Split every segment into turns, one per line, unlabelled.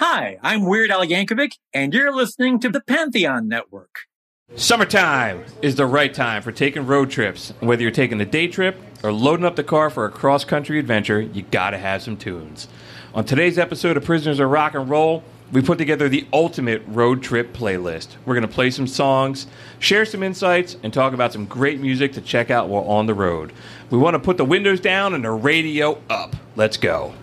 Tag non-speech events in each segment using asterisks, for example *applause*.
Hi, I'm Weird Al Yankovic, and you're listening to the Pantheon Network.
Summertime is the right time for taking road trips. Whether you're taking a day trip or loading up the car for a cross country adventure, you gotta have some tunes. On today's episode of Prisoners of Rock and Roll, we put together the ultimate road trip playlist. We're gonna play some songs, share some insights, and talk about some great music to check out while on the road. We wanna put the windows down and the radio up. Let's go.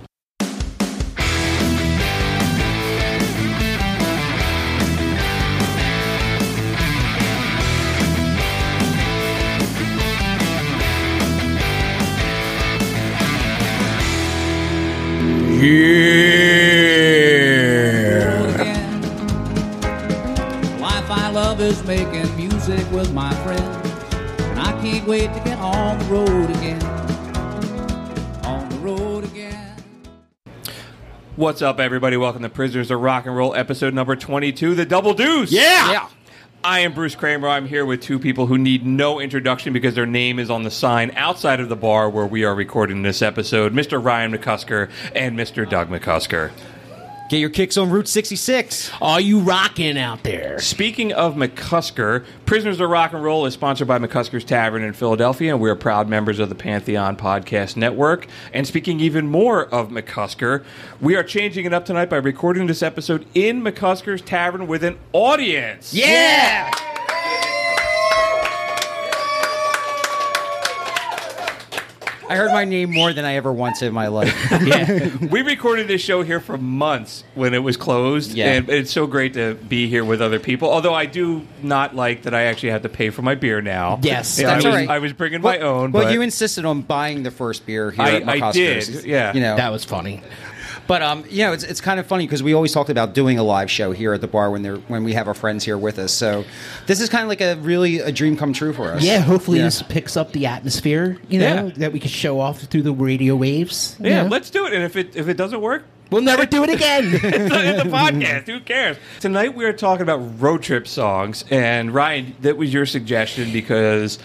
again. Life I love is making music with my friends, and I can't wait to get on the road again. On the road again.
What's up, everybody? Welcome to Prisoners of Rock and Roll, episode number 22, The Double Deuce.
Yeah! Yeah.
I am Bruce Kramer. I'm here with two people who need no introduction because their name is on the sign outside of the bar where we are recording this episode Mr. Ryan McCusker and Mr. Doug McCusker.
Get your kicks on Route 66.
Are you rocking out there?
Speaking of McCusker, Prisoners of Rock and Roll is sponsored by McCusker's Tavern in Philadelphia, and we are proud members of the Pantheon Podcast Network. And speaking even more of McCusker, we are changing it up tonight by recording this episode in McCusker's Tavern with an audience.
Yeah! I heard my name more than I ever once in my life.
*laughs* we recorded this show here for months when it was closed,
Yeah.
and it's so great to be here with other people. Although I do not like that I actually have to pay for my beer now.
Yes,
Yeah,
that's
I was,
all
right.
I was bringing my
Well-
own.
Well,
but
you insisted on buying the first beer here
I-
at
I
McCosker's.
did, yeah.
You
*laughs*
know,
That was funny.
but um, you know, it's, it's kind of funny because we always talked about doing a live show here at the bar when they're when we have our friends here with us. So this is kind of like a really a dream come true for us.
Yeah, hopefully
Yeah.
this picks up the atmosphere, you know,
Yeah.
that we can show off through the radio waves. you
yeah,
know?
let's do it. And if it if it doesn't work, *laughs*
we'll never do it *laughs* again.
it's a podcast. Who cares? Tonight we are talking about road trip songs, and Ryan, that was your suggestion because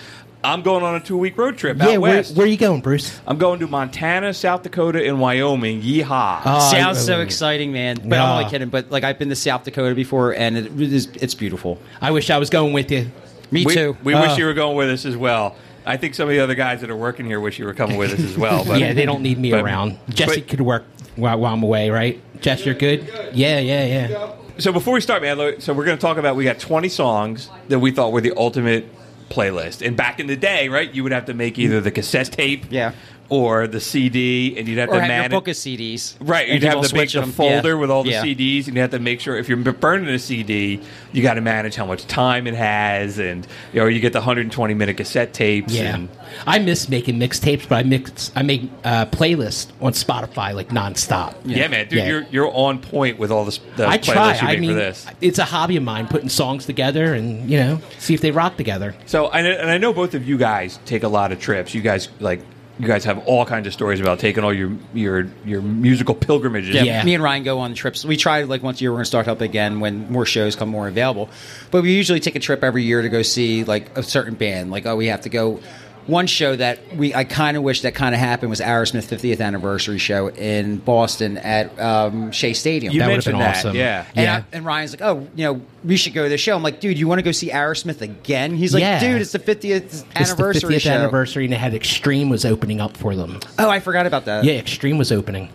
I'm going on a two week road trip
yeah,
out
where,
west.
where are you going, Bruce?
I'm going to Montana, South Dakota, and Wyoming. Yeehaw!
Sounds so exciting, man. But I'm
Nah.
only kidding. But like I've been to South Dakota before, and it is it's beautiful.
I wish I was going with you.
Me
we,
too.
We
Uh.
wish you were going with us as well. I think some of the other guys that are working here wish you were coming with us as well.
*laughs*
But
yeah, they don't need me
but-
around. Jesse
but-
could work while, while I'm away, right? Jess, you're good? Yeah, yeah, yeah.
So before we start, man, lo- so we're going to talk about we got 20 songs that we thought were the ultimate playlist. And back in the day, right, you would have to make either the cassette tape,
Yeah.
or the CD, and you'd have
or
to
have
manage.
your book of CDs.
Right,
And
you'd have
people
the big
switch
the
them.
folder
Yeah.
with all the
Yeah.
CDs, and you have to make sure if you're burning a CD, you got to manage how much time it has, and you know you get the 120 minute cassette tapes.
Yeah.
and
I miss making mixtapes, but I mix I make uh, playlists on Spotify like nonstop.
Yeah, man, dude,
Yeah.
you're you're on point with all the, s- the
I
playlists
try.
you make
I mean,
for this.
it's a hobby of mine putting songs together and you know see if they rock together.
So, and, I- and I know both of you guys take a lot of trips. You guys like you guys have all kinds of stories about taking all your your your musical pilgrimages.
Yeah.
Yeah.
me and Ryan go on trips. We try like once a year. We're going to start up again when more shows come more available. But we usually take a trip every year to go see like a certain band. Like oh, we have to go. One show that we I kind of wish that kind of happened was Aerosmith 50th anniversary show in Boston at um, Shea Stadium.
You
That would've
mentioned
been
that,
awesome.
yeah.
And,
yeah.
I- and Ryan's like, oh, you know, we should go to the show. I'm like, dude, you want to go see Aerosmith again? He's like,
Yeah.
dude, it's the 50th
It's the
anniversary
50th
show.
anniversary, and they had Extreme was opening up for them.
Oh, I forgot about that.
Yeah, Extreme was opening.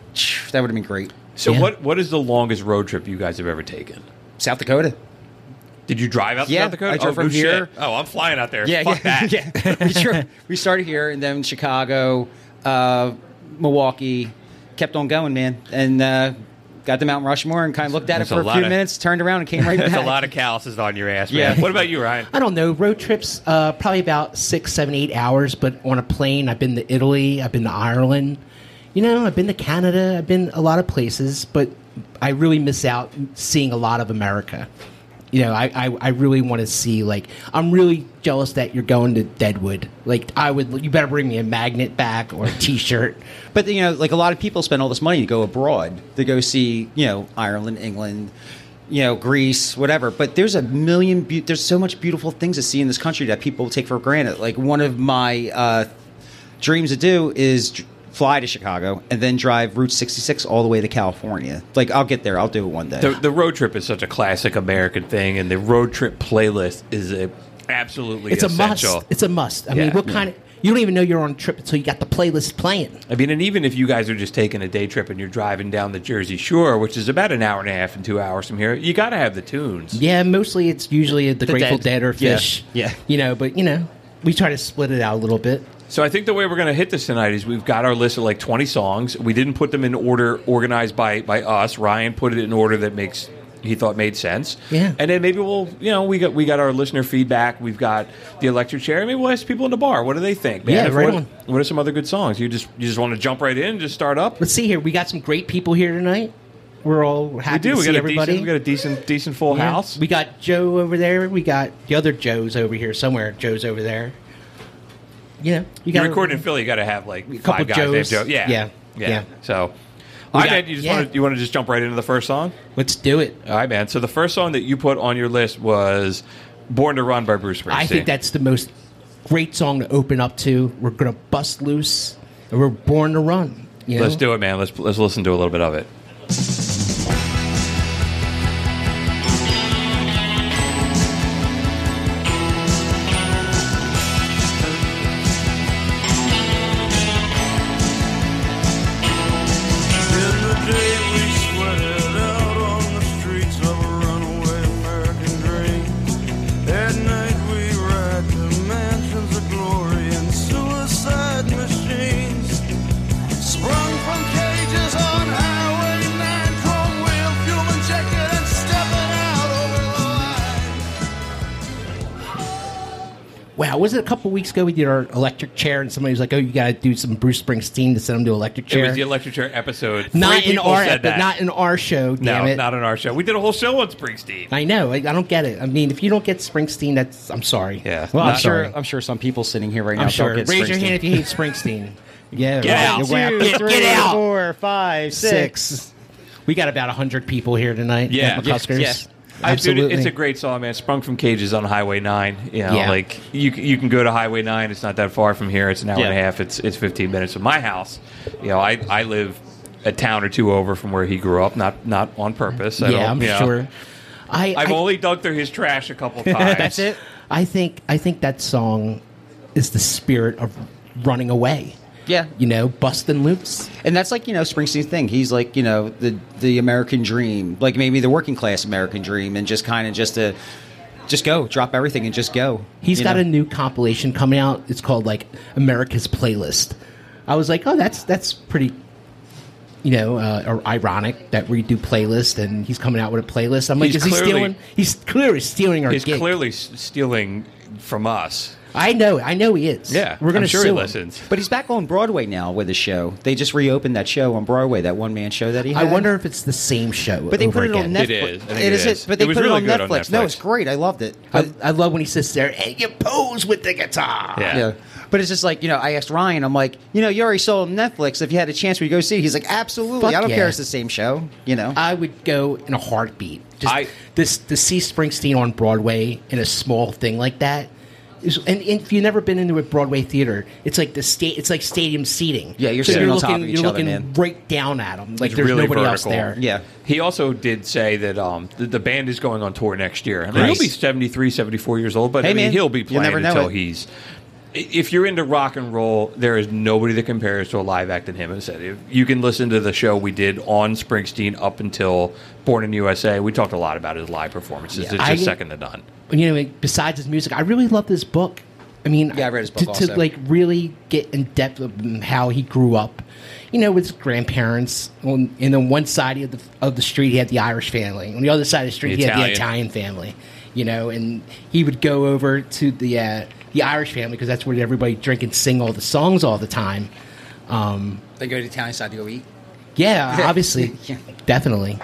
That would have been great.
So,
Yeah.
what what is the longest road trip you guys have ever taken?
South Dakota.
Did you drive out to
Yeah,
South Dakota?
I drove
oh,
from
no shit.
here.
Oh, I'm flying out there.
Yeah,
Fuck
*laughs* yeah,
that. *laughs*
yeah. We, sure, we started here and then Chicago, uh, Milwaukee, kept on going, man, and uh, got to Mount Rushmore and kind of looked at
That's
it for
a
a,
lot
few
of-
minutes, turned around and came
*laughs*
right
That's
back.
a lot of calluses on your ass, man.
Yeah.
What about you, Ryan?
I don't know road trips, uh, probably about six, seven, eight hours. But on a plane, I've been to Italy, I've been to Ireland, you know, I've been to Canada, I've been a lot of places. But I really miss out seeing a lot of America. You know, I I, I really want to see like I'm really jealous that you're going to Deadwood. Like I would, you better bring me a magnet back or a T-shirt.
But you know, like a lot of people spend all this money to go abroad to go see, you know, Ireland, England, you know, Greece, whatever. But there's a million, be- there's so much beautiful things to see in this country that people take for granted. Like one of my uh, dreams to do is dr- fly to Chicago, and then drive Route 66 all the way to California. Like, I'll get there. I'll do it one day.
The, the road trip is such a classic American thing, and the road trip playlist is a, absolutely
It's a
essential.
must. It's a must. I
Yeah.
mean, what kind of? You don't even know you're on a trip until you got the playlist playing.
I mean, and even if you guys are just taking a day trip and you're driving down the Jersey Shore, which is about an hour and a half and two hours from here, you got to have the tunes.
Yeah, mostly it's usually the, Grateful
Dead.
Dead, or
Yeah.
Fish.
Yeah.
you know, but you know, we try to split it out a little bit.
So I think the way we're going to hit this tonight is we've got our list of like 20 songs. We didn't put them in order organized by by us. Ryan put it in order that makes he thought made sense.
Yeah.
And then maybe we'll, you know, we got we got our listener feedback. We've got the electric chair. Maybe we'll ask people in the bar, what do they think?
Yeah,
If
right
what,
on.
What are some other good songs? You just you just want to jump right in and just start up?
Let's see here. We got some great people here tonight. We're all
We
happy
do.
to
We
see
got a
everybody.
decent we got a decent decent full
Yeah.
house.
We got Joe over there. We got the other Joe's over here somewhere. Joe's over there. You know, you
you
got
record in Philly, you got to have like
couple
five guys named
Joes.
Joe. Yeah.
Yeah.
Yeah.
Yeah.
So
We
I
got-
bet you just
yeah.
want to you want to just jump right into the first song?
Let's do it.
All right, man. So the first song that you put on your list was "Born to Run" by Bruce Springsteen.
I think that's the most great song to open up to. We're gonna bust loose. And we're born to run. You know?
Let's do it, man. Let's let's listen to a little bit of it.
In the day we sweated out on the streets of a runaway American dream. At night we ride the mansions of glory and suicide machines. Sprung from cages on Highway 9, chrome wheel, fuel injected and stepping out over the line.
Wow, was it a couple weeks ago we did our electric chair and somebody was like, "Oh, you gotta do some Bruce Springsteen to send him to electric
It
chair."
was the electric chair episode.
not
Three
in
people
our
said
epi-
that.
not in our show. Damn
no,
it!
not in our show. We did a whole show on Springsteen.
I know. I, I don't get it. I mean, if you don't get Springsteen, that's I'm sorry.
Yeah.
well, I'm
Not-
sure.
sorry.
I'm sure some people sitting here right now.
I'm
don't
sure.
get
Raise your
Springsteen.
hand if you hate
*laughs*
Springsteen. Yeah.
Get
right.
out.
You're
Two,
way up. Get,
three,
get out.
four, five, six.
Six. We got about hundred people here tonight.
Yeah.
at
Yeah, I-
McCuskers.
dude,
Absolutely.
it's a great song, man. Sprung from cages on Highway Nine. You know,
Yeah.
like you c- you can go to Highway Nine. It's not that far from here. It's an hour and a
Yeah.
half. It's it's fifteen minutes from my house. You know, I I live a town or two over from where he grew up. Not not on purpose. I don't-
yeah, I'm
you know.
sure. I,
I've
I-
only dug through his trash a
*laughs*
couple times.
That's it.
I think I think that song is the spirit of running away.
Yeah.
You know, busting loose.
And that's like you know Springsteen's thing. He's like you know the the American dream, like maybe the working class American dream, and just kind of just to just go, drop everything, and just go.
He's
you
got
know?
a new compilation coming out. It's called like America's Playlist. I was like, oh, that's that's pretty, you know, uh, or ironic that we do playlist, and he's coming out with a playlist. I'm like,
He's
is he
clearly-
stealing? He's clearly stealing our
He's
gig.
clearly s- stealing from us.
I know, I know he is.
Yeah,
we're gonna
I'm sure
sue
he
him.
listens.
But he's back on Broadway now with a show. They just reopened that show on Broadway, that one man show that he
I
had.
wonder if it's the same show.
But they
over
put it on
again.
Netflix.
It is. I think
It
it
is.
is.
But they
It was
put
really
it
good
on
on
Netflix. No,
Netflix.
it's great. I loved it. But,
I, I love when he sits there and you pose with the guitar.
Yeah.
yeah. But it's just like you know. I asked Ryan. I'm like, you know, you already saw it on Netflix. If you had a chance, we go see. it. He's like, absolutely.
Fuck
I don't
yeah.
care. It's the same show. You know.
I would go in a heartbeat. Just
I-
this to see Springsteen on Broadway in a small thing like that. Is, and, and if you've never been into a Broadway theater, it's like the state. It's like stadium seating.
Yeah, you're
So
sitting on
looking,
top of each
You're
other,
looking
man.
right down at them. Like
He's
there's
really
nobody else
vertical.
there.
Yeah.
He also did say that um, the, the band is going on tour next year. I mean,
Nice.
he'll be 73, 74 years old, but
Hey,
I mean,
man,
he'll be
you'll
playing
never know
until
it.
he's. i- If you're into rock and roll, there is nobody that compares to a live act than him. As I said, if you can listen to the show we did on Springsteen up until Born in USA. We talked a lot about his live performances.
Yeah.
it's just
I-
second to none.
you know, like, besides his music, I really love this book. I mean,
Yeah, I read his book
to, to
also.
like really get in depth of how he grew up. You know, with his grandparents. On and on one side of the of the street, he had the Irish family. On the other side of the street,
The
he had the
Italian.
Italian family. You know, and he would go over to the uh, the Irish family because that's where everybody drink and sing all the songs all the time. Um,
they go to the Italian side to go eat.
yeah, obviously,
*laughs* Yeah.
definitely.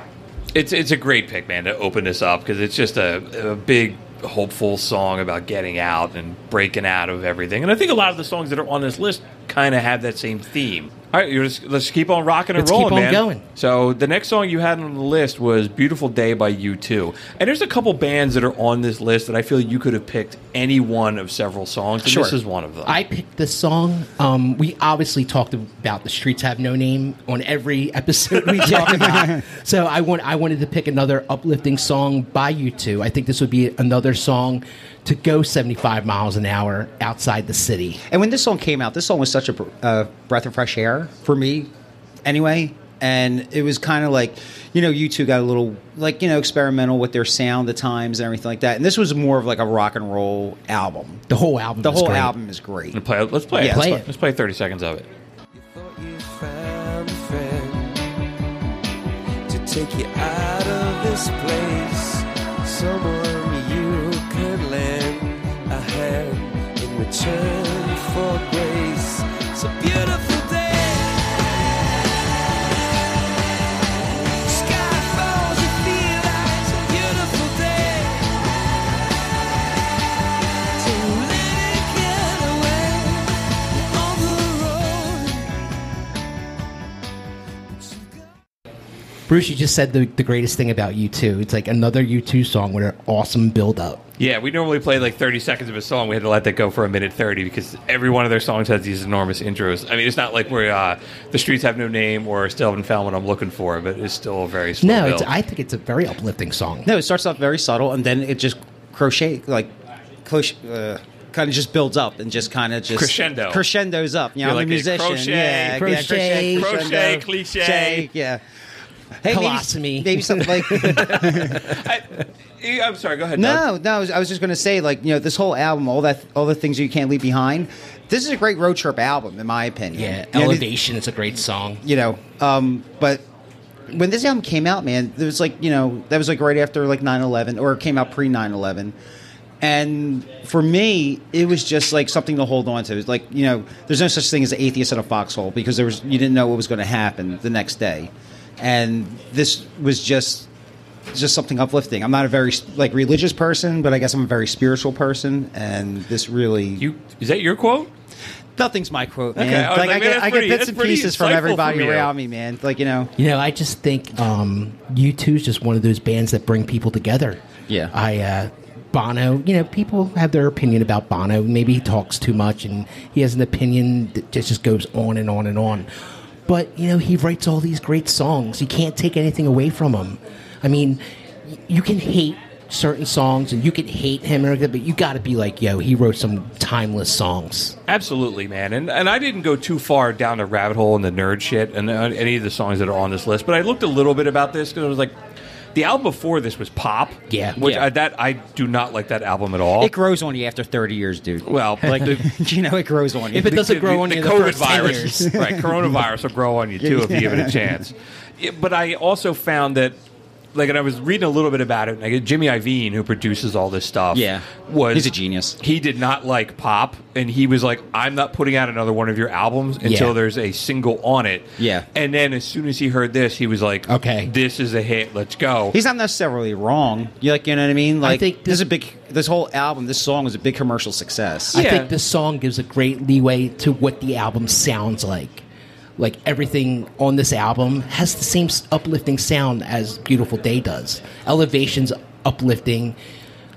It's it's a great pick, man, to open this up because it's just a, a big hopeful song about getting out and breaking out of everything. And I think a lot of the songs that are on this list kind of have that same theme. All right, you're just, let's keep on rocking and
Let's keep
rolling,
on
man.
going.
So the next song you had on the list was "Beautiful Day" by U2, and there's a couple bands that are on this list that I feel you could have picked any one of several songs. And
Sure.
this is one of them.
I picked this song. Um, we obviously talked about the streets have no name on every episode
*laughs*
we talk about. So I want I wanted to pick another uplifting song by you two. I think this would be another song to go 75 miles an hour outside the city.
And when this song came out, this song was such a br- uh, breath of fresh air for me, anyway. And it was kind of like, you know, you two got a little like you know experimental with their sound at times and everything like that. And this was more of like a rock and roll album.
The whole album.
The
is
whole
great.
album is great.
Let's play, let's play,
Yeah,
let's
play
play
it.
Let's play 30 seconds of it.
You thought you found a friend to take you out of this place. Someone you could lend a hand in return for grace. It's a beautiful day. Sky falls, you feel like it's a beautiful day. To let it get away on the road.
Bruce, you just said the, the greatest thing about you two. It's like another U two song with an awesome build up.
Yeah, we normally play like 30 seconds of a song. We had to let that go for a minute 30 because every one of their songs has these enormous intros. I mean, it's not like we're uh, the streets have no name or still haven't found what I'm looking for, but it's still a very slow
No, it's,
build.
I think it's a very uplifting song.
No, it starts off very subtle, and then it just crochet like, cloche, uh, kind of just builds up and just kind of just
Crescendo.
crescendos up. You
Yeah,
know, I'm
like
a
a
musician.
crochet,
yeah,
crochet,
yeah,
crochet,
crescendo,
cliche.
yeah. Hey, maybe-
Colostomy.
Maybe, something
*laughs*
like
I, am Eh, sorry, go ahead. Doug.
no, no. I was- I was just going to say, like you know, this whole album, all that, all the things you can't leave behind. This is a great road trip album, in my opinion.
Yeah,
You know,
Elevation is a great song.
you know um but when this album came out man it was like you know that was like right after like 9-11 or it came out pre-9-11 and for me it was just like something to hold on to It's like you know there's no such thing as an atheist in a foxhole because there was you didn't know what was going to happen the next day and this was just just something uplifting i'm not a very like religious person but i guess i'm a very spiritual person and this really
You, is that your quote?
nothing's my quote
Okay,
man
I was
like,
like,
i
man,
get,
that's
I
pretty-
get bits
that's
and
pretty
pieces from
insightful
everybody
from you.
around me man like you know
You know, I just think um, U2 is just one of those bands that bring people together.
Yeah.
I, uh, Bono, you know, people have their opinion about Bono. Maybe he talks too much and he has an opinion that just, just goes on and on and on. But, you know, he writes all these great songs. You can't take anything away from him. I mean, y- you can hate certain songs and you can hate him or but you got to be like, yo, he wrote some timeless songs.
Absolutely, man. And and I didn't go too far down the rabbit hole in the nerd shit and uh, any of the songs that are on this list, but I looked a little bit about this because I was like, the album before this was Pop.
Yeah.
Which
Yeah.
I, that I do not like that album at all.
It grows on you after 30 years, dude.
well,
like,
like the.
*laughs* you know, it grows on you.
If it doesn't
the-
grow
the-
on
the
you the
COVID
first 10
virus,
years.
*laughs* right? Coronavirus will grow
*laughs*
on you too if you give it a chance. Yeah, but I also found that, like, and I was reading a little bit about it. And I get Jimmy Iovine, who produces all this stuff,
Yeah.
was
He's a genius.
He did not like pop, and he was like, "I'm not putting out another one of your albums until
Yeah.
there's a single on it."
Yeah.
And then as soon as he heard this, he was like,
Okay.
this is a hit. Let's go."
He's not necessarily wrong. You like, you know what I mean? Like,
think
this, is a big. This whole album, this song was a big commercial success.
I
Yeah.
think this song gives a great leeway to what the album sounds like. Like everything on this album has the same s- uplifting sound as Beautiful Day does. Elevation's uplifting.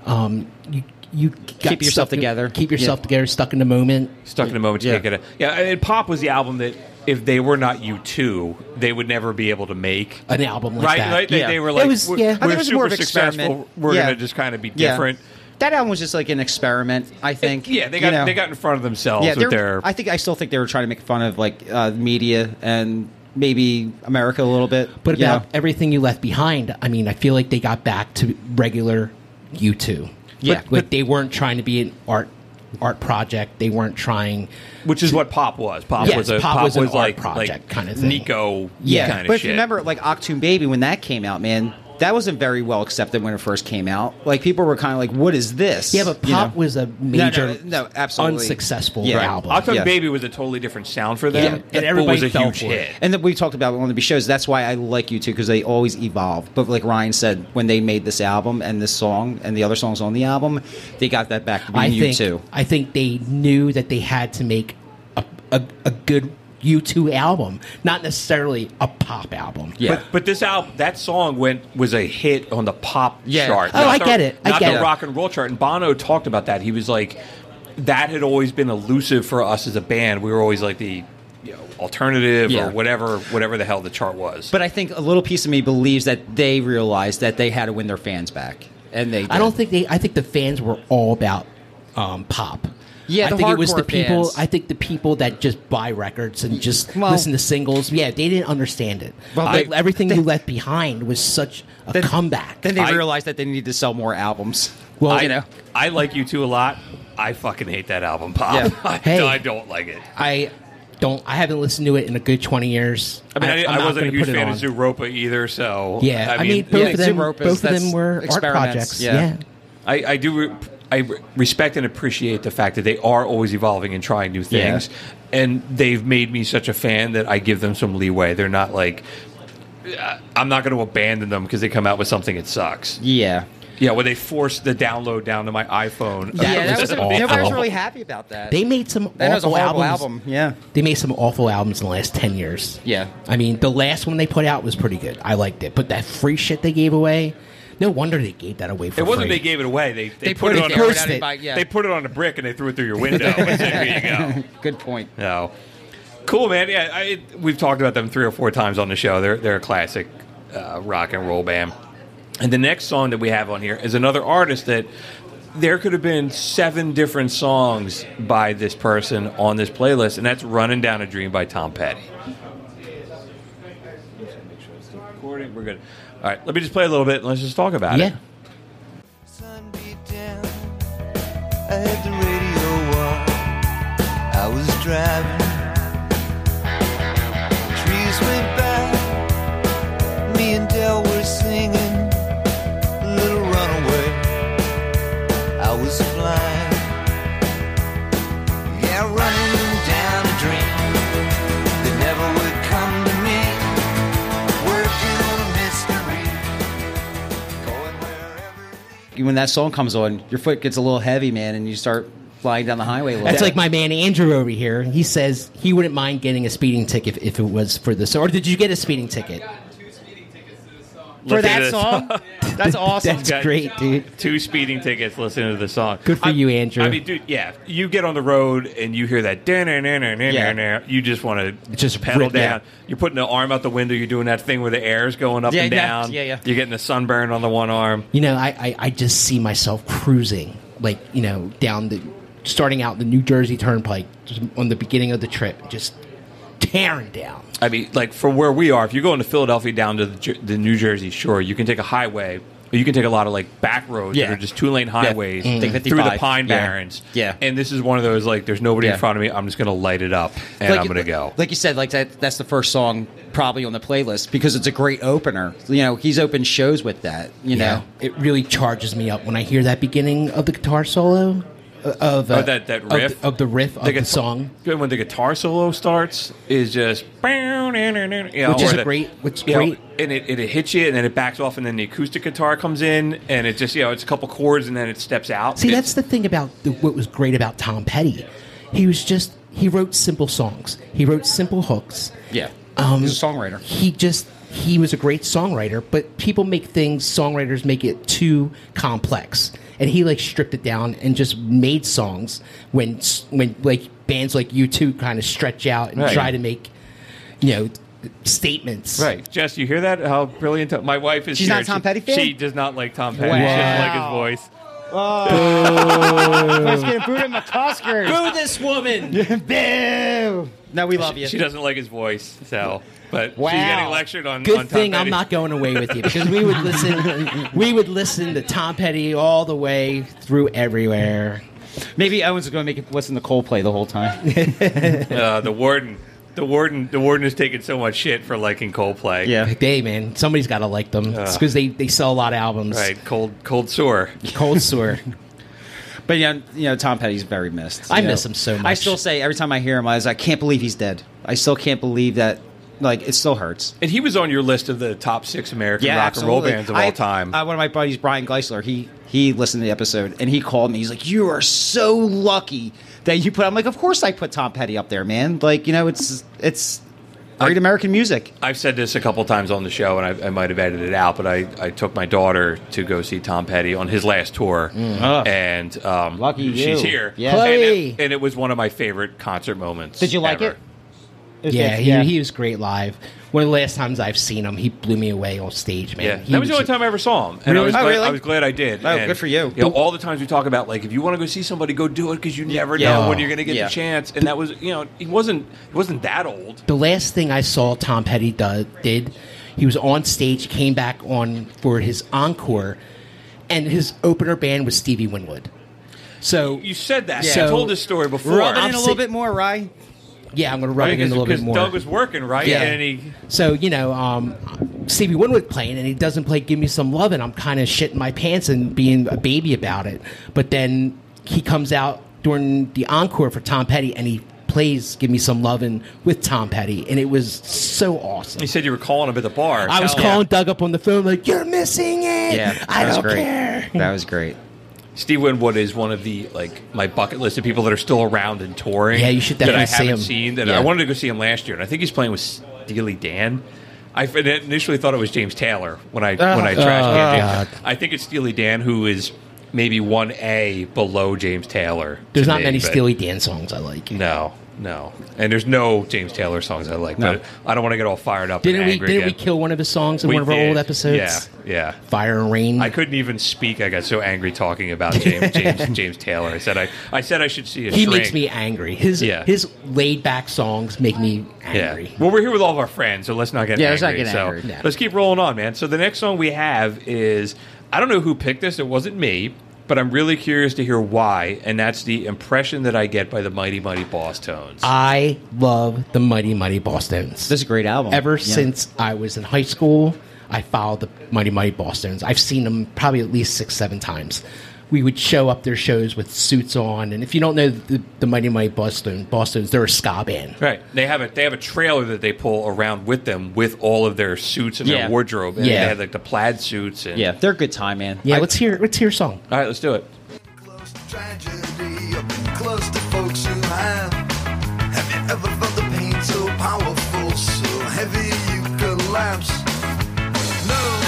Um, you you got
Keep yourself
stuck in-
together.
Keep yourself
Yeah.
together. Stuck in the moment.
Stuck in a moment to
Yeah.
yeah. get it. Yeah, and Pop was the album that if they were not you two, they would never be able to make
An album like
right,
that.
Right? They,
Yeah.
they were
It
like,
was-
we're,
yeah. I think
we're
it was
super
more of an
successful.
experiment.
We're
Yeah.
gonna just kind of be
Yeah.
different.
That album was just like an experiment. I think.
Yeah, they
you
got
know.
they got in front of themselves
Yeah,
with
they
their.
were- I think I still think they were trying to make fun of like uh, media and maybe America a little bit.
But
you
about
know?
everything you left behind, I mean, I feel like they got back to regular U two.
Yeah.
like they weren't trying to be an art art project. They weren't trying.
which is what pop was. Pop
Yes,
was a
Pop
pop
was
was,
an art
like
project
like
kind of thing.
Nico
Yeah,
kind of
but if
shit.
you remember, like Octoon Baby, when that came out, man, that wasn't very well accepted when it first came out. Like people were kind of like, "What is this?"
Yeah, but
You
pop
know?
was a major,
no, no, absolutely.
unsuccessful
Yeah.
album.
Octoon
yeah.
Baby was a totally different sound for them.
Yeah,
and
and
but
everybody
was a
fell
huge
for it.
hit.
And that we talked about it on the shows. That's why I like you too because they always evolve. But like Ryan said, when they made this album and this song and the other songs on the album, they got that back to being
I
you
think
too.
I think they knew that they had to make a, a, a good U2 album, not necessarily a pop album.
Yeah.
But, but this album, that song went was a hit on the pop
Yeah.
chart.
Oh,
not
I
the-
get it. I
not
get
the
it.
rock and roll chart. And Bono talked about that. He was like, that had always been elusive for us as a band. We were always like the you know, alternative
Yeah.
or whatever, whatever the hell the chart was.
But I think a little piece of me believes that they realized that they had to win their fans back, and they. Did.
I don't think they. I think the fans were all about um, pop.
Yeah,
I
the
think it was the
hardcore
people.
fans.
I think the people that just buy records and just
Well-
listen to singles. Yeah, they didn't understand it.
Well,
Like,
they-
everything you left behind was such a
Then-
comeback.
Then they
I-
realized that they needed to sell more albums.
Well,
I,
I,
you know,
I like you two a lot. I fucking hate that album, Pop.
Yeah.
*laughs* I,
Hey.
I don't like it.
I don't. I haven't listened to it in a good twenty years.
I mean, I,
I'm
I
not
wasn't a
gonna
huge
put it
fan
on.
of Zuropa either, so
Yeah, I mean,
yeah,
both of them.
Zoom Ropers,
both of
that's
them were art
experiments,
projects.
yeah.
Yeah.
I, I do. Re- I re- respect and appreciate the fact that they are always evolving and trying new
Yeah.
things, and they've made me such a fan that I give them some leeway. They're not like uh, I'm not going to abandon them because they come out with something that sucks.
yeah.
Yeah, where they forced the download down to my iPhone.
Yeah,
yeah, that was
awful.
nobody was really happy about that.
They made some
that was a
awful
horrible
albums.
album. Yeah,
They made some awful albums in the last ten years.
Yeah.
I mean, the last one they put out was pretty good. I liked it, but that free shit they gave away, no wonder they gave that away for
It wasn't
free.
they gave it away. They they,
They
put,
put
it
it
on.
there
a,
without
anybody- yeah.
They put it on a brick and they threw it through your window. and said, Here you *laughs* go.
good point.
No. Cool, man. Yeah, I, we've talked about them three or four times on the show. They're, they're a classic uh, rock and roll band. And the next song that we have on here is another artist that there could have been seven different songs by this person on this playlist, and that's Running Down a Dream by Tom Petty. Recording, we're good. All right, let me just play a little bit and let's just talk about it.
Yeah.
Sun beat down. I had the radio on. I was driving. Trees went by. Me and Dell were singing. Little runaway. I was flying. Yeah, running down a dream that never would come to me. Working on a mystery. Going wherever.
When that song comes on, your foot gets a little heavy, man, and you start flying down the highway. A little
That's
bit.
like my man Andrew over here. He says he wouldn't mind getting a speeding ticket if, if it was for this. Or did you get a speeding ticket?
for
Listen to
that
this.
song.
*laughs*
*laughs* That's awesome.
That's
got-
great, dude.
two speeding tickets listening to the song.
Good for
I-
you, Andrew.
I mean, dude, yeah. You get on the road and you hear that,
Yeah.
yeah. you just want to
Just
pedal
rip- yeah.
down. You're putting the arm out the window. You're doing that thing where the air is going up
Yeah,
and
yeah,
down.
yeah, yeah.
You're getting the sunburn on the one arm.
You know, I, I, I just see myself cruising, like, you know, down the, starting out the New Jersey Turnpike just on the beginning of the trip, just tearing down.
I mean, like from where we are, if you're going to Philadelphia down to the, Jer- the New Jersey shore, you can take a highway. Or you can take a lot of like back roads
Yeah.
that are just two lane highways
Mm. Take
through the
55.
pine
Yeah.
barrens.
Yeah.
and this is one of those like, there's nobody
Yeah.
in front of me. I'm just going to light it up and I'm going to go.
Like you said, like that, that's the first song probably on the playlist because it's a great opener. You know, he's opened shows with that. You know,
it really charges me up when I hear that beginning of the guitar solo uh, of uh,
Oh, that- that
of the-
riff?
of, the riff of the,
guitar-
song,
Good when the guitar solo starts is just you know,
Which is
or
a
the-
great- which is
you know,
great.
and it, it hits you and then it backs off and then the acoustic guitar comes in and it just you know it's a couple chords and then it steps out.
See,
It's-
that's the thing about the, what was great about Tom Petty. He was just he wrote simple songs. He wrote simple hooks.
yeah,
Um,
he's a songwriter.
He just he was a great songwriter, but people make things songwriters make it too complex, and he like stripped it down and just made songs when s- when like bands like you two kind of stretch out and
Right.
try to make you know statements.
Right, Jess, you hear that? How brilliant! Tom- My wife is.
She's
here.
not a Tom
She-
Petty fan?
She does not like Tom Petty.
Wow.
She doesn't like his voice.
I was getting booed at McCosker.
Boo this woman.
Boo!
No, we love you.
She doesn't like his voice. So, but
Wow.
she's getting lectured on. on
Good
Tom
thing I'm
Petty.
not going away with you because we
*laughs*
would listen. we would listen to Tom Petty all the way through everywhere.
Maybe Owen's going to make it listen to Coldplay the whole time.
Uh, the warden. The warden. The warden is taking so much shit for liking Coldplay.
yeah,
Like, hey man, somebody's got to like them. It's because they, they sell a lot of albums.
Right. Cold. Cold sore.
Cold sore.
but yeah, you know, Tom Petty's very missed.
I
you know.
miss him so
I
much.
still say every time I hear him, I was like, I can't believe he's dead. I still can't believe that like it still hurts.
And he was on your list of the top six American rock and roll bands of
I-
all time.
I, one of my buddies, Brian Geisler, he he listened to the episode and he called me. He's like, "You are so lucky that you put." I'm like, "Of course I put Tom Petty up there, man. Like you know, it's it's great
Like-
American music."
I've said this a couple times on the show, and I, I might have edited it out, but I, I took my daughter to go see Tom Petty on his last tour,
Ugh.
and um,
Lucky
she's
you.
here.
Yeah.
And,
Chloe!
it, and it was one of my favorite concert moments.
Did you like
ever.
it? It's
yeah,
good,
he, he was great live. One of the last times I've seen him, he blew me away on stage, man.
Yeah,
He
that was the only time I ever saw him, and I, was
Oh,
glad,
really?
I was glad I did.
Oh,
And,
good for you.
know, all the times we talk about like if you want to go see somebody, go do it because you never
Yeah.
know when you're going to get
Yeah.
the chance. And that was you know he wasn't he wasn't that old.
The last thing I saw Tom Petty do, did, he was on stage, came back on for his encore, and his opener band was Stevie Winwood. So
You said that.
Yeah.
You told this story before.
Rub it in
I'm
a little
sick-
bit more, Rye.
yeah, I'm going to rub it in a little bit more.
Doug was working right,
Yeah.
and he
So you know, um, Stevie Winwood playing, and he doesn't play "Give Me Some Love," and I'm kind of shitting my pants and being a baby about it. But then he comes out during the encore for Tom Petty, and he plays "Give Me Some Love" and with Tom Petty, and it was so awesome.
he said you were calling him at the bar.
I was
Tell him.
calling Doug up on the phone like, "You're missing it.
*laughs* Yeah,
I
that was
don't
great.
care."
That was great.
Steve Winwood is one of the like my bucket list of people that are still around and touring.
Yeah, you should
that I
definitely see
haven't
him.
seen. That
Yeah.
I wanted to go see him last year, and I think he's playing with Steely Dan. I fin- initially thought it was James Taylor when I when I trashed
oh,
James.
God.
I think it's Steely Dan who is maybe one A below James Taylor. to
There's not
me,
many
but
Steely Dan songs I like.
No, no, and there's no James Taylor songs I like.
No.
But I don't want to get all fired up.
Didn't
and
we?
angry
Didn't we
again.
kill one of his songs in
We
one of our old
did.
episodes?
Yeah, yeah.
Fire and rain.
I couldn't even speak. I got so angry talking about James James, James Taylor. I said I, I said I should see a
he
shrink.
makes me angry. His
Yeah.
his laid back songs make me angry.
Yeah. Well, we're here with all of our friends, so let's not get angry.
Yeah, let's not get
So,
angry.
Yeah.
Let's keep rolling on, man. So the next song we have is I don't know who picked this. It wasn't me, but I'm really curious to hear why. And that's the impression that I get by the Mighty Mighty Boss Tones.
I love the Mighty Mighty Boston's.
This is a great album.
Ever
Yeah.
since I was in high school, I followed the Mighty Mighty Boston's. I've seen them probably at least six, seven times. We would show up their shows with suits on, and if you don't know the, the Mighty Mighty Boston Boston's, they're a ska band.
Right, they have a they have a trailer that they pull around with them with all of their suits and
Yeah.
their wardrobe, and
Yeah.
they have like the plaid suits. And,
yeah, they're a good time, man.
Yeah, let's hear let's hear a song.
all right, let's do it.
close to tragedy, up close to folks who have. Have you ever felt the pain so powerful, so heavy you collapse? No.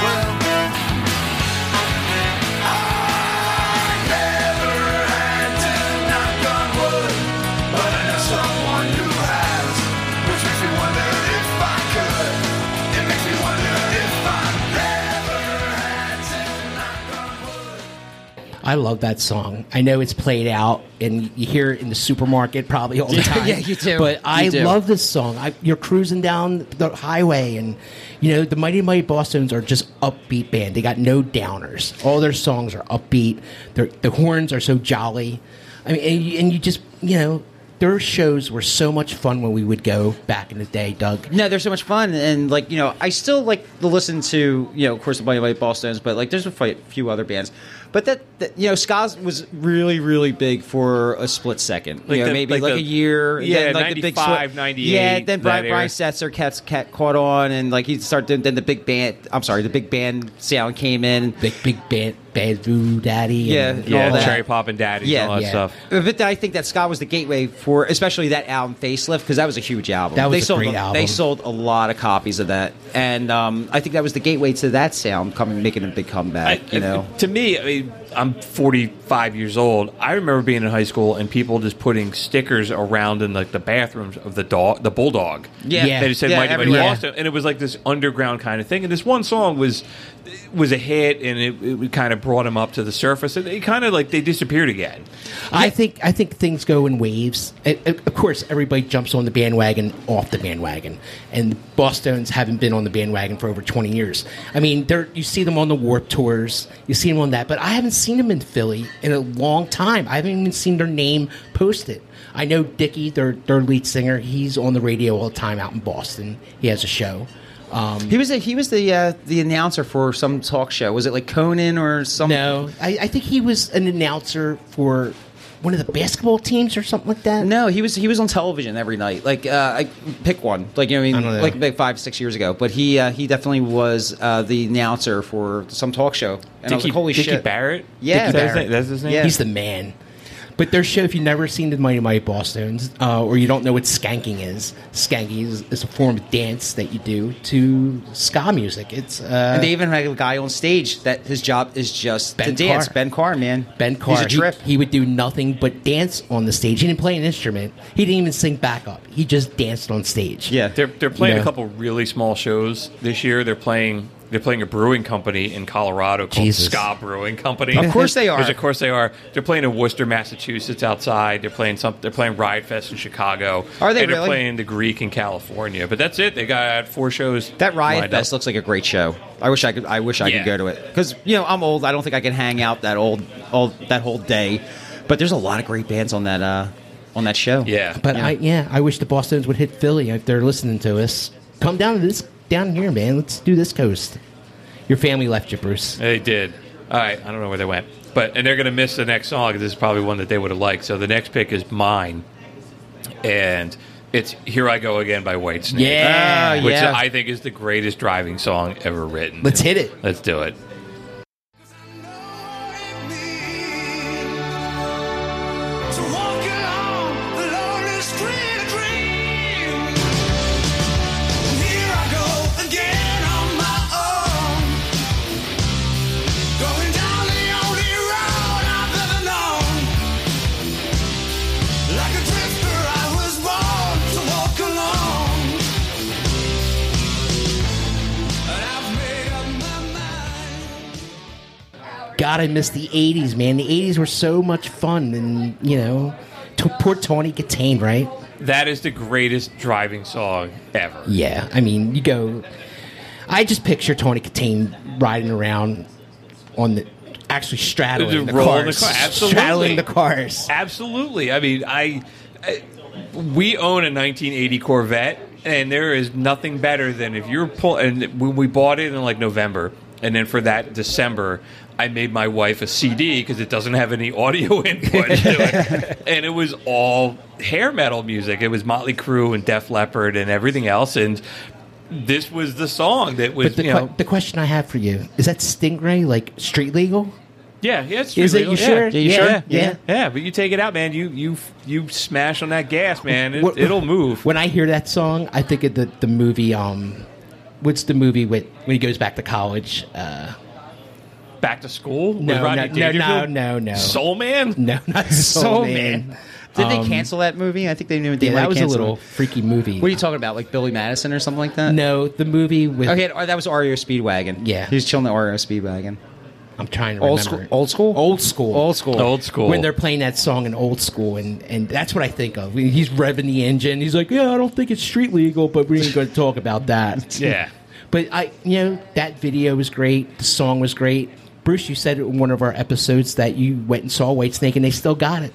Well, I never had to knock on wood, but I know someone who has, which makes me wonder if I could. It makes me wonder if I never had to knock on wood.
I love that song. I know it's played out and you hear it in the supermarket probably all the time.
*laughs* yeah, you do.
But
You
I
do.
love this song. I, you're cruising down the highway and you know the Mighty Mighty Boston's are just upbeat band. They got no downers. All their songs are upbeat. Their, the horns are so jolly. I mean, and you, and you just you know their shows were so much fun when we would go back in the day, Doug.
No, they're so much fun, and like you know, I still like to listen to you know, of course, the Mighty Mighty Ball Stones, but like there's a fi- few other bands, but that, that you know, ska was really really big for a split second, you
Like
know,
the-
maybe like,
like
a
the-
year, and
yeah,
then, like the big
95,
swi-
98,
yeah, then Brian,
that
Brian
era.
Setzer cat, cat caught on, and like he started doing- then the big band, I'm sorry, the big band sound came in,
Big big band, Bad Voodoo Daddy.
Yeah,
and,
yeah,
all that.
Cherry Pop and Daddy,
Yeah,
and all that
yeah.
stuff.
But I think that Scott was the gateway for, especially that album Facelift, because that was a huge album.
That was
they
a
sold
great album.
They sold a lot of copies of that, and um, I think that was the gateway to that sound coming, making a big comeback.
I-
you know,
to me, I mean, I'm 45 years old. I remember being in high school and people just putting stickers around in like the bathrooms of the dog, the bulldog.
Yeah.
they just said
Yeah,
Mighty Mighty
everywhere.
Boston, and it was like this underground kind of thing. And this one song was was a hit, and it, it kind of brought him up to the surface. And it kind of like they disappeared again.
I think I think things go in waves. It, it- of course, everybody jumps on the bandwagon off the bandwagon, and the Boston's haven't been on the bandwagon for over twenty years. I mean, they're, you see them on the Warp tours, you see them on that, but I haven't seen them in Philly in a long time. I haven't even seen their name posted. I know Dickie, their their lead singer, he's on the radio all the time out in Boston. He has a show. Um,
he was a, he was the uh, the announcer for some talk show. Was it like Conan or some?
no, I, I think he was an announcer for one of the basketball teams or something like that?
No, he was he was on television every night. Like uh, I pick one. Like you know, what I
I
mean,
don't know.
like, like five six years ago. But he uh, he definitely was uh, the announcer for some talk show. And I was
Dickie,
like, holy
Dickie
shit,
Barrett?
Yeah,
Is that his
Barrett.
name? That's his name?
Yeah.
He's the man. But their show, if you've never seen the Mighty Mighty Boston's, uh, or you don't know what skanking is, skanking is, is a form of dance that you do to ska music. It's uh,
And they even had a guy on stage that his job is just
Ben
to dance.
Carr.
Ben Carr, man.
Ben Carr.
He's a
he-
trip.
He, would do nothing but dance on the stage. He didn't play an instrument. He didn't even sing backup. He just danced on stage.
yeah.
They're they're playing
Yeah.
a couple really small shows this year. They're playing they're playing a brewing company in Colorado called
Jesus.
Ska Brewing Company.
Of course they are.
Which of course they are. They're playing in Worcester, Massachusetts outside. They're playing some they're playing Riot Fest in Chicago.
Are they
and they're
really?
playing the Greek in California. But that's it. They got four shows.
That Riot
lined up.
Fest looks like a great show. I wish I could. I wish I
Yeah.
could go to it because you know I'm old. I don't think I can hang out that old all that whole day. But there's a lot of great bands on that uh, on that show.
Yeah.
But I yeah, I wish the Bostons would hit Philly if they're listening to us. Come down to this down here, man. Let's do this coast. Your family left you, Bruce.
They did. All right, I don't know where they went, but and they're going to miss the next song. 'cause This is probably one that they would have liked. So the next pick is mine, and it's "Here I Go Again" by Whitesnake.
Yeah.
which
Ah, Oh, yeah. *laughs*
I think is the greatest driving song ever written.
Let's hit it.
Let's do it.
To walk along the lonely street of dreams. Here I go again on my own. Going down the only road I've ever known. Like a drifter, I was born to walk alone. And I've made up my mind.
God, I miss the '80s, man. The '80s were so much fun, and you know, t- poor Tawny Katane, right?
That is the greatest driving song ever.
Yeah, I mean, you go. I just picture Tawny Katane riding around on the actually straddling
The
the,
roll of the
cars,
car, absolutely.
straddling the cars.
Absolutely. I mean, I, I we own a 1980 Corvette, and there is nothing better than if you're pull. And when we bought it in like November, and then for that December. I made my wife a CD because it doesn't have any audio *laughs* input to
*laughs*
it, and it was all hair metal music. It was Motley Crue and Def Leppard and everything else, and this was the song that was
But the,
you
que-
know
the question I have for you is that Stingray like street legal?
yeah yeah it's
Is it?
legal,
You
yeah.
sure?
Yeah, you sure?
yeah.
Yeah, but you take it out, man. You you you smash on that gas, man. It,
What-
it'll move.
When I hear that song, I think of the, the movie. Um, what's the movie with when he goes back to college? Uh,
Back to school? with
no,
Rodney
no, no, no,
Dangerfield?
no, no.
Soul Man?
no, *laughs* not Soul, Oh, Man.
Did
Um,
they cancel that movie? I think they knew they
Yeah,
might
that was a
cancel
little
it.
freaky movie. Uh,
What are you talking about? Like Billy Madison or something like that?
No, the movie with
Okay, oh, that was Oreo Speedwagon.
Yeah.
he was chilling the Oreo Speedwagon.
I'm trying to
Old
remember.
school.
it.
Old school.
Old school.
Old school.
Old school.
When they're playing that song in old school, and, and that's what I think of. He's revving the engine. He's like, "Yeah, I don't think it's street legal, but we ain't going to talk about that."
Yeah.
But I, you know, that video was great. The song was great. Bruce, you said in one of our episodes that you went and saw Whitesnake, and they still got it.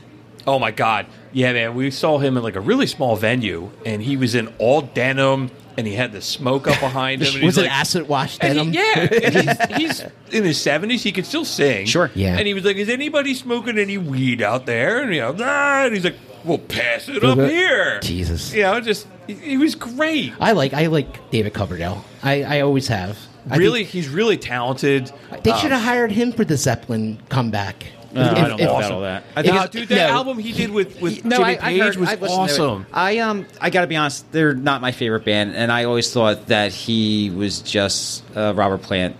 Oh my god. Yeah, man. We saw him in like a really small venue and he was in all denim and he had the smoke up
*laughs*
behind him. and he's
was it
like-
acid wash
And
denim?
he-
*laughs*
yeah, and he's, he's in his seventies. He could still sing.
Sure.
Yeah.
And he was like, "Is anybody smoking any weed out there?" And you know, "Nah." and he's like, "Well, pass it up here."
Jesus.
You know, just he, he was great.
I like I like David Coverdale. I, I always have. I think-
really, he's really talented. Uh,
they should have hired him for the Zeppelin comeback. If- if-
that.
I
think
think
it's-
dude, that
no.
album he did with with
No,
Jimmy
I, I
Page
heard,
was
I've listened to it.
awesome.
I um, I gotta be honest, they're not my favorite band, and I always thought that he was just uh, Robert Plant,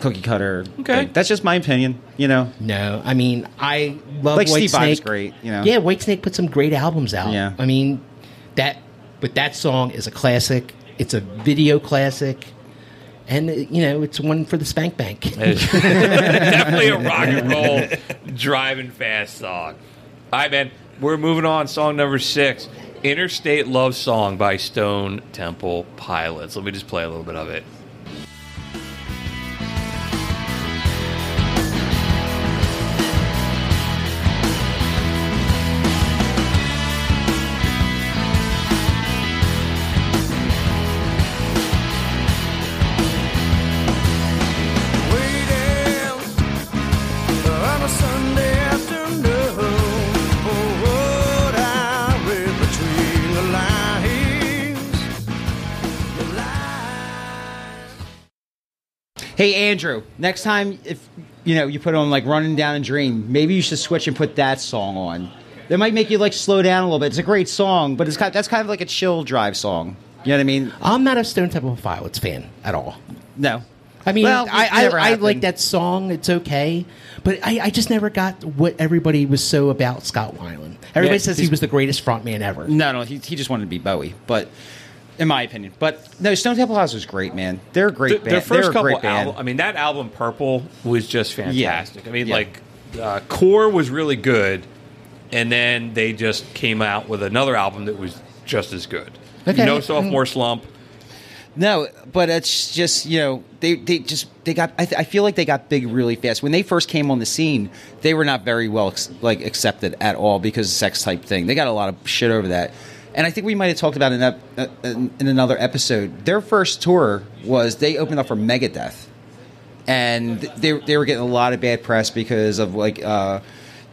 cookie cutter.
Okay.
thing. that's just my opinion. You know,
No, I mean I love White
Like Steve Vai was
Snake.
great, you know.
Yeah, White Snake put some great albums out.
Yeah.
I mean that, but that song is a classic. It's a video classic, and uh, you know it's one for the Spank Bank.
*laughs* Definitely a rock and roll *laughs* driving fast song. All right, man. We're moving on. Song number six, "Interstate Love Song" by Stone Temple Pilots. Let me just play a little bit of it.
Waiting on a Sunday afternoon Oh,
Hey Andrew, next time if you know you put on like "Running Down a Dream," maybe you should switch and put that song on. That might make you like slow down a little bit. It's a great song, but it's kind that's kind of like a chill drive song. You know what I mean?
I'm not a Stone Temple Pilots fan at all.
No.
I mean,
Well,
I,
never
I, I
happened.
like that song. It's okay, but I, I just never got what everybody was so about Scott Weiland. Everybody
Yeah,
says he
he's-
was the greatest frontman ever.
No, no, he, he just wanted to be Bowie, but in my opinion, but no, Stone Temple Pilots was great, man. They're a great
Th-
band.
Their first
They're a
couple
great band.
albums. I mean, that album Purple was just fantastic. I mean,
Yeah.
like uh, Core was really good, and then they just came out with another album that was just as good.
Okay.
No sophomore slump.
No, but it's just you know they they just they got. I, th- I feel like they got big really fast when they first came on the scene. They were not very well ex- like accepted at all because of the sex type thing. They got a lot of shit over that, and I think we might have talked about it in, ep- uh, in, in another episode. Their first tour was they opened up for Megadeth, and they they were getting a lot of bad press because of like. Uh,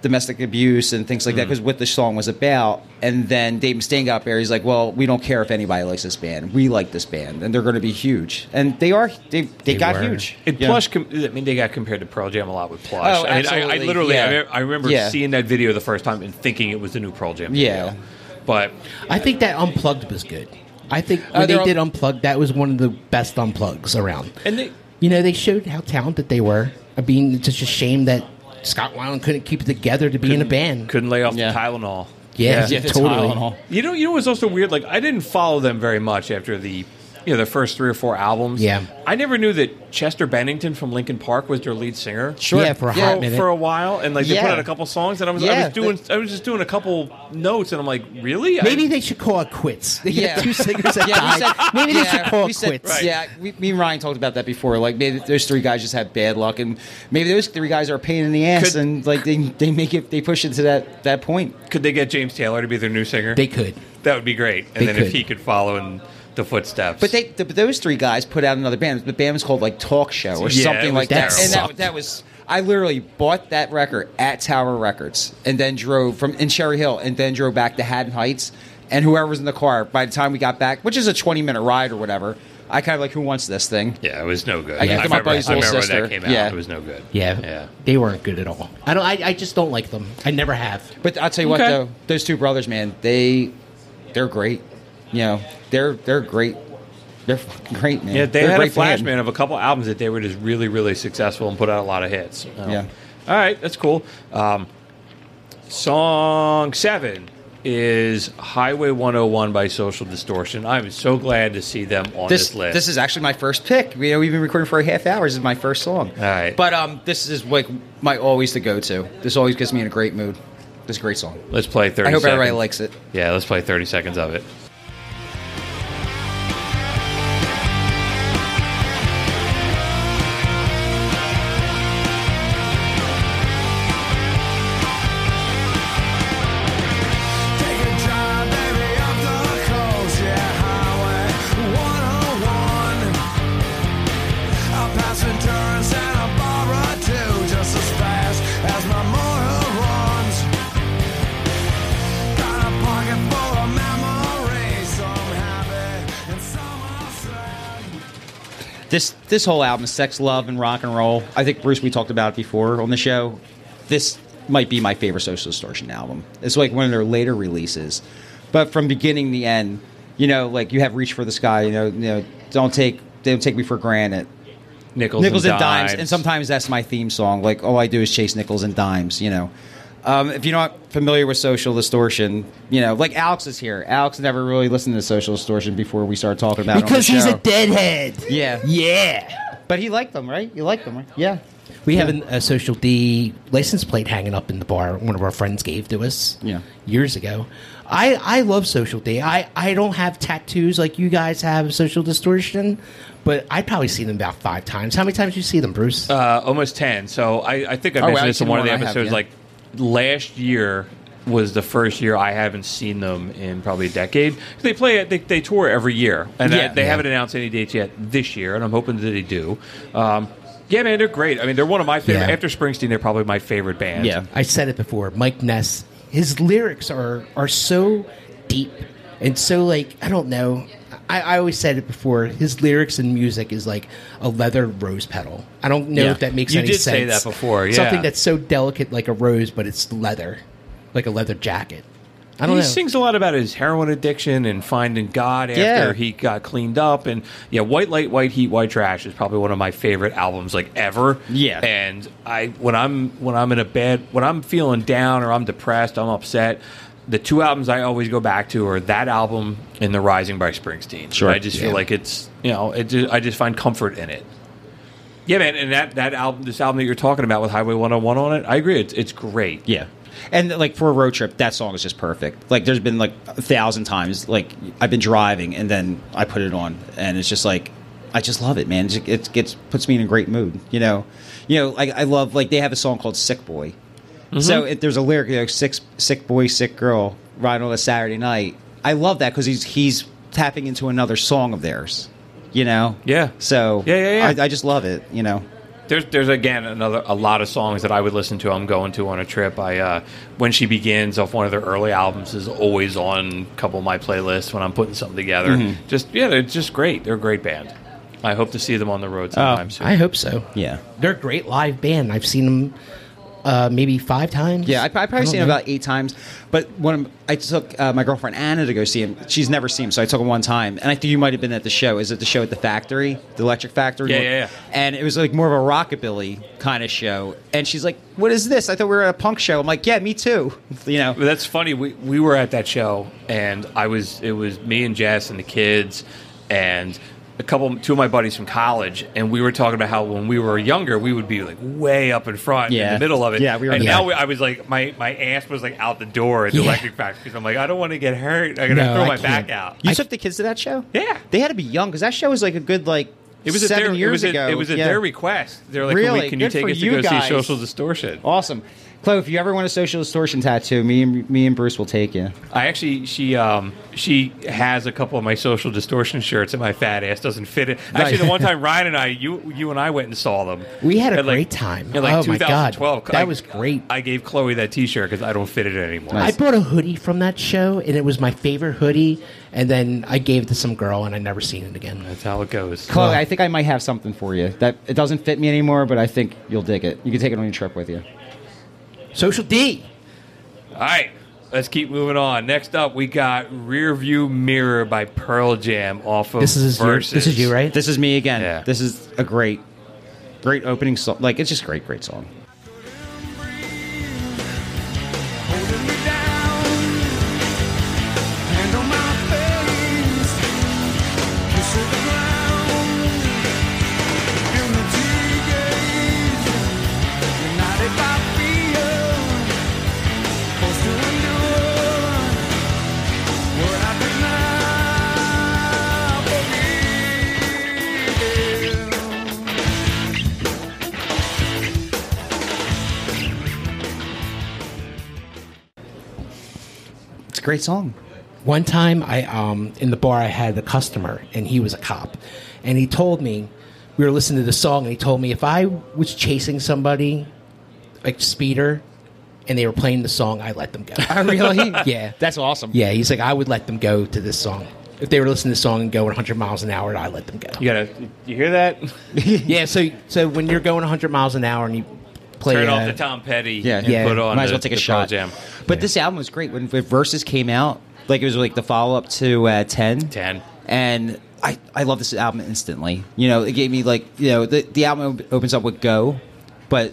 Domestic abuse and things like
Mm.
that, because what the song was about. And then Dave Mustaine got up there. He's like, "Well, we don't care if anybody likes this band. We like this band, and they're going to be huge." And they are. They they, got
were.
huge.
And
Yeah.
Plush, com- I mean, they got compared to Pearl Jam a lot with Plush. I mean,
Oh,
I, I
absolutely,
literally, I,
yeah.
re- I remember
Yeah.
seeing that video the first time and thinking it was the new Pearl Jam.
Yeah.
video. But
I think that Unplugged was good. I think when they
Uh, they're all-
did Unplugged, that was one of the best Unplugs around.
and they,
You know, they showed how talented they were. I mean, it's just a shame that Scott Weiland couldn't keep it together to be in a band.
couldn't lay off
Yeah.
the Tylenol.
yeah,
Yeah, the
totally.
Tylenol.
You know, you know what's also weird? Like, I didn't follow them very much after the, you know, their first three or four albums.
Yeah.
I never knew that Chester Bennington from Lincoln Park was their lead singer.
Sure. Yeah, for a hot minute.
for a while, and like they
Yeah.
put out a couple songs, and I was, I
Yeah,
was doing, I was just doing a couple notes, and I'm like, really? I-
Maybe they should call it quits. They yeah.
*laughs* Yeah.
*laughs* two singers that
*laughs* Yeah, we
died.
said-
Maybe they
yeah,
should call
we
it
said-
quits.
Yeah, we, me and Ryan talked about that before. Like maybe those three guys just have bad luck, and maybe those three guys are a pain in the ass,
Could-
and like they, they make it, they push it to that that point.
could they get James Taylor to be their new singer?
They could.
that would be great.
They
And then
could.
if he could follow in the footsteps,
But they, th- but those three guys put out another band. The band was called like Talk Show or
Yeah, it was
something like that.
terrible.
And that, that was I literally bought that record at Tower Records and then drove from in Cherry Hill and then drove back to Haddon Heights. And whoever was in the car by the time we got back, which is a twenty minute ride or whatever, I kind of like who wants this thing.
yeah, it was no good.
I gave them my
remember,
buddy's
I
little
remember when
sister.
that came out.
Yeah.
It was no good.
Yeah.
yeah.
They weren't good at all. I don't I, I just don't like them. I never have.
But I'll tell you what,
Okay.
though, those two brothers, man, they they're great. You know, they're they're great. They're fucking great, man.
Yeah, they
They're
had a
great band.
flashman of a couple albums that they were just really, really successful and put out a lot of hits. Um,
Yeah.
All right, that's cool. Um, song seven is Highway 101 by Social Distortion. I'm so glad to see them on this,
This
list.
this is actually my first pick. You know, we've been recording for a half hour. This is my first song.
All right.
but um, this is like my always the go to. This always gets me in a great mood. This is a great song.
let's play 30
I hope everybody
seconds.
likes it.
Yeah, let's play 30 seconds of it.
Take a drive, baby, up the coast, yeah, highway 101. I'll pass endurance and a bar or two, just as fast as my motor runs. Got a pocket full of memories, some happy and some are sad.
This this whole album, is sex, love, and rock and roll. I think Bruce, we talked about it before on the show. This might be my favorite Social Distortion album. It's like one of their later releases, but from beginning to end, you know, like you have Reach for the Sky. You know, you know, don't take don't take me for granted.
Nickels,
nickels and, dimes. and sometimes that's my theme song. Like all I do is chase nickels and dimes. You know, um, if you're not familiar with Social Distortion, you know, like Alex is here. Alex never really listened to Social Distortion before we started talking about
Because
it on the
he's a
show.
deadhead.
Yeah.
Yeah.
but he liked them, right? You liked them, right? Yeah.
We have an, a social D license plate hanging up in the bar. One of our friends gave to us
Yeah.
years ago. I, I love Social D. I, I don't have tattoos like you guys have of Social Distortion, but I probably see them about five times. How many times you see them, Bruce?
uh, almost 10. So I, I think I mentioned
wow,
this in
you've
one of the
Oh, seen more than I
episodes.
have, yeah.
Like last year was the first year I haven't seen them in probably a decade. They play it, they, they tour every year, and
Yeah.
I- they haven't announced any dates yet this year, and I'm hoping that they do. Um, yeah, man, they're great. I mean, they're one of my favorite.
Yeah.
After Springsteen, they're probably my favorite band.
Yeah.
I said it before, Mike Ness, his lyrics are are so deep and so like I don't know. I, I always said it before. His lyrics and music is like a leather rose petal. I don't know
Yeah.
if that makes
You
any
did
sense.
say that before, yeah.
Something that's so delicate like a rose, but it's leather, like a leather jacket. I don't
he
know.
sings a lot about his heroin addiction and finding God after
Yeah.
he got cleaned up. And yeah, White Light, White Heat, White Trash is probably one of my favorite albums like ever.
Yeah.
And I when I'm when I'm in a bed when I'm feeling down or I'm depressed, I'm upset. The two albums I always go back to are that album and The Rising by Springsteen.
Sure.
I just feel
Yeah.
like it's you know it just, I just find comfort in it. Yeah, man, and that, that album, this album that you're talking about with Highway 101 on it, I agree. It's it's great.
Yeah. And like for a road trip, that song is just perfect. Like there's been like a thousand times like I've been driving and then I put it on and it's just like I just love it, man. It gets, gets puts me in a great mood, you know. You know, like I love like they have a song called "Sick Boy."
Mm-hmm.
So it, there's a lyric, you know, "sick sick boy, sick girl, riding on a Saturday night." I love that because he's he's tapping into another song of theirs, you know.
Yeah.
So
Yeah, yeah, yeah.
I, I just love it, you know.
There's, there's again another a lot of songs that I would listen to. I'm going to on a trip. I uh, when she begins off one of their early albums is always on a couple of my playlists when I'm putting something together. Just yeah, they're just great. They're a great band. I hope to see them on the road sometime soon.
I hope so.
Yeah.
They're a great live band. I've seen them uh, maybe five times.
Yeah, I, I probably
don't
seen him
know.
about eight times. But when I took uh, my girlfriend Anna to go see him, she's never seen him, so I took him one time. And I think you might have been at the show. Is it the show at the factory, the Electric Factory?
Yeah, yeah, yeah.
And it was like more of a rockabilly kind of show. And she's like, "What is this? I thought we were at a punk show." I'm like, "Yeah, me too." *laughs* You know.
But that's funny. We we were at that show, and I was it was me and Jess and the kids, and a couple two of my buddies from college, and we were talking about how when we were younger we would be like way up in front in
Yeah.
the middle of it.
Yeah, we were
And
in
now
the
I was like my my ass was like out the door at the
Yeah.
electric factory because I'm like I don't want to get hurt. I gotta
No,
throw
I
my
can't.
back out.
You took the kids to that show?
Yeah.
They had to be young because that show was like a good like
It was at
seven
their
years
it was at-
ago.
it was at
Yeah.
their request. They're like,
Really?
"Can we- can you
Good
take
for
us to
you
go
guys.
see Social Distortion?
Awesome, Chloe. If you ever want a social distortion tattoo, me and me and Bruce will take you.
I actually she um she has a couple of my social distortion shirts and my fat ass doesn't fit it. Actually, the one time Ryan and I you you and I went and saw them.
We had a
At, like-
great time.
in, like,
oh my god,
2012.
that
I-
was great.
I gave Chloe that T-shirt because I don't fit it anymore.
I bought a hoodie from that show, and it was my favorite hoodie. And then I gave it to some girl, and I never seen it again.
That's how it goes.
Chloe, I think I might have something for you. That it doesn't fit me anymore, but I think you'll dig it. You can take it on your trip with you.
Social D.
All right, let's keep moving on. Next up, we got Rearview Mirror by Pearl Jam off of
This is your,
Versus.
this is you, right?
This is me again.
Yeah.
This is a great, great opening song. Like it's just a great, great song.
Holding me down, hand on my face, kissing the ground, unity gaze, united by fear, forced to endure what I could not believe.
It's a great song.
One time, I um, in the bar, I had a customer, and he was a cop, and he told me we were listening to the song, and he told me if I was chasing somebody, like speeder, and they were playing the song, I let them go.
really?
*laughs* yeah,
That's awesome.
yeah. He's like, I would let them go to this song if they were listening to the song and going 100 miles an hour. I let them go.
You gotta, you hear that?
Yeah, so so when you're going 100 miles an hour and you play
Turn off
uh,
the Tom Petty.
Yeah.
and
Yeah.
Put on
Might as
the-
well take a
the
shot.
Pearl Jam.
But this album was great when, when Versus came out. Like it was like the follow up to uh, Ten.
10.
And I I love this album instantly. You know, it gave me like you know the the album op- opens up with Go, but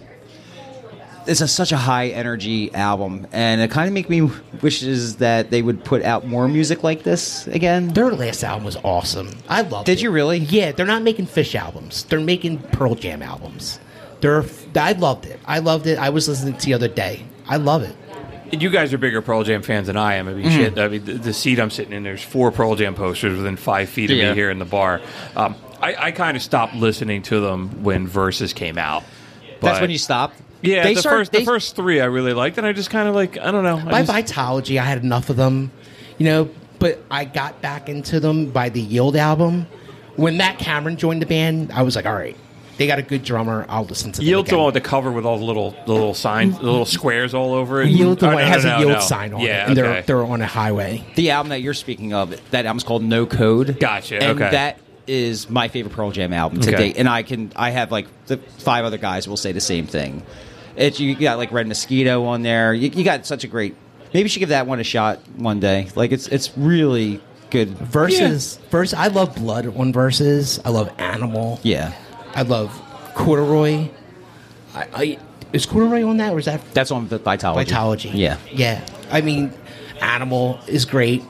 it's a, such a high energy album, and it kind of make me wishes that they would put out more music like this again.
their last album was awesome. I loved it.
Did you really?
Yeah, they're not making Fish albums. They're making Pearl Jam albums. They're I loved it. I loved it. I was listening to it the other day. I love it.
You guys are bigger Pearl Jam fans than I am. I
Mm-hmm.
mean, shit. I mean, the, the seat I'm sitting in, there's four Pearl Jam posters within five feet of
Yeah.
me here in the bar. Um, I, I kind of stopped listening to them when Verses came out.
That's
But-
when you stopped.
Yeah,
they
the
start-
first
they-
the first three I really liked, and I just kind of like I don't know. I
By
just-
Vitology, I had enough of them, you know. But I got back into them by the Yield album. When Matt Cameron joined the band, I was like, all right, they got a good drummer. I'll listen to them
Yield's the
again.
one with the cover with all the little the little signs, the little squares all over it.
Yield the
Oh,
one
no,
has
no,
a
no,
yield
no.
sign on
yeah,
it, and
okay.
they're they're on a highway.
The album that you're speaking of, that album's called No Code.
Gotcha,
And
okay.
that is my favorite Pearl Jam album to
Okay.
date. And I can I have like the five other guys will say the same thing. It you got like Red Mosquito on there. You, you got such a great. Maybe you should give that one a shot one day. Like it's it's really good.
Versus, verse. I love Blood on verses. I love Animal.
Yeah.
I love Corduroy. I, I is Corduroy on that, or is that
That's on the Vitology.
Vitology?
Yeah.
yeah. I mean, Animal is great.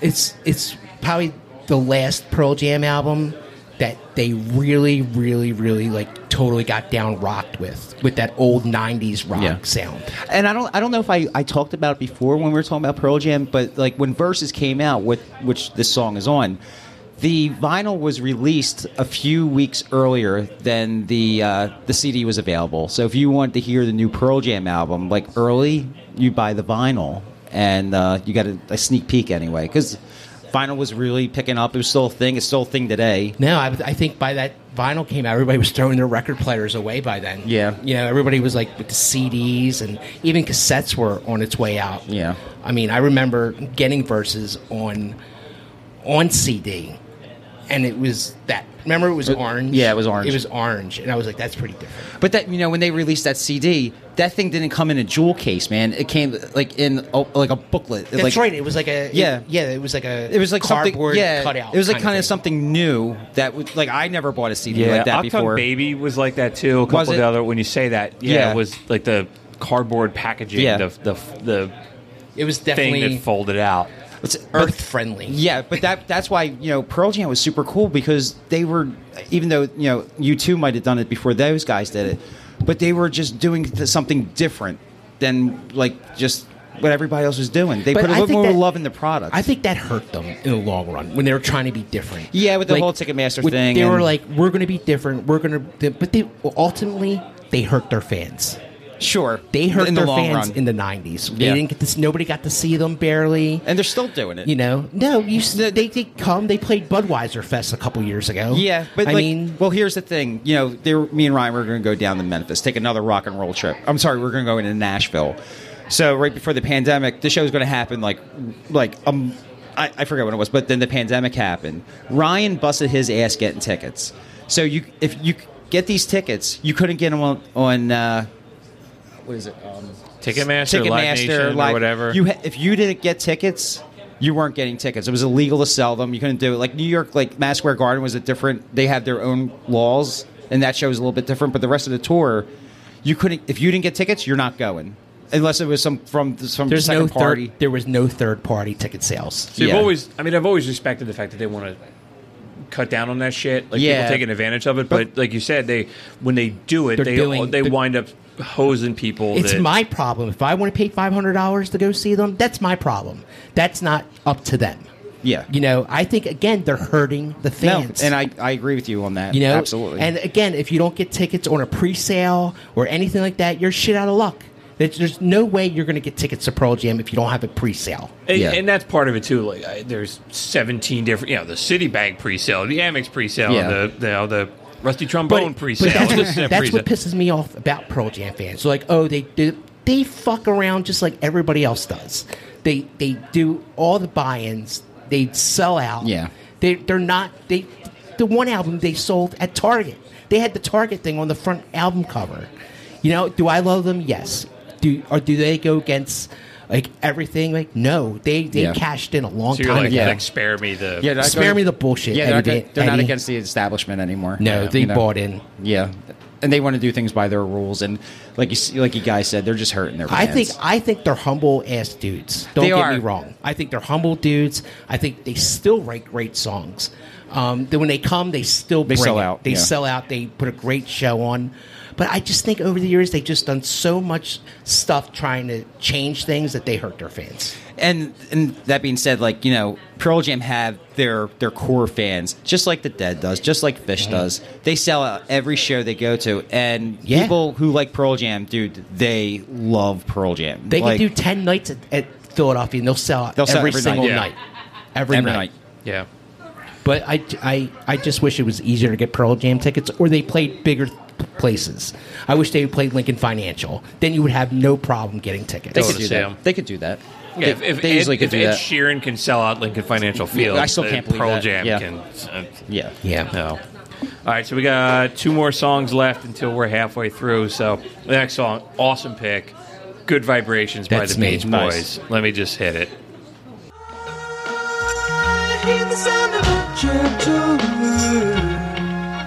It's it's probably the last Pearl Jam album that they really, really, really like totally got down rocked with with that old '90s rock
Yeah.
sound.
And I don't I don't know if I, I talked about it before when we were talking about Pearl Jam, but like when Verses came out, with which this song is on, the vinyl was released a few weeks earlier than the uh, the CD was available. So if you want to hear the new Pearl Jam album like early, you buy the vinyl and uh, you got a, a sneak peek anyway because vinyl was really picking up. It was still a thing. It's still a thing today.
No, I, I think by that vinyl came out, everybody was throwing their record players away by then.
Yeah.
You know, everybody was like with the CDs and even cassettes were on its way out.
Yeah.
I mean, I remember getting verses on on CD and it was that. Remember it was orange?
yeah, it was orange.
It was orange. And I was like, that's pretty different.
But that you know when they released that CD, that thing didn't come in a jewel case, man. It came like in a, like a booklet.
That's
like,
right. It was like a it-
Yeah.
yeah. It was like a
It was like
cardboard
something, yeah.
cutout.
It was like kind of,
thing.
something new that would like I never bought a CD
Yeah,
like that
Uptown
before.
Baby was like that too. A couple
Was
of
it?
the other when you say that, yeah,
Yeah.
it was like the cardboard packaging,
Yeah.
the the the
It was
thing
definitely
that folded out.
It's
earth friendly.
Yeah, but that that's why you know Pearl Jam was super cool because they were even though you know you two might have done it before those guys did it, but they were just doing th- something different than like just what everybody else was doing. They
But
put a
I
little
think
more
that-
love in the product.
I think that hurt them in the long run when they were trying to be different.
Yeah, with the whole Ticketmaster
with-
thing
They were
and-
like, "We're going to be different. We're going to," but they ultimately they hurt their fans.
sure
They hurt
in
their
the long
fans
run.
in the '90s. They
Yeah. Uh,
didn't get this. Nobody got to see them barely.
and they're still doing it.
You know, no, you s- they they come. They played Budweiser Fest a couple years ago.
Yeah, but
I
like,
mean,
well, here's the thing. You know, they were, me and Ryan were going to go down to Memphis, take another rock and roll trip. I'm sorry, we're going to go into Nashville. So right before the pandemic, the show was going to happen like, like um, I, I forget when it was, but then the pandemic happened. Ryan busted his ass getting tickets. So you, if you get these tickets, you couldn't get them on, on uh, what is it? Um,
Ticketmaster, Live Nation,
Live-
or whatever.
You ha- if you didn't get tickets, you weren't getting tickets. It was illegal to sell them. You couldn't do it. Like New York, like Mass Square Garden was a different. They have their own laws, and that show was a little bit different. But the rest of the tour, you couldn't. If you didn't get tickets, you're not going. Unless it was some from some
there's
second
no
party.
third. There was no third party ticket sales.
So you've
Yeah.
always, I mean, I've always respected the fact that they want to cut down on that shit. Like
Yeah.
people taking advantage of it, but, like you said, they when they do it,
They're
they
doing-
they
they're-
wind up hosing people.
It's
that-
my problem. If I want to pay five hundred dollars to go see them, that's my problem. That's not up to them.
Yeah.
You know, I think again they're hurting the
no,
fans.
and I, I agree with you on that.
you know
absolutely.
And again, if you don't get tickets on a pre-sale or anything like that, you're shit out of luck. There's, there's no way you're going to get tickets to Pearl Jam if you don't have a pre-sale.
And,
Yeah.
and that's part of it too. Like I, there's 17 different, you know, the Citibank pre-sale, the Amex pre-sale,
Yeah.
the the, you know, the Rusty Trombone pre-sale.
that's,
this, that
what, that's what
pre-sale.
pisses me off about Pearl Jam fans. So like, oh, they do they fuck around just like everybody else does. They they do all the buy-ins. They sell out.
Yeah.
They they're not they the one album they sold at Target. They had the Target thing on the front album cover. You know, do I love them? Yes. Do or do they go against like everything? Like no, they they
Yeah.
cashed in a long
So you're
time
like,
ago.
like, spare me the.
yeah, they're not
Spare
going-
me the bullshit,
Yeah, they're, not,
Eddie.
gonna- they're not
Eddie.
against the establishment anymore.
No,
You
they
know?
bought in.
Yeah, and they want to do things by their rules, and like you s- like you guys said, they're just hurting their.
I
Fans.
think I think they're humble ass dudes. Don't
They
get
are.
me wrong. I think they're humble dudes. I think they still write great songs. Um, then when they come, they still
They
bring
sell
it.
out,
They
yeah.
sell out. They put a great show on. But I just think over the years they've just done so much stuff trying to change things that they hurt their fans.
and and that being said, like you know, Pearl Jam have their their core fans, just like the Dead does, just like Fish does. They sell out every show they go to, and
Yeah.
people who like Pearl Jam, dude, they love Pearl Jam.
They
like,
can do ten nights at, at Philadelphia and they'll sell out
They'll sell
every,
every night,
single
yeah.
night. Every,
every
night.
night.
yeah.
But I, I, I just wish it was easier to get Pearl Jam tickets, or they played bigger places. I wish they played Lincoln Financial. Then you would have no problem getting tickets.
They
Go
could
to
do
see
that.
them.
They could do that.
Oh, Yeah,
they,
if, if
they
Ed,
easily could
if
do
Ed
that.
Sheeran can sell out Lincoln Financial Field,
I still
uh,
can't believe
Pearl
that.
Jam
Yeah.
can. uh,
yeah.
yeah.
No. All right, so we got two more songs left until we're halfway through. So the next song, awesome pick, "Good Vibrations"
That's
by the
me.
Beach Boys.
Nice.
Let me just hit it.
I hear the sound of a gentle wind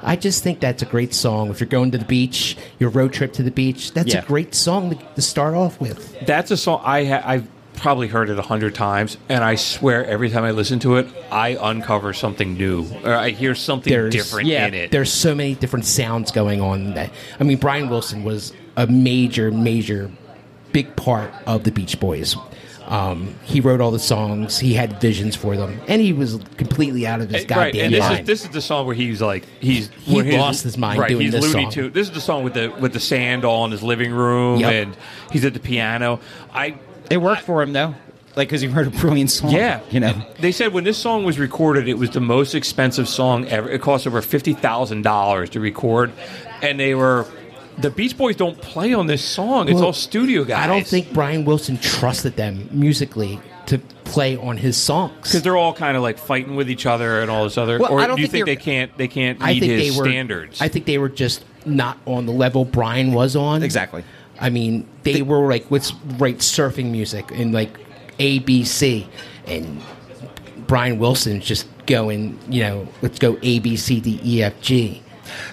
I just think that's a great song. If you're going to the beach, your road trip to the beach, that's
Yeah.
a great song to, to start off with.
That's a song I ha- I've probably heard it a hundred times, and I swear every time I listen to it, I uncover something new or I hear something
There's-
different
yeah,
in it.
There's so many different sounds going on. That I mean, Brian Wilson was a major, major, big part of the Beach Boys. Um, he wrote all the songs. He had visions for them, and he was completely out of his
Uh, right,
goddamn
and this
mind.
is this is the song where he's like he's
He
where he's-
lost his mind
right,
doing
he's
this
Looney
song.
Tunes. This is the song with the with the sand all in his living room,
Yep.
and he's at the piano. I
It worked for him though, like because he heard a brilliant
Oh,
song.
Yeah,
you know.
they said when this song was recorded, it was the most expensive song ever. It cost over fifty thousand dollars to record, and they were the Beach Boys don't play on this song. It's
Well,
all studio guys.
I don't think Brian Wilson trusted them musically to play on his songs.
because they're all kind of like fighting with each other and all this other.
Well,
or
I don't
do you think
think
they
they're-
can't? They can't
I
meet
think
his
they were
standards.
I think they were just not on the level Brian was on.
Exactly.
I mean, they, were like with right surfing music and like A B C, and Brian Wilson's just going, you know, let's go A B C D E F G.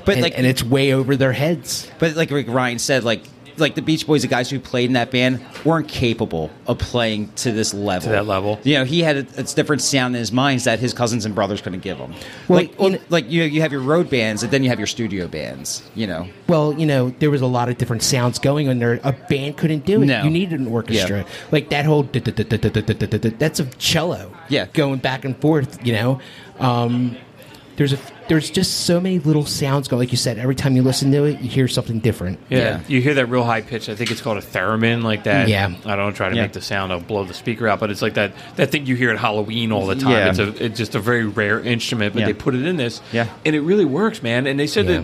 But,
and,
like-
and it's way over their heads.
But like Rick Ryan said, like like the Beach Boys, the guys who played in that band weren't capable of playing to this level.
To that level.
you know, he had a, a different sound in his mind that his cousins and brothers couldn't give him.
Well,
like
in-
like you you have your road bands and then you have your studio bands. You know,
Well, you know, there was a lot of different sounds going on there. A band couldn't do it.
No.
You needed an orchestra.
Yeah.
Like that whole duh, duh, duh, duh, duh, duh, duh, duh, duh, duh, that's a cello.
Yeah.
Going back and forth, you know. Um, there's a there's just so many little sounds going like you said, every time you listen to it, you hear something different.
yeah.
Yeah.
you hear that real high pitch. I think it's called a theremin, like that.
Yeah.
I don't try to
Yeah.
make the sound. I'll blow the speaker out, but it's like that that thing you hear at Halloween all the time.
Yeah.
It's a it's just a very rare instrument, but
Yeah.
they put it in this.
Yeah.
and it really works, man. And they said
Yeah.
that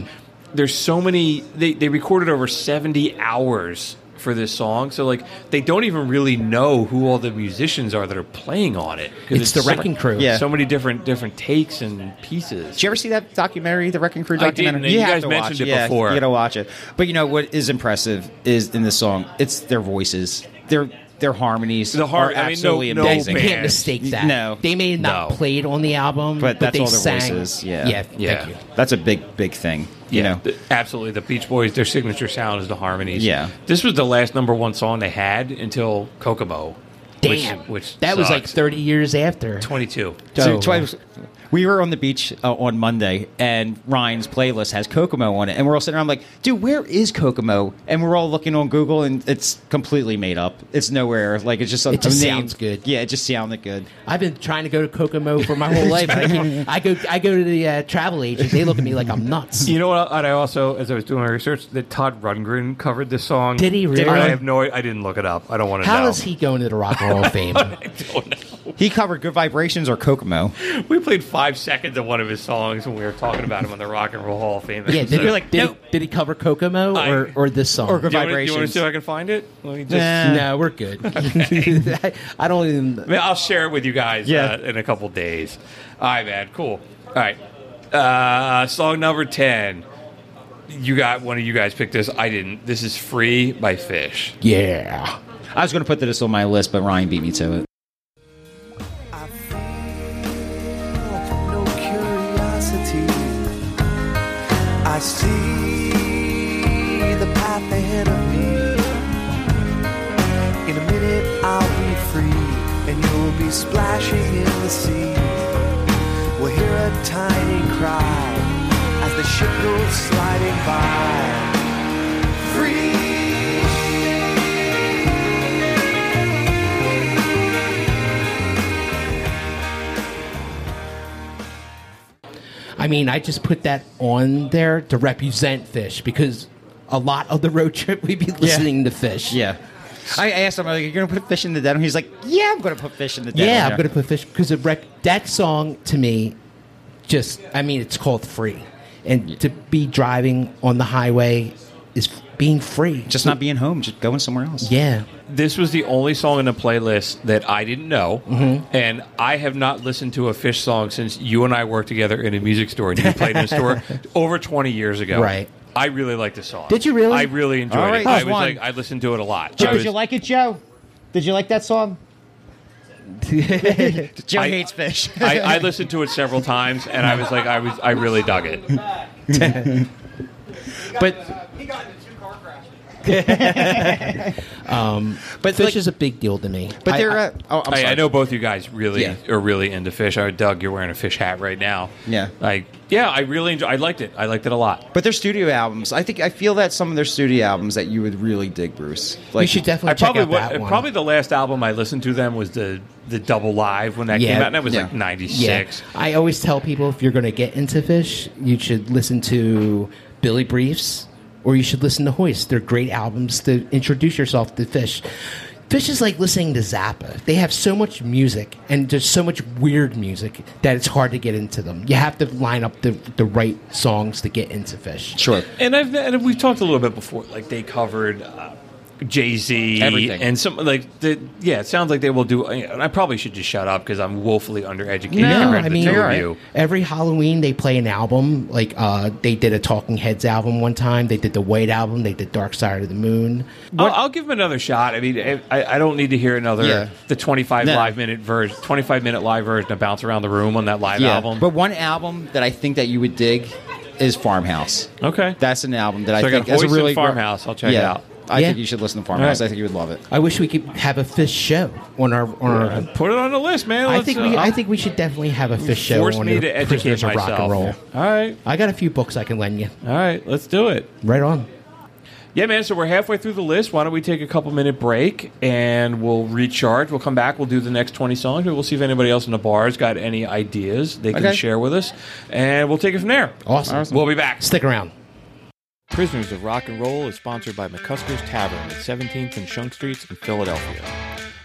there's so many. They they recorded over seventy hours for this song, so like they don't even really know who all the musicians are that are playing on it. 'cause
It's the
so
Wrecking
many-
Crew.
Yeah.
so many different different takes and pieces.
Did you ever see that documentary, the Wrecking Crew
I didn't,
documentary?
and you
have
guys
to
mentioned
watch
it before.
You gotta watch it. But you know what is impressive is in this song, it's their voices, their their harmonies.
The har- I
are
mean, no-
absolutely
no
amazing.
band.
You can't mistake that.
No.
They may have not
No.
played on the album,
But
but,
that's
they
all their
sang.
voices, yeah.
Yeah.
Yeah.
Thank you.
That's a big big thing. You know,
th- absolutely. The Beach Boys, their signature sound is the harmonies.
Yeah.
this was the last number one song they had until Kokomo.
Damn.
which, which
that was like
sucks.
30 years after.
twenty-two.
So
Oh.
twice, we were on the beach uh, on Monday, and Ryan's playlist has Kokomo on it, and we're all sitting around like, "Dude, where is Kokomo?" And we're all looking on Google, and it's completely made up. It's nowhere. Like it's just a,
It just
a name.
sounds good.
Yeah, it just sounded good.
I've been trying to go to Kokomo for my whole life. I, can't- I go, I go to the uh, travel agent. They look at me like I'm nuts.
You know what? And I also, as I was doing my research, that Todd Rundgren covered this song.
Did he really?
I have no. I didn't look it up. I don't want to know.
How is he going to the Rock and Roll of Fame?
He covered "Good Vibrations" or Kokomo.
*laughs* We played five seconds of one of his songs when we were talking about him on the Rock and Roll Hall of Fame.
Yeah,
episode.
did, he, did, he- did he cover Kokomo
I-
or, or this song?
Or Good
Do you wanna- Do you want to
Vibrations.
see if I can find it? Let me just.
Nah.
no, we're good. *laughs* I don't even.
I mean, I'll share it with you guys
Yeah.
uh, in a couple days. All right, man. Cool. All right. Uh, song number 10. You got one of you guys picked this. I didn't. This is Free by Fish.
Yeah.
I was going to put this on my list, but Ryan beat me to it.
I feel no curiosity. I see the path ahead of me. In a minute, I'll be free, and you'll be splashing in the sea. We'll hear a tiny cry as the ship goes sliding by. Free, free.
I mean, I just put that on there to represent Fish because a lot of the road trip we'd be listening to Fish.
Yeah. I I asked him, I'm like, you're going to put fish in the denim? He's like, yeah, I'm going to put fish in the denim.
yeah, I'm gonna put Fish because rec- that song to me, just I mean, it's called free, and to be driving on the highway is being free.
Just not being home, just going somewhere else.
yeah,
This was the only song in the playlist that I didn't know, and I have not listened to a Fish song since you and I worked together in a music store and you played in a store over 20 years ago.
Right.
I really like this song.
Did you really?
I really enjoyed
All right,
it. I
there's
was
one.
like, I listened to it a lot.
Joe,
I
did
was-
you like it, Joe? Did you like that song?
*laughs* Joe
I-
hates fish.
I, I listened to it several times, and I was like, I was, I really dug it.
but
but Fish
like-
is a big deal to me.
but
I-
they're.
I-
Uh, oh, I'm
I, I
sorry.
know both you guys really
Yeah.
are really into fish. I Doug, you're wearing a fish hat right now.
Yeah.
Like, yeah, I really enjoy. I liked it. I liked it a lot.
But their studio albums, I think I feel that some of their studio albums that you would really dig, Bruce. Like
you should definitely
I
check
probably
out that
would- uh,
one.
probably the last album I listened to them was the the double live when that
Yeah.
came out, and that was
Yeah.
like '96.
I always tell people if you're going to get into fish, you should listen to Billy Briefs or you should listen to Hoist. They're great albums to introduce yourself to fish. Fish is like listening to Zappa. They have so much music and there's so much weird music that it's hard to get into them. You have to line up the, the right songs to get into fish.
Sure.
And I've and we've talked a little bit before. Like they covered. Uh, Jay Z
Everything.
and some like the, yeah, it sounds like they will do. And I probably should just shut up because I'm woefully undereducated. compared to the two of you.
every Halloween they play an album. Like uh, they did a Talking Heads album one time. They did the White album. They did Dark Side of the Moon.
I'll, I'll give him another shot. I mean, eh, I, I don't need to hear another
Yeah.
the twenty five
No.
live minute version, twenty five minute live version of bounce around the room on that live
Yeah.
album.
But one album that I think that you would dig is Farmhouse.
okay,
That's an album that
So
I
I got
think is a
Hoist and
really
Farmhouse. I'll check it
yeah,
out.
I
Yeah.
think you should listen to Farmhouse.
All right.
I think you would love it.
I wish we could have a fish show on our on our.
put it on the list, man.
I
Let's,
think we
uh,
I think we should definitely have a fish show
force
on
me
the
to educate
Prisoners of
myself.
Rock and Roll.
All right,
I got a few books I can lend you.
all right, let's do it.
Right on.
Yeah, man. So we're halfway through the list. Why don't we take a couple minute break and we'll recharge? We'll come back. We'll do the next twenty songs. We'll see if anybody else in the bar's got any ideas they can
Okay.
share with us, and we'll take it from there.
Awesome.
We'll be back.
Stick around.
Prisoners of Rock and Roll is sponsored by McCusker's Tavern at 17th and Shunk Streets in Philadelphia.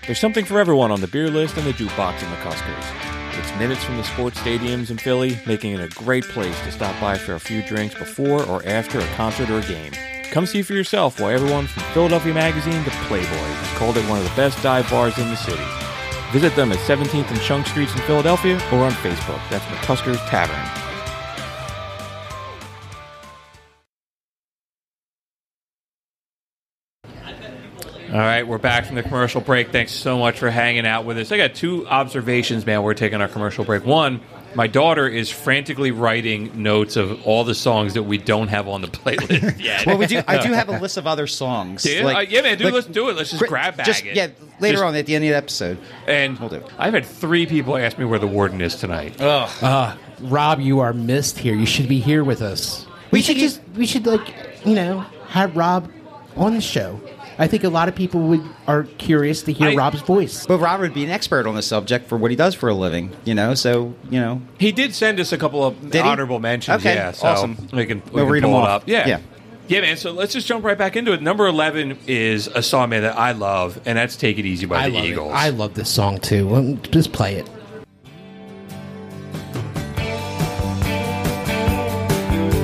There's something for everyone on the beer list and the jukebox in McCusker's. It's minutes from the sports stadiums in Philly, making it a great place to stop by for a few drinks before or after a concert or a game. Come see for yourself why everyone from Philadelphia Magazine to Playboy has called it one of the best dive bars in the city. Visit them at 17th and Shunk Streets in Philadelphia or on Facebook. That's McCusker's Tavern. All right, we're back from the commercial break. Thanks so much for hanging out with us. I got two observations, man. We're taking our commercial break. One, my daughter is frantically writing notes of all the songs that we don't have on the playlist yet.
*laughs* Well, we do.
*laughs*
I do have a list of other songs.
Yeah, uh, yeah, man, dude, let's do it. Let's just grab bag
just,
it.
Yeah, later
Just-
on at the end of the episode.
and
Hold it.
I've had three people ask me where the warden is tonight.
Rob, you are missed here. You should be here with us. We, should just we should like you know have Rob on the show. I think a lot of people would are curious to hear
I-
Rob's voice.
But Robert would be an expert on the subject for what he does for a living. You know, so you know,
He did send us a couple of
Did he?
honorable mentions.
Okay,
yeah, so
awesome.
We can, we
We'll
can
read 'em
pull it
off.
up. Yeah.
Yeah.
yeah. man. So let's just jump right back into it. Number 11 is a song, man, that I love, and that's Take It Easy by
I
the
love
Eagles.
It. I love this song too. Um, Just play it.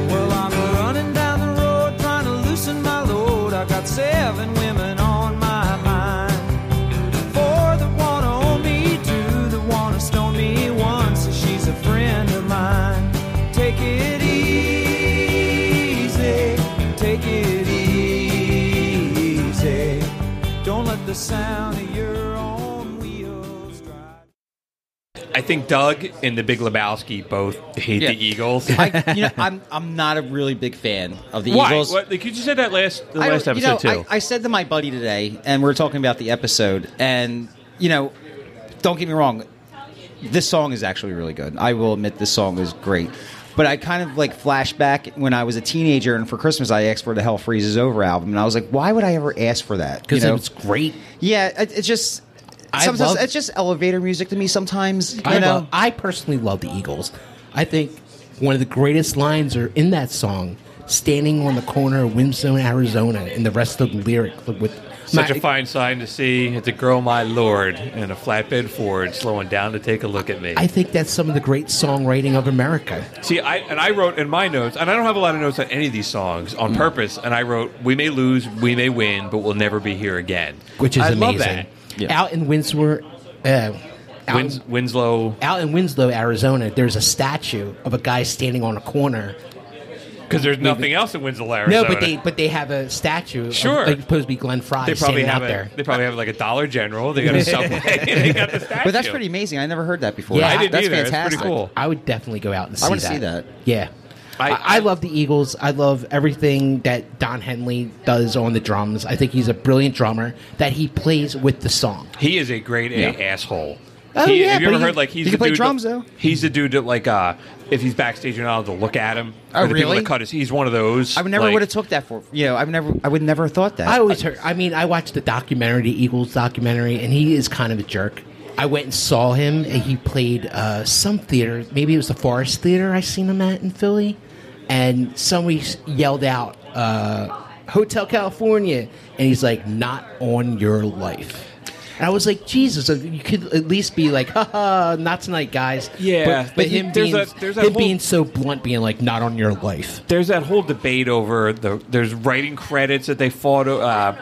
Well, Oh, I'm running down the road trying to loosen my load. I got seven women on my mind. Four that wanna own me, two that wanna stone me, one says she's a friend of mine. Take it easy, take it easy. Don't let the sound of your own wheels drive.
I think Doug and the Big Lebowski both hate
Yeah.
the
*laughs*
Eagles.
I, you know,
*laughs*
I'm I'm not a really big fan of the
Why?
Eagles.
What, like you just said that last the
I
last
don't- you
episode
know,
too.
I, I said to my buddy today, and we are talking about the episode, and you know, don't get me wrong, this song is actually really good. I will admit this song is great. But I kind of like flashback when I was a teenager, and for Christmas I asked for the Hell Freezes Over album, and I was like, why would I ever ask for that?
because
you know?
it's great.
yeah, it, it's just.
I
Sometimes
love-
it's just elevator music to me. Sometimes you
I
know.
love- I personally love the Eagles. I think one of the greatest lines are in that song, "Standing on the corner of Wimsone, Arizona," and the rest of the lyric with
Such
my-
a fine sign to see. It's a girl, my lord, and a flatbed Ford slowing down to take a look at me.
I think that's some of the great songwriting of America.
See, I and I wrote in my notes, and I don't have a lot of notes on any of these songs on purpose. And I wrote, "We may lose, we may win, but we'll never be here again,"
which is
I
amazing.
love that.
Out in Windsor, uh, out,
Wins, Winslow,
out in Winslow, Arizona, there's a statue of a guy standing on a corner.
because there's nothing else in Winslow, Arizona.
No, but they but they have a statue. of-
Sure.
like, supposed to be Glenn Fry
They probably
standing
have
out
a,
there.
They probably have like a Dollar General. They got a subway. *laughs* they got the statue.
*laughs* But that's pretty amazing. I never heard that before.
Yeah, I
didn't
that's
either. It's pretty
fantastic.
cool.
I would definitely go out and see
I wanna
that.
see that.
Yeah.
I-
I, I love the Eagles. I love everything that Don Henley does on the drums. I think he's a brilliant drummer that he plays with the song.
He is a grade A
Yeah.
asshole.
Oh,
He-
yeah,
have you
but
ever
he-
heard like he's
he can
the
play
dude
drums,
that-
though.
He's the dude that like uh if he's backstage you're not allowed to look at him.
Oh,
or the people
really?
that cut his, he's one of those.
I would never
like-
would have took that for you know. I've never I would never have thought that.
I always heard. I mean, I watched the documentary, the Eagles documentary, and he is kind of a jerk. I went and saw him, and he played uh, some theater. Maybe it was the Forest Theater I seen him at in Philly, and somebody s- yelled out uh, "Hotel California," and he's like, "Not on your life." And I was like, Jesus, uh, you could at least be like, "Ha ha, not tonight, guys."
Yeah,
but,
but
but
he-
him
there's
being
a- there's a
him
whole-
being so blunt, being like, "Not on your life."
there's that whole debate over the there's writing credits that they fought. o- Uh,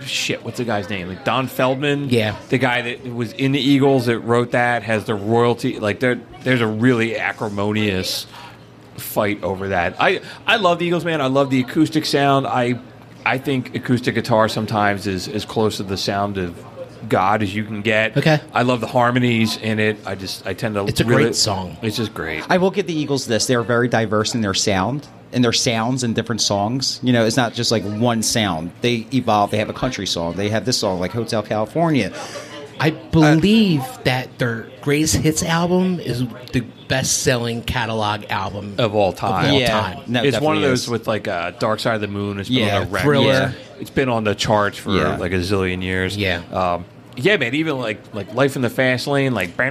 shit, what's the guy's name? Like Don Feldman.
Yeah.
the guy that was in the Eagles that wrote that has the royalty. Like there, there's a really acrimonious fight over that. I I love the Eagles, man. I love the acoustic sound. I I think acoustic guitar sometimes is as close to the sound of God as you can get.
Okay.
I love the harmonies in it. I just I tend to.
It's a
really-
great song.
It's just great.
I will give the Eagles this. They're very diverse in their sound in their sounds and different songs. You know, it's not just like one sound. They evolve. They have a country song. They have this song like Hotel California.
I
Uh,
believe that their greatest hits album is the best selling catalog album
Of all time.
all
Yeah.
time.
No, it
it's one of
definitely
those
is.
with like uh, Dark Side of the Moon. It's been
Yeah,
on the record.
Thriller. Yeah.
It's been on the charts for
Yeah.
like a zillion years.
Yeah.
um, yeah, man. Even like like Life in the Fast Lane. Like I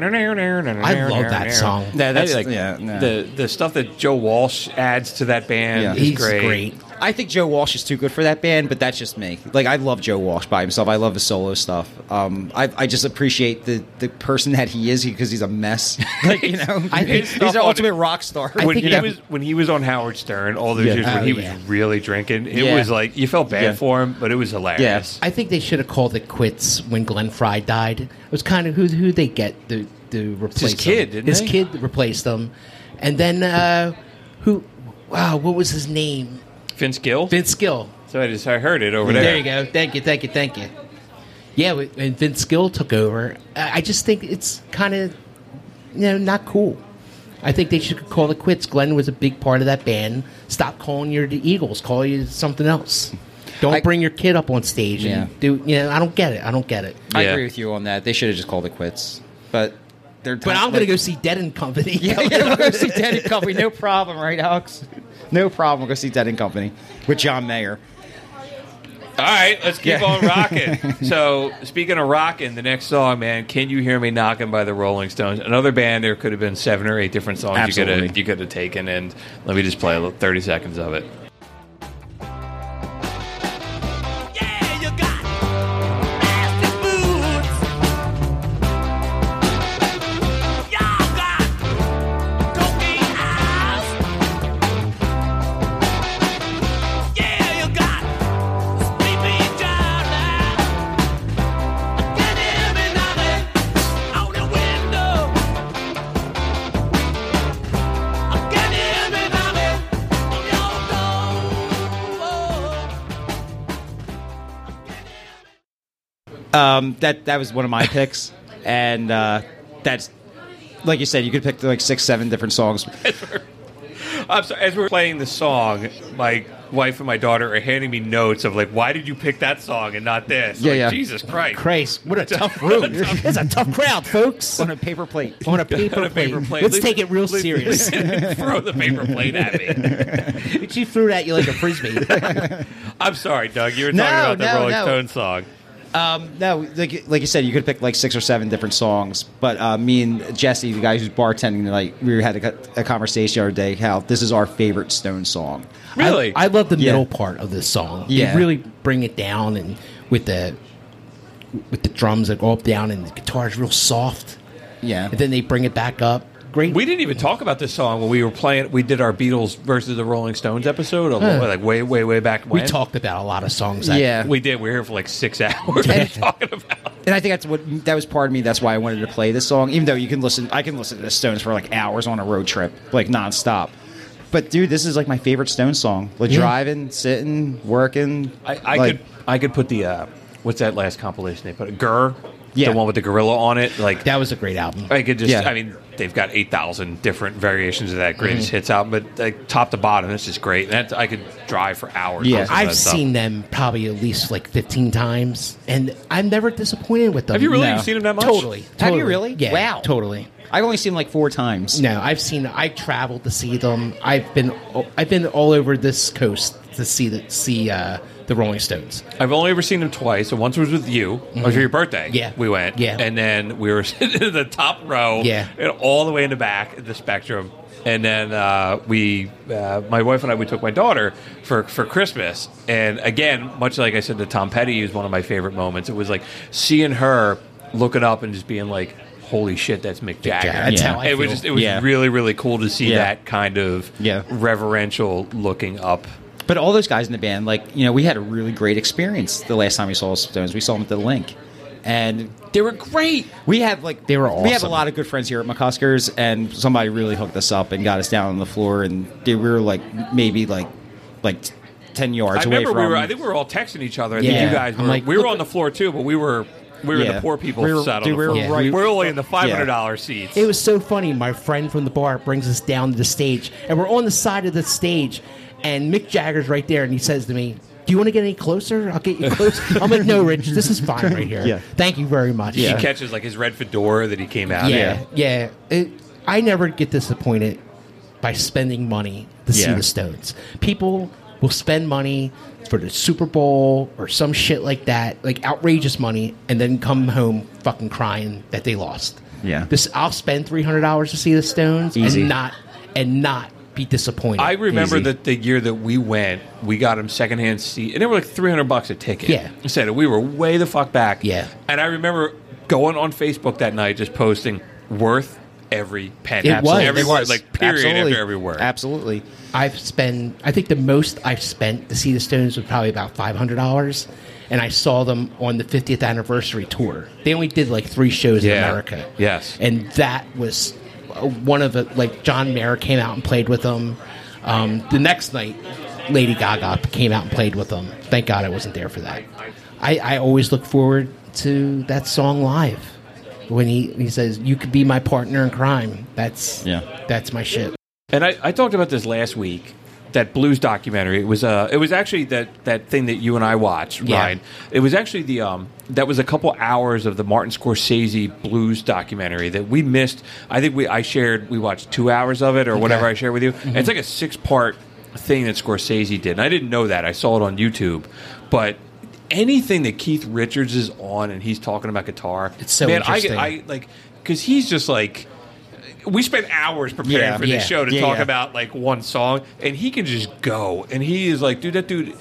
love
that song.
No, that's-
like,
yeah, no.
the the stuff that Joe Walsh adds to that band.
Yeah.
is
He's
great.
great.
I think Joe Walsh is too good for that band, but that's just me. Like I love Joe Walsh by himself. I love his solo stuff. Um, I, I just appreciate the, the person that he is because he's a mess. *laughs* like you know,
I think-
he's an ultimate rock star.
I
When
think
he
that-
was when he was on Howard Stern, all those
Yeah.
years when
Oh,
he
yeah.
was really drinking, it
Yeah.
was like you felt bad
Yeah.
for him, but it was hilarious.
Yes.
I think they should have called it quits when Glenn Fry died. It was kind of who who they get to to replace him.
kid, didn't
his
they?
kid replaced them, and then uh, who? Wow, what was his name?
Vince Gill.
Vince Gill.
So I just I heard it over there.
There you go. Thank you. Thank you. Thank you. Yeah, we- and Vince Gill took over. I I just think it's kind of, you know, not cool. I think they should call it quits. Glenn was a big part of that band. Stop calling you the Eagles. Call you something else. Don't
I-
bring your kid up on stage
Yeah.
and do. You know, I don't get it. I don't get it.
I
Yeah.
agree with you on that. They should have just called it quits. But they're
But I'm
*laughs*
going to go see Dead and *laughs* Company.
Yeah, yeah, we'll go see Dead and Company. No problem, right, Alex? No problem. We'll go see Dead and Company with John Mayer.
All right, let's keep
Yeah.
on rocking.
*laughs*
so, speaking of rocking, the next song, man, "Can You Hear Me Knocking" by the Rolling Stones. Another band. There could have been seven or eight different songs you could have
Absolutely.
you could have taken. And let me just play a little, thirty seconds of it.
Yeah, you got nasty boots. Y'all got cocaine eyes. Yeah, you got sleepy Johnny. Can you hear me knocking on your window? Can you hear me knocking on your door?
Um, that that was one of my picks, and uh, that's like you said, you could pick like six, seven different songs.
I'm sorry. As we're playing the song, my wife and my daughter are handing me notes of like, why did you pick that song and not this?
Yeah,
Like,
yeah.
Jesus Christ.
*laughs* Christ, what a tough room. It's a tough crowd, *laughs* folks.
on a paper plate.
On a paper,
On a paper plate.
Let's
Leave-
take it real
leave-
*laughs*
*laughs*
serious.
Throw the paper plate at
*laughs*
me.
she threw it at you like a frisbee.
I'm sorry, Doug. You were
No,
talking about the
no,
Rolling
no.
Stones song.
Um, no, like, like you said, you could pick like six or seven different songs. But uh, me and Jesse, the guy who's bartending tonight, we had a, co- a conversation the other day how this is our favorite Stone song.
Really?
I, I love the
Yeah.
middle part of this song.
Yeah.
They really bring it down and with the with the drums that go up down and the guitar is real soft.
Yeah.
And then they bring it back up. Great.
we didn't even talk about this song when we were playing. We did our Beatles versus the Rolling Stones episode, a lo- like way, way, way back
we
when.
talked about a lot of songs that
Yeah.
We did. We were here for like six *laughs* hours talking about.
And I think that's what that was part of me. That's why I wanted to play this song, even though you can listen. I can listen to the Stones for like hours on a road trip, like nonstop. But dude, this is like my favorite Stones song. Like driving, sitting, working.
I, I
like-
could I could put the uh, what's that last compilation they put? Gur,
Yeah.
the one with the gorilla on it. Like
that was a great album.
I could just
Yeah.
I mean they've got eight thousand different variations of that
Mm-hmm.
greatest hits album, but like top to bottom, this is great. And that's, I could drive for hours.
Yeah.
listening to
I've
that stuff.
seen them probably at least like 15 times and I'm never disappointed with them.
Have you really
No.
seen them that much?
Totally.
Have you
totally.
really?
Yeah.
Wow.
Totally.
I've only seen like four times.
No, I've seen. I traveled to see them. I've been. I've been all over this coast to see the see uh, the Rolling Stones.
I've only ever seen them twice. And once was with you. It was your birthday.
Mm-hmm. Yeah.
We went.
Yeah.
And then we were *laughs* sitting in the top row.
Yeah.
And all the way in the back of the spectrum. And then uh, we, uh, my wife and I, we took my daughter for, for Christmas. And again, much like I said, the Tom Petty is one of my favorite moments. It was like seeing her looking up and just being like, holy shit, that's Mick Jagger.
Jagger. That's
Yeah.
how I
It was
feel.
just, it was
Yeah.
really, really cool to see
Yeah.
that kind of
Yeah.
reverential looking up.
But all those guys in the band, like you know, we had a really great experience the last time we saw Stones. We saw them at the Link, and
They were great.
we have like
They were
We have a
awesome.
lot of good friends here at McCuskers, and somebody really hooked us up and got us down on the floor, and they, we were like maybe like like ten yards
I
away
remember
from.
we were. I think we were all texting each other. I
Yeah.
think you guys
I'm
were.
like,
we were
look-
on the floor too, but we were we were in
Yeah.
the poor people
We were-
sat on
dude,
the
we were
floor.
right-
We're only in the five hundred dollar seats.
It was so funny. My friend from the bar brings us down to the stage, and we're on the side of the stage, and Mick Jagger's right there, and he says to me. Do you want to get any closer? I'll get you
*laughs*
close. I'm like, no, Rich, this is fine right here.
Yeah.
Thank you very much.
he catches like his red fedora that he came out.
Yeah, yeah. It, I never get disappointed by spending money to see
Yeah.
the Stones. People will spend money for the Super Bowl or some shit like that, like outrageous money, and then come home fucking crying that they lost.
Yeah.
this I'll spend three hundred dollars to see the Stones
Easy.
and not and not be disappointed.
I remember
Easy.
that the year that we went, we got him secondhand seat, and they were like three hundred bucks a ticket.
Yeah.
I said we were way the fuck back.
Yeah.
and I remember going on Facebook that night, just posting worth every penny,
It was.
every
It
word,
was.
like period
Absolutely.
after every word.
Absolutely.
I've spent. I think the most I've spent to see the Stones was probably about five hundred dollars, and I saw them on the fiftieth anniversary tour. They only did like three shows in
Yeah.
America.
Yes.
and that was uh, one of the like John Mayer came out and played with them. Um, the next night, Lady Gaga came out and played with them. Thank God I wasn't there for that. I, I always look forward to that song live when he, he says, "You could be my partner in crime." That's
Yeah.
that's my shit.
And I, I talked about this last week. That blues documentary. It was uh, it was actually that, that thing that you and I watched,
Yeah.
Ryan. It was actually the um, that was a couple hours of the Martin Scorsese blues documentary that we missed. I think we I shared we watched two hours of it or whatever I shared with you.
Mm-hmm.
And It's like a six part thing that Scorsese did, and I didn't know that. I saw it on YouTube, but anything that Keith Richards is on and he's talking about guitar,
It's so
man, I get-
interesting.
I like because he's just like we spent hours preparing
Yeah.
for this
Yeah.
show to
Yeah,
talk
yeah.
about like one song, and he can just go. And he is like, dude, that dude,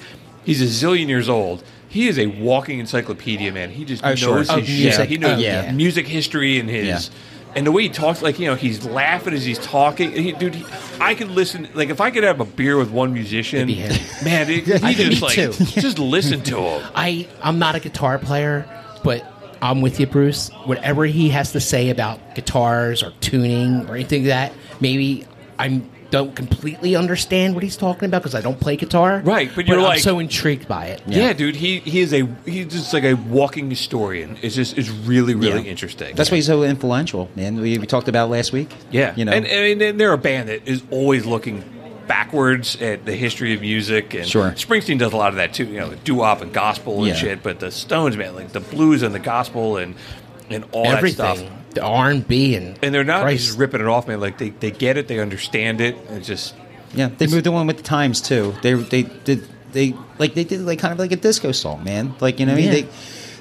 he's a zillion years old. He is a walking encyclopedia, man. He just
Oh,
knows
sure.
his
Of
shit.
music.
He knows
Oh, yeah.
music history and his. And the way he talks, like you know, he's laughing as he's talking. He, dude, he, I could listen. Like if I could have a beer with one musician,
It'd be him.
*laughs* man, it, he
I could
just
be
like
two.
just listen to him.
I I'm not a guitar player, but I'm with you, Bruce. Whatever he has to say about guitars or tuning or anything like that, maybe I'm don't completely understand what he's talking about because I don't play guitar.
Right, but you're
I'm
like-
so intrigued by it.
Yeah. dude, he he is a he's just like a walking historian. It's just it's really really
Yeah.
interesting.
That's why he's so influential, man. We, we talked about it last week.
Yeah,
You know.
and, and, and they're a band that is always looking backwards at the history of music. And
Sure.
Springsteen does a lot of that too. You know, doo wop and gospel and
Yeah.
shit. But the Stones, man, like the blues and the gospel and and all that
Everything,
stuff.
the R and B, and
And they're not
Christ.
just ripping it off, man. Like they, they get it, they understand it. and It's just
Yeah, they moved the one with the times too. They they did they like they did like kind of like a disco song, man. Like you know, what I mean?
Yeah.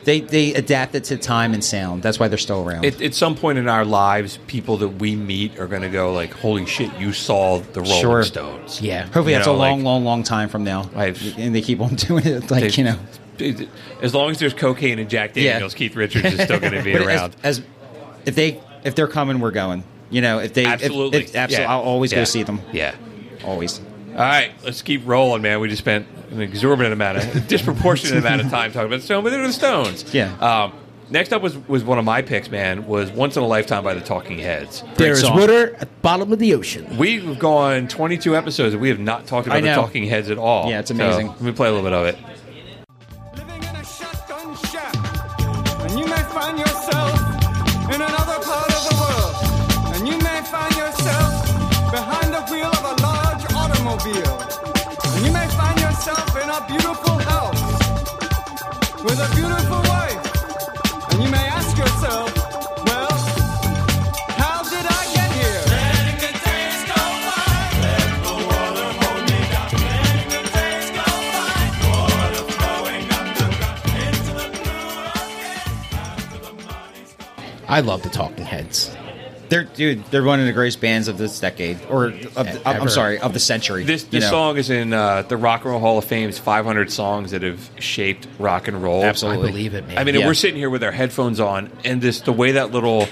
they they they adapted to time and sound. That's why they're still around.
at, at some point in our lives, people that we meet are going to go like, "Holy shit, you saw the Rolling
Sure.
Stones."
Yeah.
Hopefully,
You
that's
know,
a long,
like-
long, long time from now.
I've-
and they keep on *laughs* doing it, like
They-
you know.
it- as long as there's cocaine and Jack
Yeah.
Daniels, Keith Richards is still going to be
*laughs* But
around.
As, as if they if they're coming, we're going. You know, if they if-
absolutely,
if- absolutely,
Yeah.
I'll always
Yeah.
go see them.
Yeah.
Always.
All right, let's keep rolling, man. We just spent an exorbitant amount of, *laughs* a
*laughs*
disproportionate amount of time talking about Stone, but they're the Stones.
Yeah.
Um, next up was was one of my picks, man. Was Once in a Lifetime by the Talking Heads.
there is
song.
water at the bottom of the ocean.
We've gone 22 episodes and we have not talked
I
about the
know.
Talking Heads at all.
Yeah, it's
So,
amazing.
let me play a little bit of it.
living in a shotgun shack, and you may find yourself in another part of the world, and you may find yourself behind the wheel of a large automobile, and you may find yourself in a beautiful house with a beautiful wife, and you may ask yourself, well, how did I get here? Letting the days go by, let the water hold me down. Letting the days go by, water flowing up the ground into the blue again. After the money's gone.
I love the Talking Heads.
They're dude. They're one of the greatest bands of this decade, or of the, I'm
Ever.
sorry, of the century.
E, This,
you
this
know.
song is in uh, the Rock and Roll Hall of Fame's 500 songs that have shaped rock and roll.
Absolutely.
I believe it, man.
I mean,
Yeah.
we're sitting here with our headphones on, and this the way that little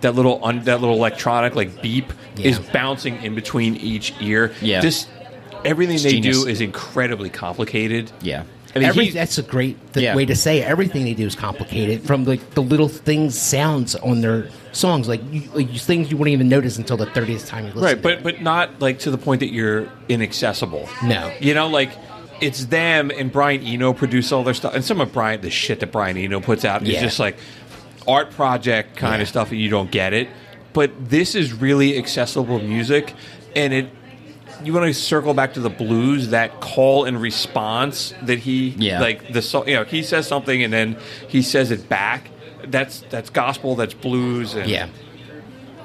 that little un, that little electronic like beep
Yeah.
is bouncing in between each ear.
Yeah.
this everything they
genius.
do is incredibly complicated.
Yeah.
I mean,
Every-
he-
that's a great th-
Yeah.
way to say it. everything they do is complicated. From like the little things, sounds on their songs, like, you, like you- things you wouldn't even notice until the thirtieth time you listen.
right,
to
but but not like to the point that you're inaccessible.
No.
you know, like. It's them and Brian Eno produce all their stuff, and some of Brian the shit that Brian Eno puts out is
Yeah.
just like art project kind
Yeah.
of stuff, and you don't get it. But this is really accessible music, and it you want to circle back to the blues that call and response that he
Yeah.
like the so- you know he says something and then he says it back that's that's gospel that's blues and
it. yeah,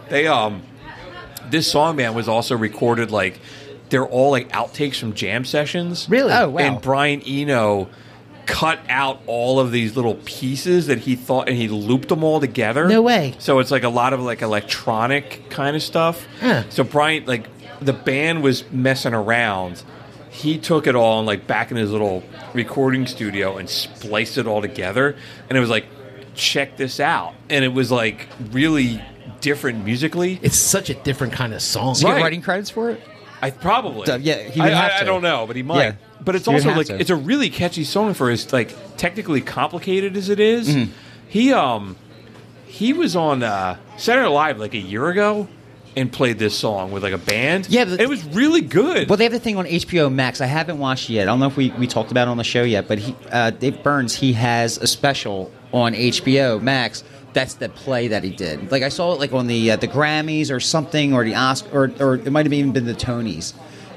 they um this song man was also recorded like they're all like outtakes from jam sessions
Really? Oh, wow.
and brian eno cut out all of these little pieces that he thought and he looped them all together
No way.
so it's like a lot of like electronic kind of stuff
Huh.
so brian like the band was messing around he took it all and like back in his little recording studio and spliced it all together and it was like check this out and it was like really different musically
it's such a different kind of song.
Does he get
Right.
writing credits for it?
I probably.
So, yeah, he
I,
would have
I, I
to.
don't know, but he might.
Yeah.
But it's
He would
also
have
like
to.
it's a really catchy song for as like technically complicated as it is.
Mm-hmm.
He um he was on uh Saturday Night Live like a year ago and played this song with like a band.
Yeah, but-
it was really good.
Well, they have the thing on HBO Max. I haven't watched it yet. I don't know if we, we talked about it on the show yet, but he, uh, Dave Burns, he has a special on HBO Max. That's the play that he did. Like I saw it like on the uh, the Grammys or something, or the Oscar, or, or it might have even been the Tonys.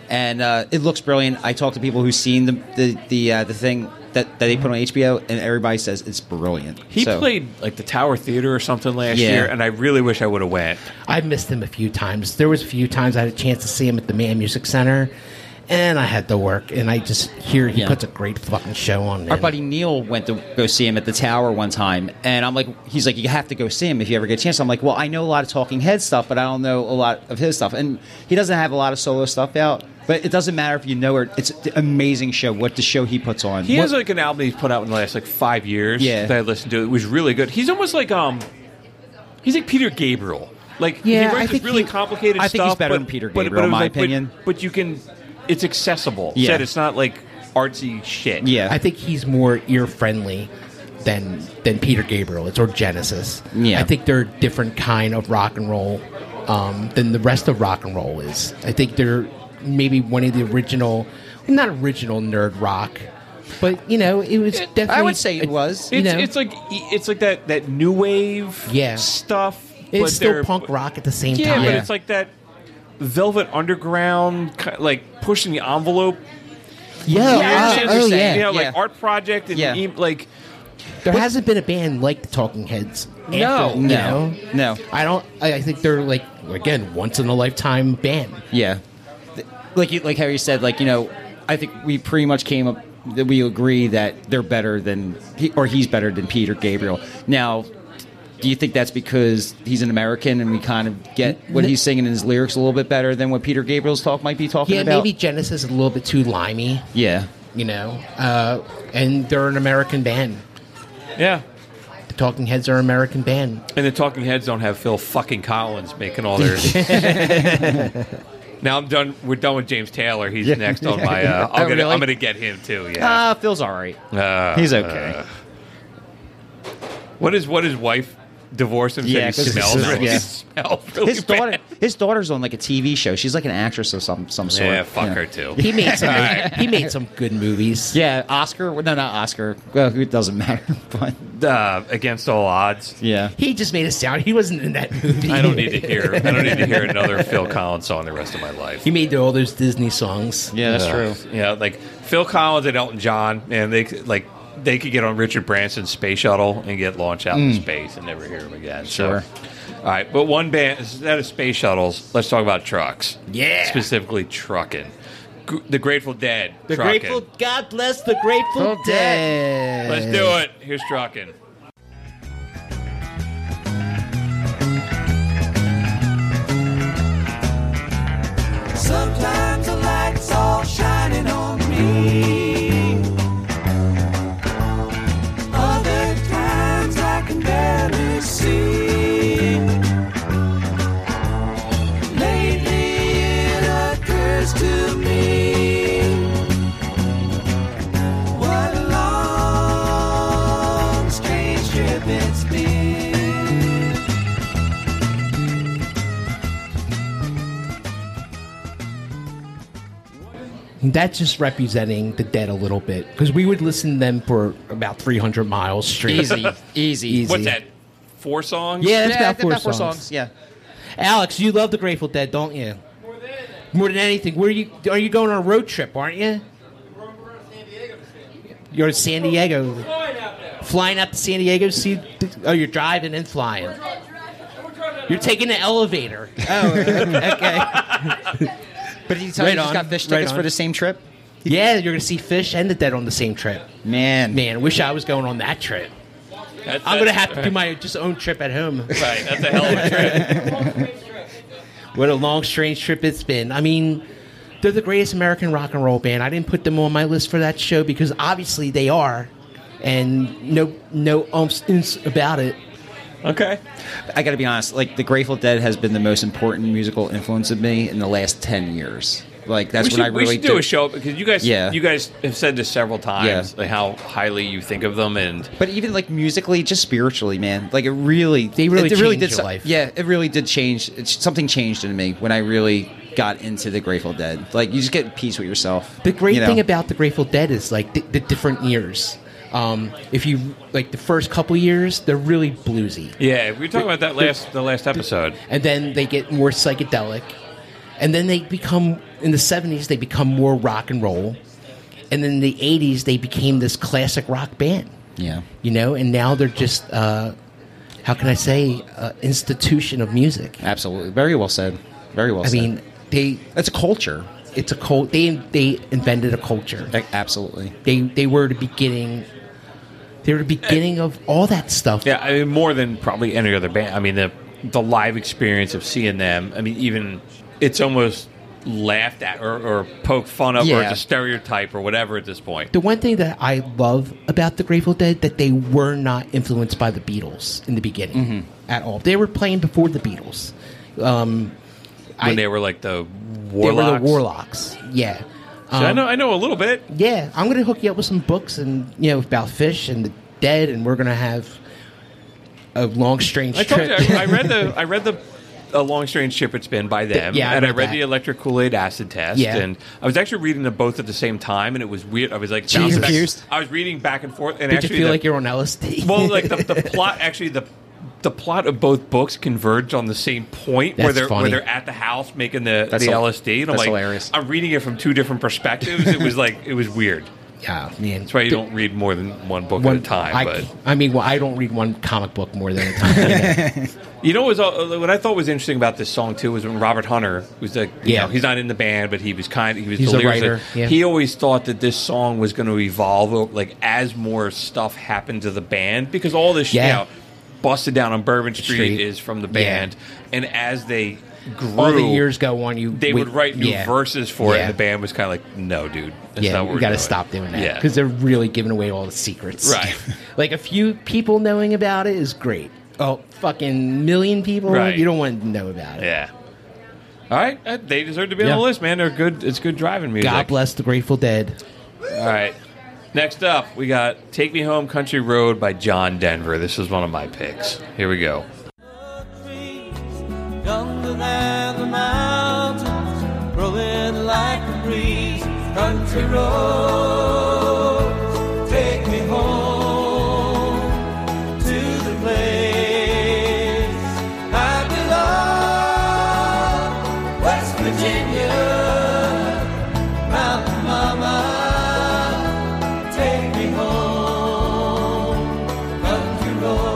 And uh, it looks brilliant. I talked to people who've seen the the the, uh, the thing that, that they put on HBO, and everybody says it's brilliant.
he
So-
played like the Tower Theater or something last
Yeah.
year, and I really wish I would have went.
I missed him a few times. There was a few times I had a chance to see him at the Man Music Center, and I had to work. And I just hear he
Yeah.
puts a great fucking show on.
Our
man.
buddy Neil went to go see him at the tower one time, and I'm like, he's like, you have to go see him if you ever get a chance. I'm like, well, I know a lot of Talking Head stuff, but I don't know a lot of his stuff, and he doesn't have a lot of solo stuff out. But it doesn't matter if you know it. It's an amazing show. What the show he puts on.
He
What-
has like an album he's put out in the last like five years
Yeah.
that I listened to. It was really good. He's almost like um, he's like Peter Gabriel. Like he
Yeah,
writes
I
this
think
really
he-
complicated
I
stuff.
think he's better
but-
than Peter
but- but
Gabriel,
it was
in my
like- but-
opinion.
But, you can, it's accessible.
Yeah.
Said it's not like artsy shit.
yeah,
I think he's more ear friendly than than Peter Gabriel. It's or Genesis.
Yeah.
I think they're a different kind of rock and roll um, than the rest of rock and roll is. I think they're maybe one of the original, not original nerd rock, but you know it was definitely.
I would say it was.
It's,
You know.
it's like e, it's like that that new wave
Yeah.
stuff. but
It's still
they're-
punk rock at the same
Yeah,
time.
but it's like that Velvet Underground, ki- like pushing the envelope.
Yeah,
weird
uh,
shit.
oh yeah,
you know, like
yeah.
art project and
Yeah.
e- like
There hasn't been a band like the Talking Heads. after,
No,
you
no,
know?
no.
I don't. I, I think they're like again once in a lifetime band.
Yeah, Th- like you, like Harry said, like you know, I think we pretty much came up that we agree that they're better than he, or he's better than Peter Gabriel. Now, do you think that's because he's an American and we kind of get what he's singing in his lyrics a little bit better than what Peter Gabriel's talk might be talking
Yeah,
about?
maybe Genesis is a little bit too limey,
Yeah,
you know. Uh, and they're an American band.
yeah.
The Talking Heads are an American band.
And the Talking Heads don't have Phil fucking Collins making all
*laughs*
their. now I'm done. We're done with James Taylor. He's next on my.
*laughs*
Uh, I'm
Oh,
gonna.
really?
I'm gonna get him too. Yeah.
Ah, Phil's all right.
Uh,
He's okay.
what is what his wife divorced him?
Yeah,
Yeah,
'cause
he
his
smells.
sister-
He
yeah.
smelled really
his daughter,
bad.
his daughter's on like a TV show. She's like an actress of some some sort.
Yeah, fuck her too.
He made some. He made some good movies.
Yeah, Oscar. No, not Oscar. Well, it doesn't matter. *laughs* But
Uh, against all odds.
yeah,
He just made a sound. He wasn't in that movie.
I don't need to hear. I don't need to hear another Phil Collins song the rest of my life.
He made all those Disney songs.
yeah, that's
Ugh.
true.
Yeah, like Phil Collins and Elton John, and they c- like they could get on Richard Branson's space shuttle and get launched out
Mm.
into space and never hear them again.
Sure.
So, all right, but one band instead of space shuttles, let's talk about trucks.
Yeah.
specifically trucking. G- The Grateful Dead.
The
trucking.
Grateful. God bless the Grateful Dead.
Let's do it. Here's trucking.
Sometimes the light's all shining on me. Other times I can barely see. Lately it occurs to me. What a long, strange trip it's been.
That's just representing the dead a little bit because we would listen to them for about 300 miles straight.
Easy, easy,
Easy.
What's that? Four songs.
Yeah, that's
Yeah,
about, four, songs.
Yeah.
Alex, you love the Grateful Dead, don't you? More than more than anything. Where are you? Are you going on a road trip? Aren't you? You're in San Diego. Flying out to San Diego to see. Oh, you're driving and flying. You're taking the elevator.
Oh,
*laughs*
okay. but he
Right
you just
on,
got fish
right
tickets
on.
for the same trip.
yeah, you're gonna see Fish and the Dead on the same trip.
Man,
Man, wish I was going on that trip.
That's-
I'm gonna
that's-
have to do my just own trip at
*laughs*
home.
Right, that's a hell of a
*laughs*
trip.
What a long, strange trip it's been. I mean, they're the greatest American rock and roll band. I didn't put them on my list for that show because obviously they are, and no, no umps ins about it.
okay.
I got to be honest. Like the Grateful Dead has been the most important musical influence of me in the last ten years. Like that's
we
when
should,
I really
we should do, a show because you guys,
Yeah.
you guys have said this several times,
Yeah.
like how highly you think of them, and
But even like musically, just spiritually, man. Like it really,
They really
it, it really
changed
did.
your
so-
life.
Yeah, it really did change. It's something changed in me when I really got into the Grateful Dead. Like you just get peace with yourself.
The great
you know?
thing about the Grateful Dead is like the, the different years. Um, if you like the first couple years, they're really bluesy,
yeah, we were talking about that last the last episode.
and then they get more psychedelic, and then they become in the '70s they become more rock and roll, and then in the '80s they became this classic rock band.
yeah,
you know and now they're just uh, how can i say uh, institution of music
absolutely, very well said. Very well.
i
said.
mean they
that's a culture.
it's a cult they they invented a culture
A- Absolutely.
they they were the beginning they were the beginning of all that stuff
Yeah, I mean more than probably any other band. I mean the the live experience of seeing them. I mean even it's almost laughed at or, or poked fun of or
Yeah.
it's a stereotype or whatever at this point.
the one thing that i love about the grateful dead that they were not influenced by the beatles in the beginning at all they were playing before the beatles um,
When
I-
they were like the
they
warlocks.
were the warlocks yeah Um,
So I know I know a little bit.
Yeah, I'm gonna hook you up with some books and you know about fish and the dead, and we're gonna have a long, strange
I told
trip.
you
*laughs*
I, I read the I read the a long strange ship it's been by them
Yeah, I
and i
read
read
that.
the electric kool-aid acid test
Yeah.
and i was actually reading them both at the same time and it was weird i was like
Jeez.
bouncing back-
Confused?
i was reading back and forth and
Did you
actually
feel
the-
like you're on LSD?
well like the, the plot actually the the plot of both books converge on the same point where
That's
they're where
funny.
they're at the house making the,
That's
the
hil-
LSD. And I'm
that's
like,
hilarious.
I'm reading it from two different perspectives. it was like it was weird.
*laughs* Yeah, man.
That's why you don't read more than one book at a time.
I,
but
I mean, well, I don't read one comic book more than a
*laughs*
time. you know.
You know what, was, uh, what I thought was interesting about this song too was when Robert Hunter was like, you
Yeah.
know, he's not in the band, but he was kind. He was
He's
the
a
lyricist.
writer, yeah.
He always thought that this song was going to evolve, like as more stuff happened to the band, because all this
Yeah.
you know, busted down on Bourbon Street,
Street.
is from the
Yeah.
band, and as they grew,
All the years go on, you
they
we-
would write new
yeah.
verses for it,
Yeah.
and the band was kind of like, "No, dude, that's
yeah,
not what
we
we're
got to
doing."
stop doing that
Yeah.
because they're really giving away all the secrets.
Right.
*laughs* like a few people knowing about it is great. Oh, fucking million people!
Right.
You don't want to know about it.
yeah. All right, uh, they deserve to be
Yeah.
on the list, man. They're good. It's good driving music.
God bless the Grateful Dead.
All right. Next up, we got Take Me Home Country Road by John Denver. This is one of my picks. Here we go.
Younger than the mountains, growing like a breeze. Country road, take me home to the place I belong. West Virginia, Mountain Mama, take me home. Country road.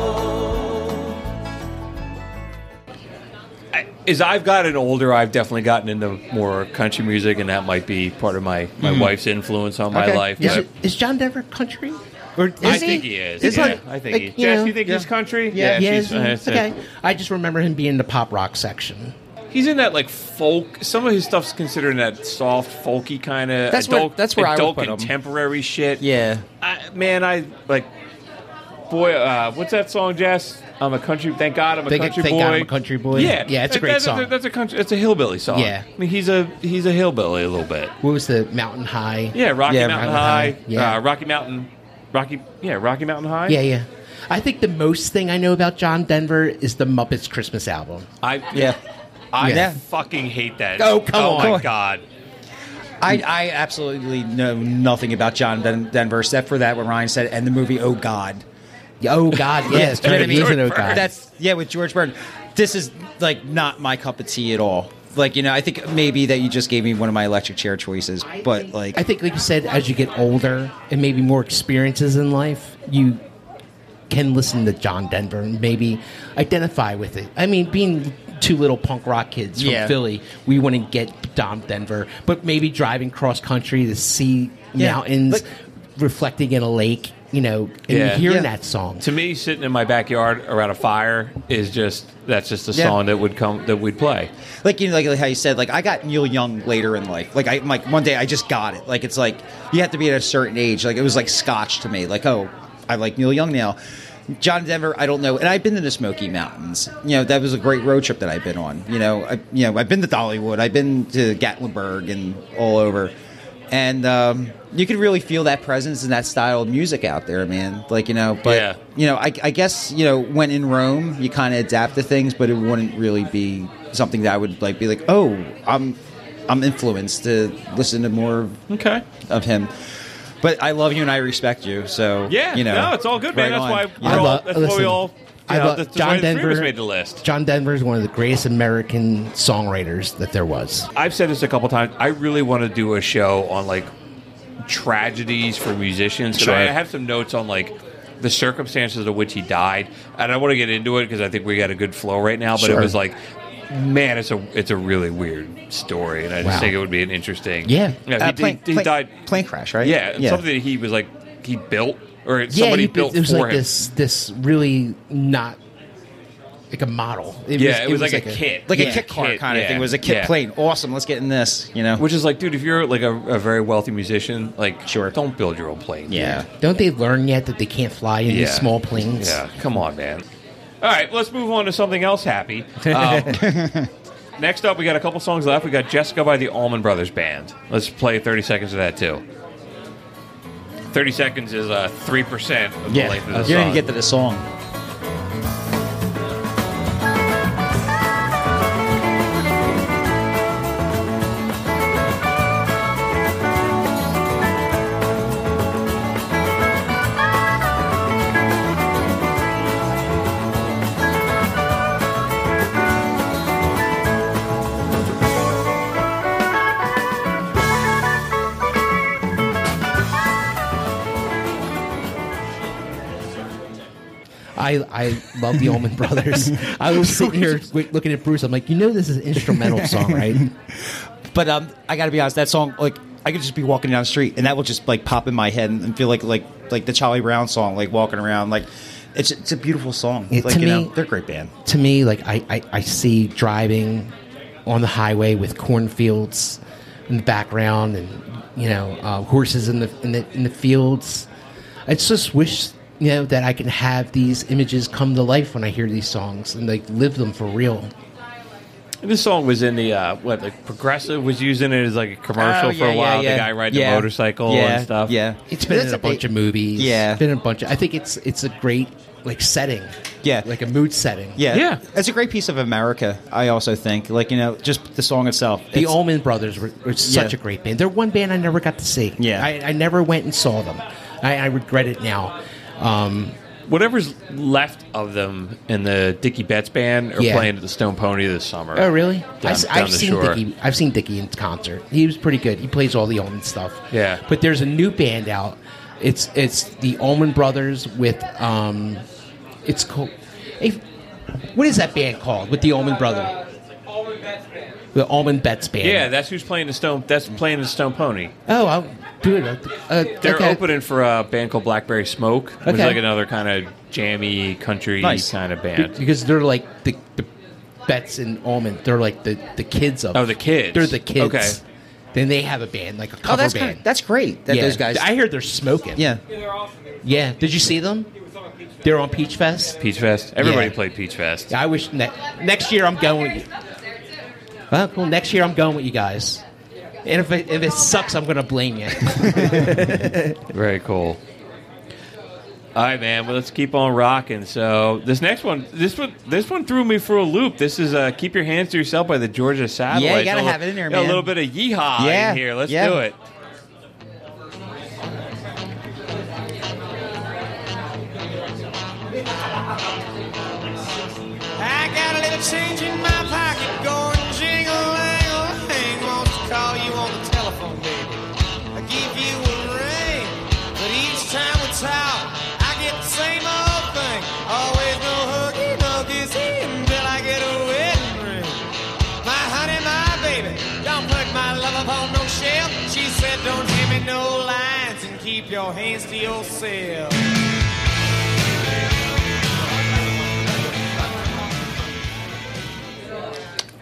I, as I've gotten older, I've definitely gotten into more country music, and that might be part of my, my wife's influence on my
Okay.
life.
Is,
but
it, is John Denver country?
Or
I
is
think
he?
he is.
It's
yeah,
like-
I think
like,
he is.
you
Jess,
know,
you think
yeah.
he's country?
Yeah, he
she's-
is.
that's it.
okay. I just remember him being in the pop rock section.
He's in that like folk. Some of his stuff's considered in that soft, folky kind of
That's where-
adult,
that's where I would
adult
put him.
contemporary shit.
Yeah.
I, man, I like. Boy, uh, what's that song, Jess? I'm a country. Thank God, I'm a
Thank-
country
thank
boy.
God I'm a country boy.
Yeah,
Yeah, it's a
That-
great
that's
song.
that's a country. It's a hillbilly song.
Yeah.
I mean, he's a he's a hillbilly a little bit.
What was the Mountain High?
Yeah, Rocky
Yeah,
Mountain
Mountain
High.
High, yeah.
uh, Rocky Mountain, Rocky. Yeah, Rocky Mountain High.
Yeah, yeah. I think the most thing I know about John Denver is the Muppets Christmas album.
I
Yeah.
I
Yeah.
fucking hate that.
Oh, come
Oh
on.
my
Come on.
god.
I, I absolutely know nothing about John Den- Denver except for that what Ryan said and the movie Oh God.
*laughs*
Oh God, yes,
You know what I mean?
he's an old guy.
That's yeah, with George Burton. This is like not my cup of tea at all. Like you know, I think maybe that you just gave me one of my electric chair choices, but like
I think, like you said, as you get older and maybe more experiences in life, you can listen to John Denver and maybe identify with it. I mean, being two little punk rock kids from
Yeah.
Philly, we wouldn't get Dom Denver, but maybe driving cross country to see
Yeah.
mountains
Like-
reflecting in a lake, you know, and
Yeah.
hearing
Yeah.
that song.
To me, sitting in my backyard around a fire is just that's just a
Yeah.
song that would come that we'd play.
like you know, like, like how you said, like I got Neil Young later in life. Like I like one day I just got it. Like it's like you have to be at a certain age. Like it was like scotch to me. Like oh, I like Neil Young now. John Denver, I don't know, and I've been to the Smoky Mountains. You know that was a great road trip that I've been on. You know, I, you know I've been to Dollywood, I've been to Gatlinburg, and all over. And um, you could really feel that presence and that style of music out there, man. Like you know, but
Yeah.
you know, I, I guess you know when in Rome, you kind of adapt to things, but it wouldn't really be something that I would like be like, oh, I'm I'm influenced to listen to more
Okay.
of him. But I love you and I respect you, so
Yeah,
you know,
no, it's all good, man.
right
That's
on. uh,
why
Yeah.
we're all,
love-
that's why we
listen,
all.
I
yeah,
love-
that's why
John
the three of us
Denver
made the list.
John Denver is one of the greatest American songwriters that there was.
I've said this a couple times. I really want to do a show on like tragedies for musicians. And I I have some notes on like the circumstances of which he died, and I want to get into it because I think we got a good flow right now. But
Sure.
it was like, man, it's a it's a really weird story, and I just
Wow.
think it would be an interesting.
Yeah.
yeah he,
Uh,
did-
plane,
he
plane-
died.
plane crash, right?
Yeah, and something that he was like he built or somebody
he-
built
it was
for
like
him.
this this really not like a model. It
yeah, it was, like, a, kit,
like
Yeah.
a kit car
Kit,
kind of
yeah.
thing. It was a kit
Yeah.
plane. Awesome, let's get in this. You know,
Which is like, dude, if you're like a, a very wealthy musician, like,
Sure.
don't build your own plane.
yeah.
Don't they learn yet that they can't fly in
dude.
these small planes?
Yeah, come on, man. All right, let's move on to something else happy.
*laughs*
Um, next up, we got a couple songs left. We got Jessica by the Allman Brothers Band. Let's play 30 seconds of that, too. 30 seconds is uh, 3% of the length of the
you
song.
didn't get to the song.
I, I love the Allman
*laughs*
Brothers. I was sitting here wi- looking at Bruce. I'm like, you know, this is an instrumental
*laughs*
song, right?
But um, I got to be honest, that song like I could just be walking down the street and that will just like pop in my head and feel like like like the Charlie Brown song, like walking around. Like it's it's a beautiful song.
Yeah,
like
to
you know,
me-
they're a great band.
to me, like I, I, I see driving on the highway with cornfields in the background and you know uh, horses in the in the in the fields. I just wish you know that I can have these images come to life when I hear these songs and like live them for real.
This song was in the uh, what? Like Progressive was using it as like a commercial
Oh,
for
yeah,
a while.
yeah, yeah.
The guy riding
Yeah.
the motorcycle
Yeah,
and stuff.
Yeah.
It's been in
That's
a
a big-
bunch of movies.
Yeah.
been in a bunch. Of, I think it's it's a great like setting.
Yeah.
like a mood setting.
Yeah.
Yeah.
It's a great piece of America, I also think. Like, you know, just the song itself.
The
It's-
Allman Brothers were, were such
Yeah.
a great band. They're one band I never got to see.
Yeah.
I, I never went and saw them. I, I regret it now. Um,
Whatever's left of them in the Dickie Betts band are
Yeah.
playing at the Stone Pony this summer.
oh, really? I,
Down, down
have
the
seen
shore.
Dickie. I've seen Dickie in concert. He was pretty good. He plays all the Allman stuff.
Yeah.
But there's a new band out. It's it's the Allman Brothers with um, it's called. Hey, what is that band called with the Allman Brother? The Allman Betts Band.
Yeah, that's who's playing the Stone. That's playing the Stone Pony.
Oh, I'll do it. Uh,
They're
okay.
opening for a band called Blackberry Smoke, which is
Okay.
like another kind of jammy country
Nice.
kind of
Be-
band.
because they're like the, the Betts and Almond. They're like the, the kids of.
Oh, the kids.
They're the kids.
Okay.
Then they have a band, like a cover
Oh, that's
band.
kind of, that's great that
Yeah.
those guys.
I hear they're smoking.
yeah,
Yeah. Did you see them? They're on Peach Fest.
Peach Fest. Everybody
Yeah.
played Peach Fest.
I wish ne- next year I'm going with you. Well, cool. Next year I'm going with you guys. And if it, if it sucks, I'm going to blame
*laughs*
you.
Very cool. All right, man. Well, let's keep on rocking. So this next one, this one, this one threw me for a loop. This is uh, "Keep Your Hands to Yourself" by the Georgia Satellites.
Yeah, you gotta
A
have
little-
it in there,
got A
man.
little bit of yeehaw
Yeah,
in here. Let's
yeah.
do it.
I got a little change in my pocket going jingle jangle. Hang wants to call you on the telephone, baby. I give you a ring, but each time we talk, I get the same old thing. Always no hooky, no kissy until I get a wedding ring. My honey, my baby, don't put my love upon no shelf. She said, don't give me no lines and keep your hands to yourself.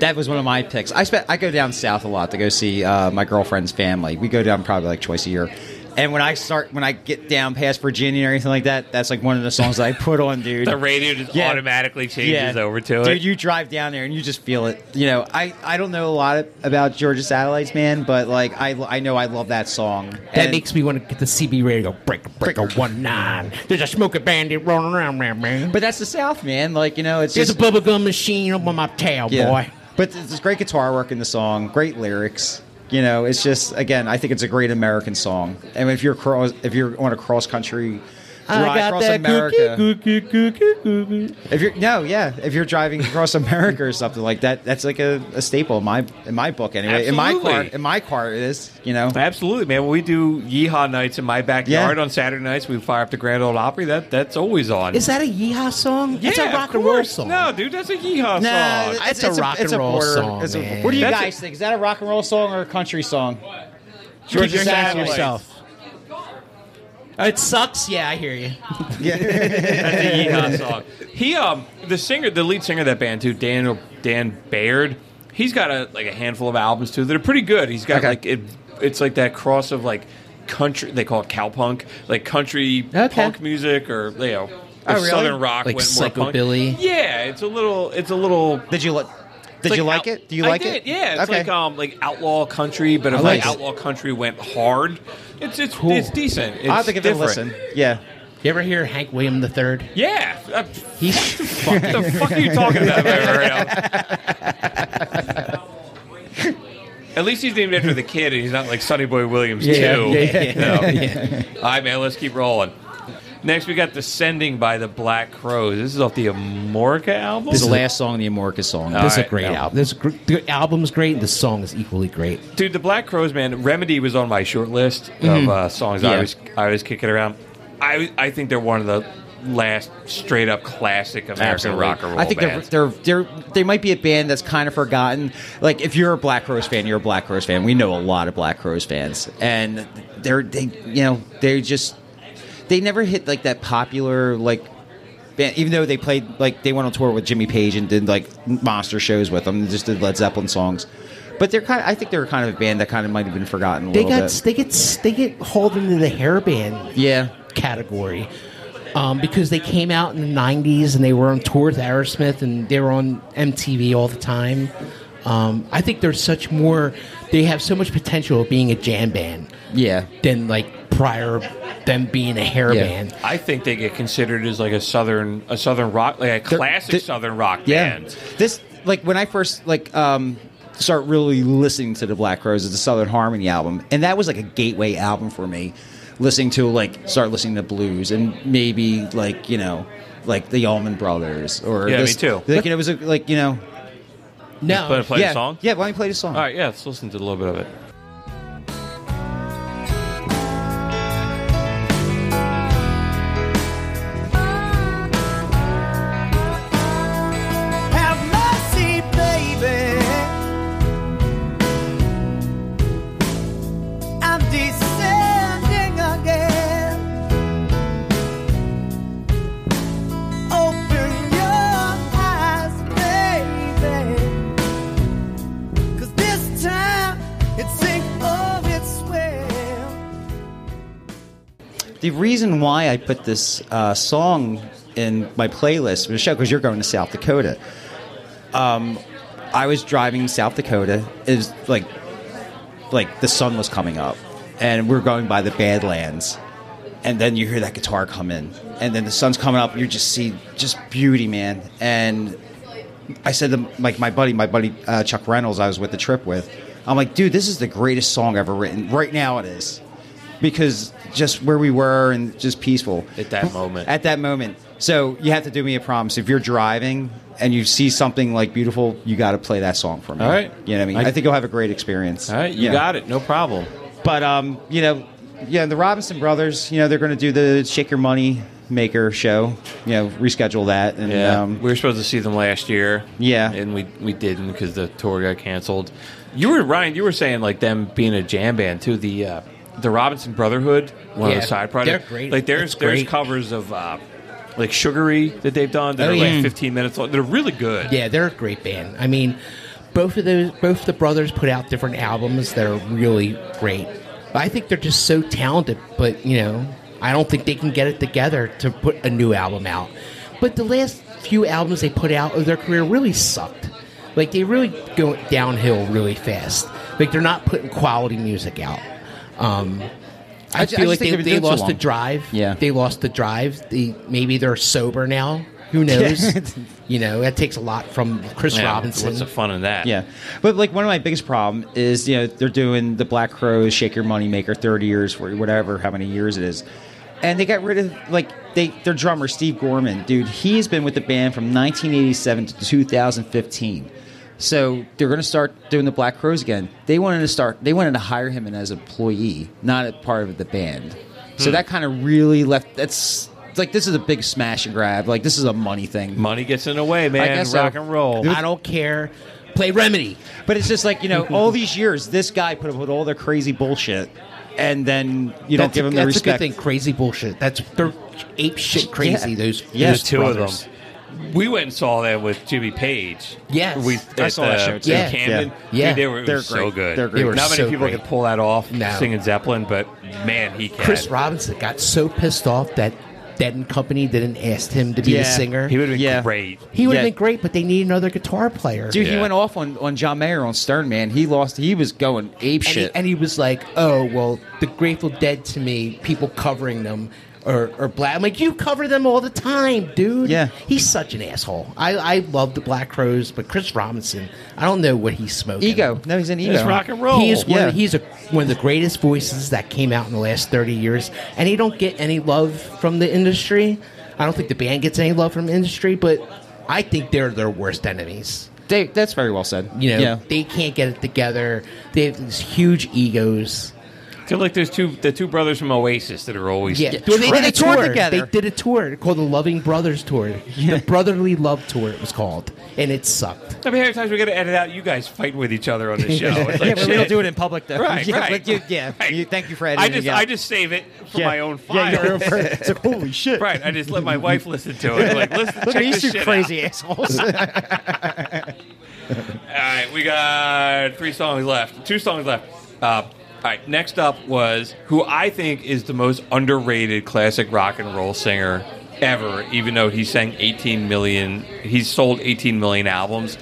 that was one of my picks. I spent I go down south a lot to go see uh, my girlfriend's family. We go down probably like twice a year. And when I start, when I get down past Virginia or anything like that, that's like one of the songs that I put on,
*laughs*
dude.
The radio just
Yeah.
automatically changes over to it.
Dude, you drive down there and you just feel it. You know, I, I don't know a lot about Georgia Satellites, man, but like I, I know I love that song.
That
And-
makes me want to get the CB radio. Break, break, a one nine. There's a smoking bandit rolling around, man, man.
But that's the South, man. Like you know, it's
There's a
just,
bubblegum machine up on my tail,
yeah.
boy.
But there's great guitar work in the song, great lyrics. You know, it's just again, I think it's a great American song. And if you're cross, if you're on a cross country
I
ride
got
across
that
America,
cookie, cookie, cookie, cookie.
if you're no, yeah, if you're driving across *laughs* America or something like that, that's like a, a staple in my in my book anyway. In my car,
Absolutely.
in my car, it is. You know,
Absolutely, man. When we do yeehaw nights in my backyard
Yeah.
on Saturday nights, we fire up the Grand Ole Opry. That that's always on.
Is that a yeehaw song?
yeah,
it's a rock
of
and roll
course.
song.
No, dude, that's a yeehaw
No,
song.
I- It's a rock and roll
border-
song,
it's a-
man.
What do you
That's
guys think? Is that a rock and roll song or a country song?
Keep your hands to
Satellites.
yourself. It sucks. Yeah, I hear you.
That's a
*laughs*
yeehaw song. He, um, the singer, the lead singer of that band too, Dan Dan Baird. He's got a like a handful of albums too that are pretty good. He's got
Okay.
like it, it's like that cross of like country. They call it cowpunk, like country
Okay.
punk music, or you know,
Oh, really?
southern rock
Like
went more punk.
psychobilly?
Yeah, it's a little, it's a little.
Did you like? Did you like it? Do you
I
like
did,
it?
Yeah, it's
okay.
like um like outlaw country, but if
I
like
like it.
outlaw country went hard, it's it's it's decent. It's
I have to give it a
different.
listen. Yeah.
You ever hear Hank William III?
Yeah, Uh,
*laughs* He's
fuck the fuck are you talking about right now? At least he's named after the kid, and he's not like Sonny Boy Williams too. All
*laughs*
right, man, let's keep rolling. Next, we got "Descending" by the Black Crows. This is off the Amorca album.
This is the last song in the Amorca song.
All
this is a
right,
great
no.
album. This is gr- the album's great. and The song is equally great.
Dude, the Black Crows, man. Remedy was on my short list of uh, songs I
Mm-hmm. Yeah.
was I was kicking around. I I think they're one of the last straight up classic American
Absolutely.
rock and roll
I think
band.
they're, they're they're they might be a band that's kind of forgotten. Like if you're a Black Rose fan, you're a Black Rose fan. We know a lot of Black Rose fans, and they're they you know they just they never hit like that popular like. Band, even though they played like they went on tour with Jimmy Page and did like monster shows with them, just did Led Zeppelin songs, but they're kind. I think they're kind of a band that kind of might have been forgotten. A
They
little
got
bit.
they get they get hauled into the hair band
yeah
category um, because they came out in the '90s and they were on tour with Aerosmith and they were on MTV all the time. Um, I think they're such more. They have so much potential of being a jam band
yeah
than like prior them being a hair
Yeah.
band.
I think they get considered as like a southern a southern rock like a classic southern rock band.
This like when I first like um start really listening to the Black Roses, the Southern Harmony album, and that was like a gateway album for me. Listening to like start listening to blues and maybe like you know like the Allman Brothers or
Yeah, me
this-
too.
Like you know, it was a, like you know
no
Play, play
yeah,
a song.
yeah. Why don't you play the song?
All right, yeah, let's listen to a little bit of it.
Have mercy, baby. I'm descending again. Open your eyes, baby. 'Cause this time it's sink of its way.
The reason why I put this uh, song in my playlist for the show because you're going to South Dakota. Um, I was driving South Dakota. It was like like the sun was coming up, and we're going by the Badlands, and then you hear that guitar come in, and then the sun's coming up. You just see just beauty, man. And I said to like my buddy, my buddy uh, Chuck Reynolds, I was with the trip with. I'm like, dude, this is the greatest song ever written. Right now, it is because just where we were and just peaceful
At that moment.
At that moment, so you have to do me a promise. If you're driving and you see something like beautiful, you got to play that song for me.
All right.
you know what I mean.
I-
I, think you'll have a great experience.
All right, you
Yeah.
got it. No problem.
But um, you know, yeah, the Robinson brothers, you know, they're going to do the Shake Your Money Maker show. You know, reschedule that and
Yeah,
um,
we were supposed to see them last year.
Yeah.
and we we didn't because the tour got canceled. You were Ryan. You were saying like them being a jam band too. The uh, the Robinson Brotherhood, one of
Yeah,
the side projects.
they're great.
Like there's
It's
there's
great.
covers of uh, like Sugary that they've done that
Oh,
are
yeah.
like 15 minutes long. They're really good.
Yeah, they're a great band. I mean, both of those, both the brothers put out different albums that are really great. I think they're just so talented, but you know, I don't think they can get it together to put a new album out. But the last few albums they put out of their career really sucked. Like they really go downhill really fast. Like they're not putting quality music out. Um, I,
I ju-
feel
I just
like
think
they,
they've been
they
doing too
lost the
long.
drive.
Yeah.
they lost the drive. They, maybe they're sober now. Who knows?
*laughs*
you know, that takes a lot from Chris
Yeah,
Robinson.
What's the fun in that?
Yeah, but like one of my biggest problem is you know they're doing the Black Crows Shake Your Money Maker thirty years for whatever how many years it is, and they got rid of like they their drummer Steve Gorman, dude. He's been with the band from 1987 to 2015. So they're going to start doing the Black Crows again. They wanted to start. They wanted to hire him in as an employee, not a part of the band. So
Hmm.
that kind of really left. That's like this is a big smash and grab. Like this is a money thing.
Money gets in the way, man.
guess so.
Rock and roll.
I don't care. Play Remedy.
But it's just like
*laughs*
you know, all these years, this guy put up with all their crazy bullshit, and then you don't
That's
give
a,
him the
that's
respect.
a good thing. Crazy bullshit. That's they're ape shit crazy.
Yeah.
Those
Yeah.
those
There's two
brothers.
of them. We went and saw that with Jimmy Page.
Yes.
we
I
at
saw that
the-
show, too.
in
Yeah.
Camden.
Yeah.
Dude, they were it
They're
was so
great.
good.
They're great. They were
Not many
so
people
great.
could pull that off
No.
singing Zeppelin, but man, he can.
Chris Robinson got so pissed off that Dead and Company didn't ask him to be
Yeah.
the singer.
he would have been
Yeah.
great.
He would have
Yeah.
been great, but they need another guitar player.
Dude, he
Yeah.
went off on, on John Mayer on Stern, man. He lost. He was going ape
and,
shit.
He, and he was like, "Oh well, the Grateful Dead to me, people covering them." Or, or black. I'm like, you cover them all the time, dude.
Yeah.
He's such an asshole. I, I love the Black Crows, but Chris Robinson, I don't know what he's smoking.
ego. No, he's an ego.
It's rock and roll.
He is one,
Yeah.
he's a, one of the greatest voices that came out in the last 30 years, and he don't get any love from the industry. I don't think the band gets any love from the industry, but I think they're their worst enemies.
They- that's very well said.
*laughs*
You know,
yeah.
they can't get it together. They have these huge egos.
They're like there's two the two brothers from Oasis that are always
Yeah,
Well,
they did a tour They did a tour called the Loving Brothers Tour. The Brotherly Love Tour it was called, and it sucked.
I mean, how many times we got to edit out you guys fighting with each other on this show? It's like,
*laughs* yeah, but we
shit.
don't do it in public though.
Right,
*laughs*
*laughs*
yeah,
right.
but you- yeah. You, thank you for
I
editing.
just
it out.
I just save it for
Yeah.
my own file.
Yeah, your own file. It's like,
holy shit! *laughs* Right, I just let my wife listen to it. Like, listen,
Look
check
at
this
these two
shit
crazy
out. *laughs*
assholes.
All right, we got three songs left. Two songs left. Uh, all right, next up was who I think is the most underrated classic rock and roll singer ever, even though he sang 18 million, he's sold 18 million albums,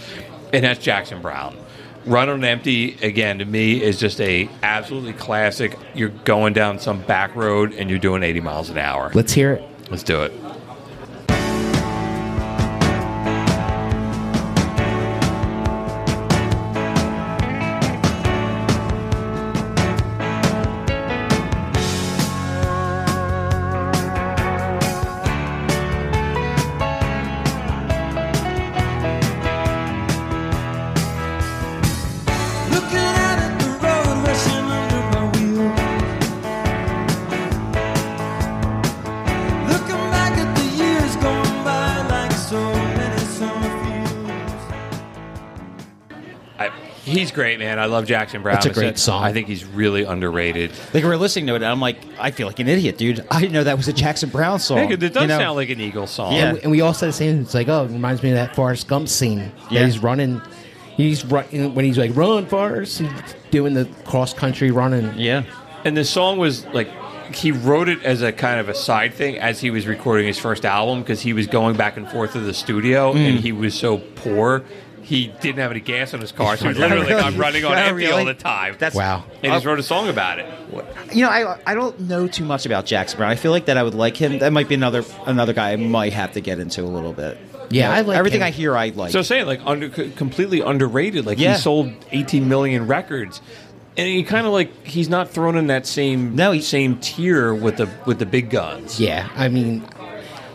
and that's Jackson Brown. Run on Empty, again, to me, is just a absolutely classic. You're going down some back road and you're doing 80 miles an hour.
Let's hear it.
Let's do it.
Looking out at the road rushing under my wheel. Looking back at the years gone by like so many summer fields.
I, he's great, man. I love Jackson Brown.
That's a great song.
I think he's really underrated.
like we're listening to it, and I'm like, I feel like an idiot, dude. I didn't know that was a Jackson Brown song.
Yeah, 'cause it does
you know?
sound like an Eagles song.
Yeah.
And, we- and we all said the same. It's like, oh, it reminds me of that Forrest Gump scene. Yeah.
Yeah.
he's running. He's running when he's like, run, Forrest. He's doing the cross country running.
Yeah.
And the song was like he wrote it as a kind of a side thing as he was recording his first album because he was going back and forth to the studio
Hmm.
Mm.
and he was so poor he didn't have any gas in his car, so he
*laughs*
He's
literally
running.
got running on
Oh,
empty
really?
all the time.
That's- Wow.
And he just wrote a song about it.
You know, I I don't know too much about Jackson Brown. I feel like that I would like him. That might be another another guy I might have to get into a little bit. You know, everything I hear. I like.
So saying like under c- completely underrated. Like
Yeah.
he sold 18 million records. And he kind of like he's not thrown in that same no, same tier with the with the big guns.
Yeah, I mean,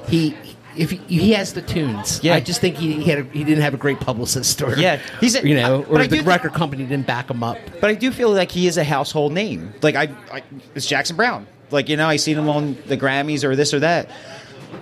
he if he, he has the tunes.
Yeah.
I just think he, he had a, he didn't have a great publicist or
Yeah, he's a-
you know
but
or
I
the
do-
record company didn't back him up.
But I do feel like he is a household name. Like I, I it's Jackson Brown. Like you know, I seen him on the Grammys or this or that.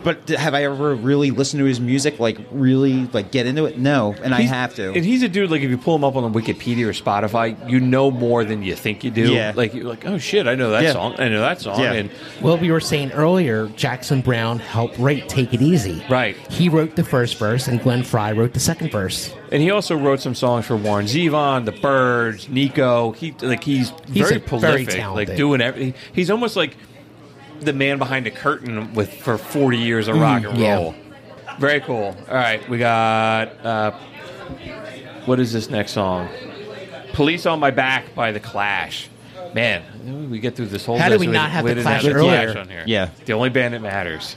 But th- have I ever really listened to his music? Like really, like get into it? No, and I
He's-
have to.
And he's a dude like if you pull him up on Wikipedia or Spotify, you know more than you think you do.
Yeah.
Like you're like, oh shit, I know that
Yeah.
song. I know that song. And
well, we were saying earlier, Jackson Brown helped write "Take It Easy."
Right.
He wrote the first verse, and Glenn Fry wrote the second verse.
and he also wrote some songs for Warren Zevon, The Birds, Nico. He like he's,
He's
very
a very
prolific.
talented.
like doing everything. He's almost like the man behind the curtain with for forty years of rock
Mm,
and
yeah.
roll. Very cool. All right, we got uh, what is this next song? Police on My Back by The Clash. Man, we get through this whole.
How did
list
we
with-
not have The
we didn't
Clash earlier?
Clash on here.
Yeah.
the only band that matters.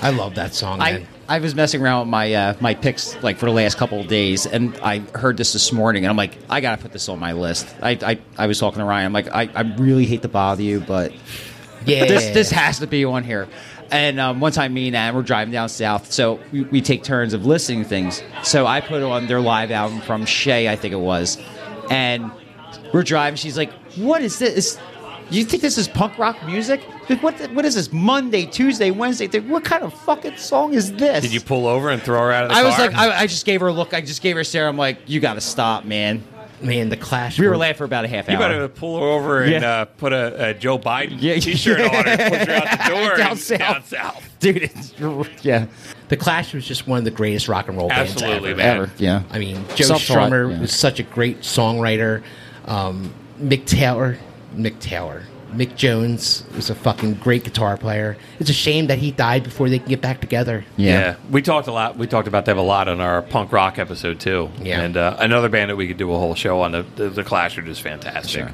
I love that song.
I,
man.
I was messing around with my uh, my picks like for the last couple of days, and I heard this this morning, and I'm like, I gotta put this on my list. I I, I was talking to Ryan. I'm like, I, I really hate to bother you, but
Yeah.
this this has to be on here. And um, one time, me and Ann were driving down south, so we, we take turns of listening to things. So I put on their live album from Shay, I think it was, and we're driving. She's like, "What is this?" You think this is punk rock music? Like, what? the- what is this? Monday, Tuesday, Wednesday? Like, What kind of fucking song is this?
Did you pull over and throw her out of the
I
car?
was like, I, I just gave her a look. I just gave her a stare. I'm like, you got to stop, man.
Man, the Clash.
We were laughing for about a half
You
hour.
better pull her over and
Yeah.
uh, put a, a Joe Biden
*laughs*
T-shirt on her, and push her out the door,
Down
and
south.
down south.
*laughs* dude. It's, *laughs* yeah,
the Clash was just one of the greatest rock and roll bands
Absolutely,
ever.
man. Ever,
yeah.
I mean, Joe
Self-taught,
Strummer
yeah.
was such a great songwriter. Um, Mick Taylor, Mick Taylor, Mick Jones was a fucking great guitar player. It's a shame that he died before they can get back together.
we talked a lot. We talked about them a lot on our punk rock episode too.
Yeah.
and uh, another band that we could do a whole show on. The the, the Clash are just fantastic.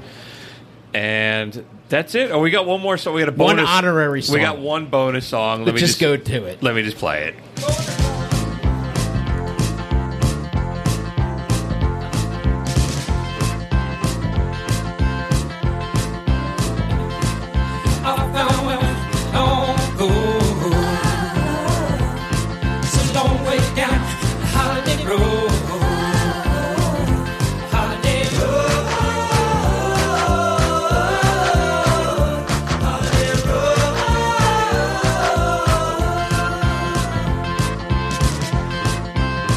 And that's it. Oh, we got one more. So we got a
One
bonus.
honorary song.
We got one bonus song. Let
Let's
me
just go to it.
Let me just play it.
I found where I don't go. It's a long way down Holiday Road. Holiday Road. Holiday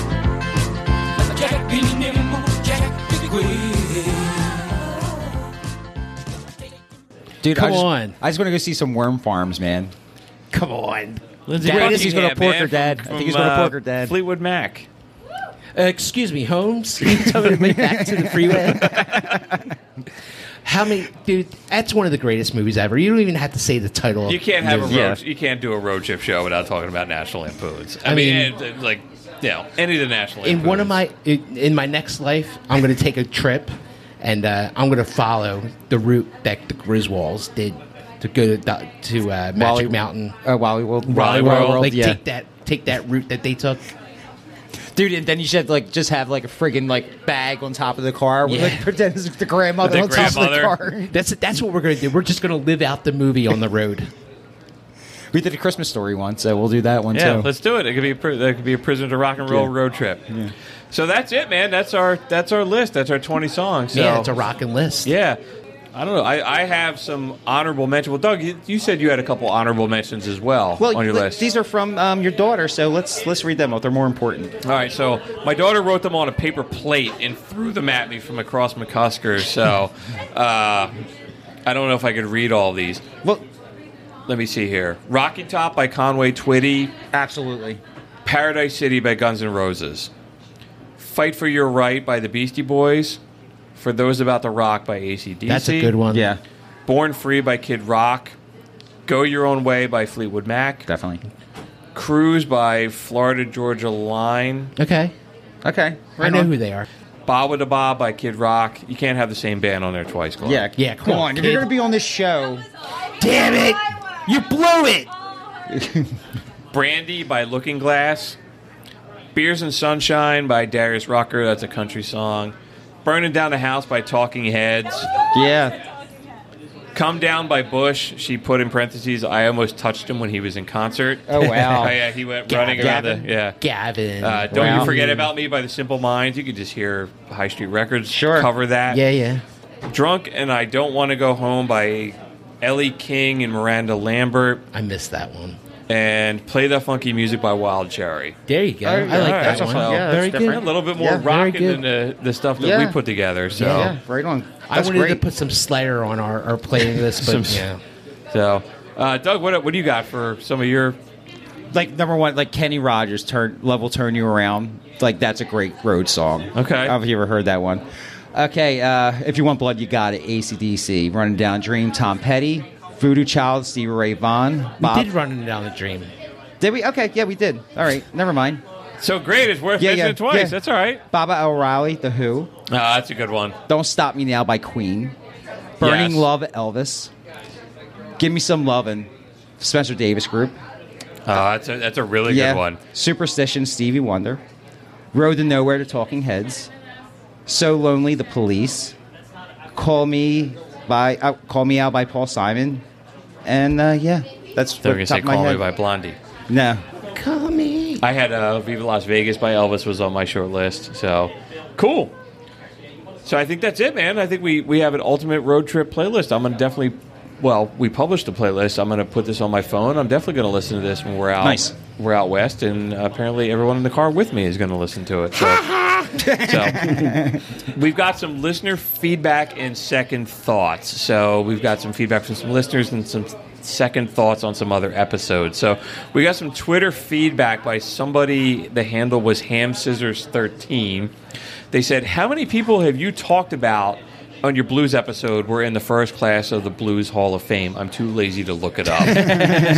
Road. Jack Benny Nemo, Jack Benny Gwee.
Dude,
Come
I just,
on.
I just want to go see some worm farms, man.
Come on.
Lindsey Dad, I think he's gonna
Buckingham,
pork her
man,
dad.
from-
I think he's
from,
gonna
uh,
pork her dad.
Fleetwood Mac.
Uh, excuse me, Holmes. *laughs* Can you tell me to make back to the freeway? How many, dude? That's one of the greatest movies ever. You don't even have to say the title.
You can't have a road.
Oh, Yeah.
You can't do a road trip show without talking about National Lampoons. I,
I
mean,
mean-
and, uh, like, you know, any of the National.
In one of
Lampoons.
my, in, in my next life, I'm going to take a trip, and uh, I'm going to follow the route that the Griswolds did to go to, to uh, Magic
Wally-
Mountain,
uh, Wally World,
Wally
World,
World. Like
yeah.
take that, take that route that they took.
Dude, and then you should like just have like a friggin' like bag on top of the car with
Yeah.
like pretend it's the grandmother on top of the car.
That's that's what we're going to do. We're just going to live out the movie on the road.
We did a Christmas story once, so we'll do that one
Yeah,
too.
let's do it. It could be a, pri- that could be a prisoner to rock and roll
Yeah.
road trip. So that's it, man. That's our that's our list. That's our twenty songs. So.
yeah, it's a rockin' list.
Yeah. I don't know. I, I have some honorable mentions. Well, Doug, you, you said you had a couple honorable mentions as well,
well,
on your
th-
list.
these are from um, your daughter, so let's let's read them out. They're more important.
All right, so my daughter wrote them on a paper plate and threw them at me from across McCusker. So *laughs* uh, I don't know if I could read all these.
Well,
let me see here. Rocky Top by Conway Twitty.
Absolutely.
Paradise City by Guns N' Roses. Fight for Your Right by the Beastie Boys. For Those About the Rock by ACDC.
That's a good one.
Yeah.
Born Free by Kid Rock. Go Your Own Way by Fleetwood Mac.
Definitely.
Cruise by Florida Georgia Line.
Okay.
Okay.
I know who they are.
Ba Wa Da Ba by Kid Rock. You can't have the same band on there twice, Glenn.
Yeah.
Yeah, come on,
If
kid.
you're gonna be on this show,
Damn it! You blew it.
Brandy by Looking Glass. Beers and Sunshine by Darius Rucker. That's a country song. Burning Down the House by Talking Heads.
yeah.
Come Down by Bush. She put in parentheses, I almost touched him when he was in concert.
Oh, wow.
oh, *laughs* yeah, he went
Gavin.
running around the. Yeah.
Gavin.
Uh, Don't
Wow.
You Forget About Me by the Simple Minds. You could just hear High Street Records
Sure.
cover that.
yeah, yeah.
Drunk and I Don't Want to Go Home by Ellie King and Miranda Lambert.
I missed that one.
And Play That Funky Music by Wild Cherry.
There you go.
There you
I
go.
like
All
that
right,
one.
so-
Yeah, that's
Very
A
different.
good.
little bit more
Yeah, very
rocking than
good.
the, the stuff that
Yeah.
we put together. So,
Yeah. Right on.
I
That's
wanted
great.
to put some Slayer on our, our playlist,
Some
but
s-
yeah.
so uh, Doug, what, what do you got for some of your
like number one, like Kenny Rogers, turn love will turn you around. Like that's a great road song.
Okay.
have you ever heard that one? Okay, uh, if you want blood, you got it. ACDC, Running Down Dream, Tom Petty, Voodoo Child, Stevie Ray Vaughan. Bob.
We did run down the dream.
Did we? Okay, yeah, we did. All right, never mind.
So great, it's worth
Yeah,
mentioning
yeah,
twice.
yeah.
That's all right.
Baba O'Reilly, The Who,
Ah, that's a good one.
Don't Stop Me Now by Queen, Burning
Yes.
Love, Elvis, Give Me Some Lovin', Spencer Davis Group.
Ah, that's a, that's a really good one.
Superstition, Stevie Wonder. Road to Nowhere to Talking Heads. So Lonely, The Police. Call Me by uh, Call Me Out by Paul Simon. And uh, yeah, that's
So
what
we're gonna say
top of my
"Call Me
head.
by Blondie."
No.
Call me.
I had uh, "Viva Las Vegas" by Elvis was on my short list. So cool. So I think that's it, man. I think we we have an ultimate road trip playlist. I'm gonna definitely. Well, we published a playlist. I'm gonna put this on my phone. I'm definitely gonna listen to this when we're out.
Nice.
We're out west, and apparently everyone in the car with me is gonna listen to it. So, so we've got some listener feedback and second thoughts. So we've got some feedback from some listeners and some second thoughts on some other episodes. So we got some Twitter feedback by somebody. The handle was Ham Scissors 13. They said, "How many people have you talked about?" on your blues episode, we're in the first class of the Blues Hall of Fame. I'm too lazy to look it up.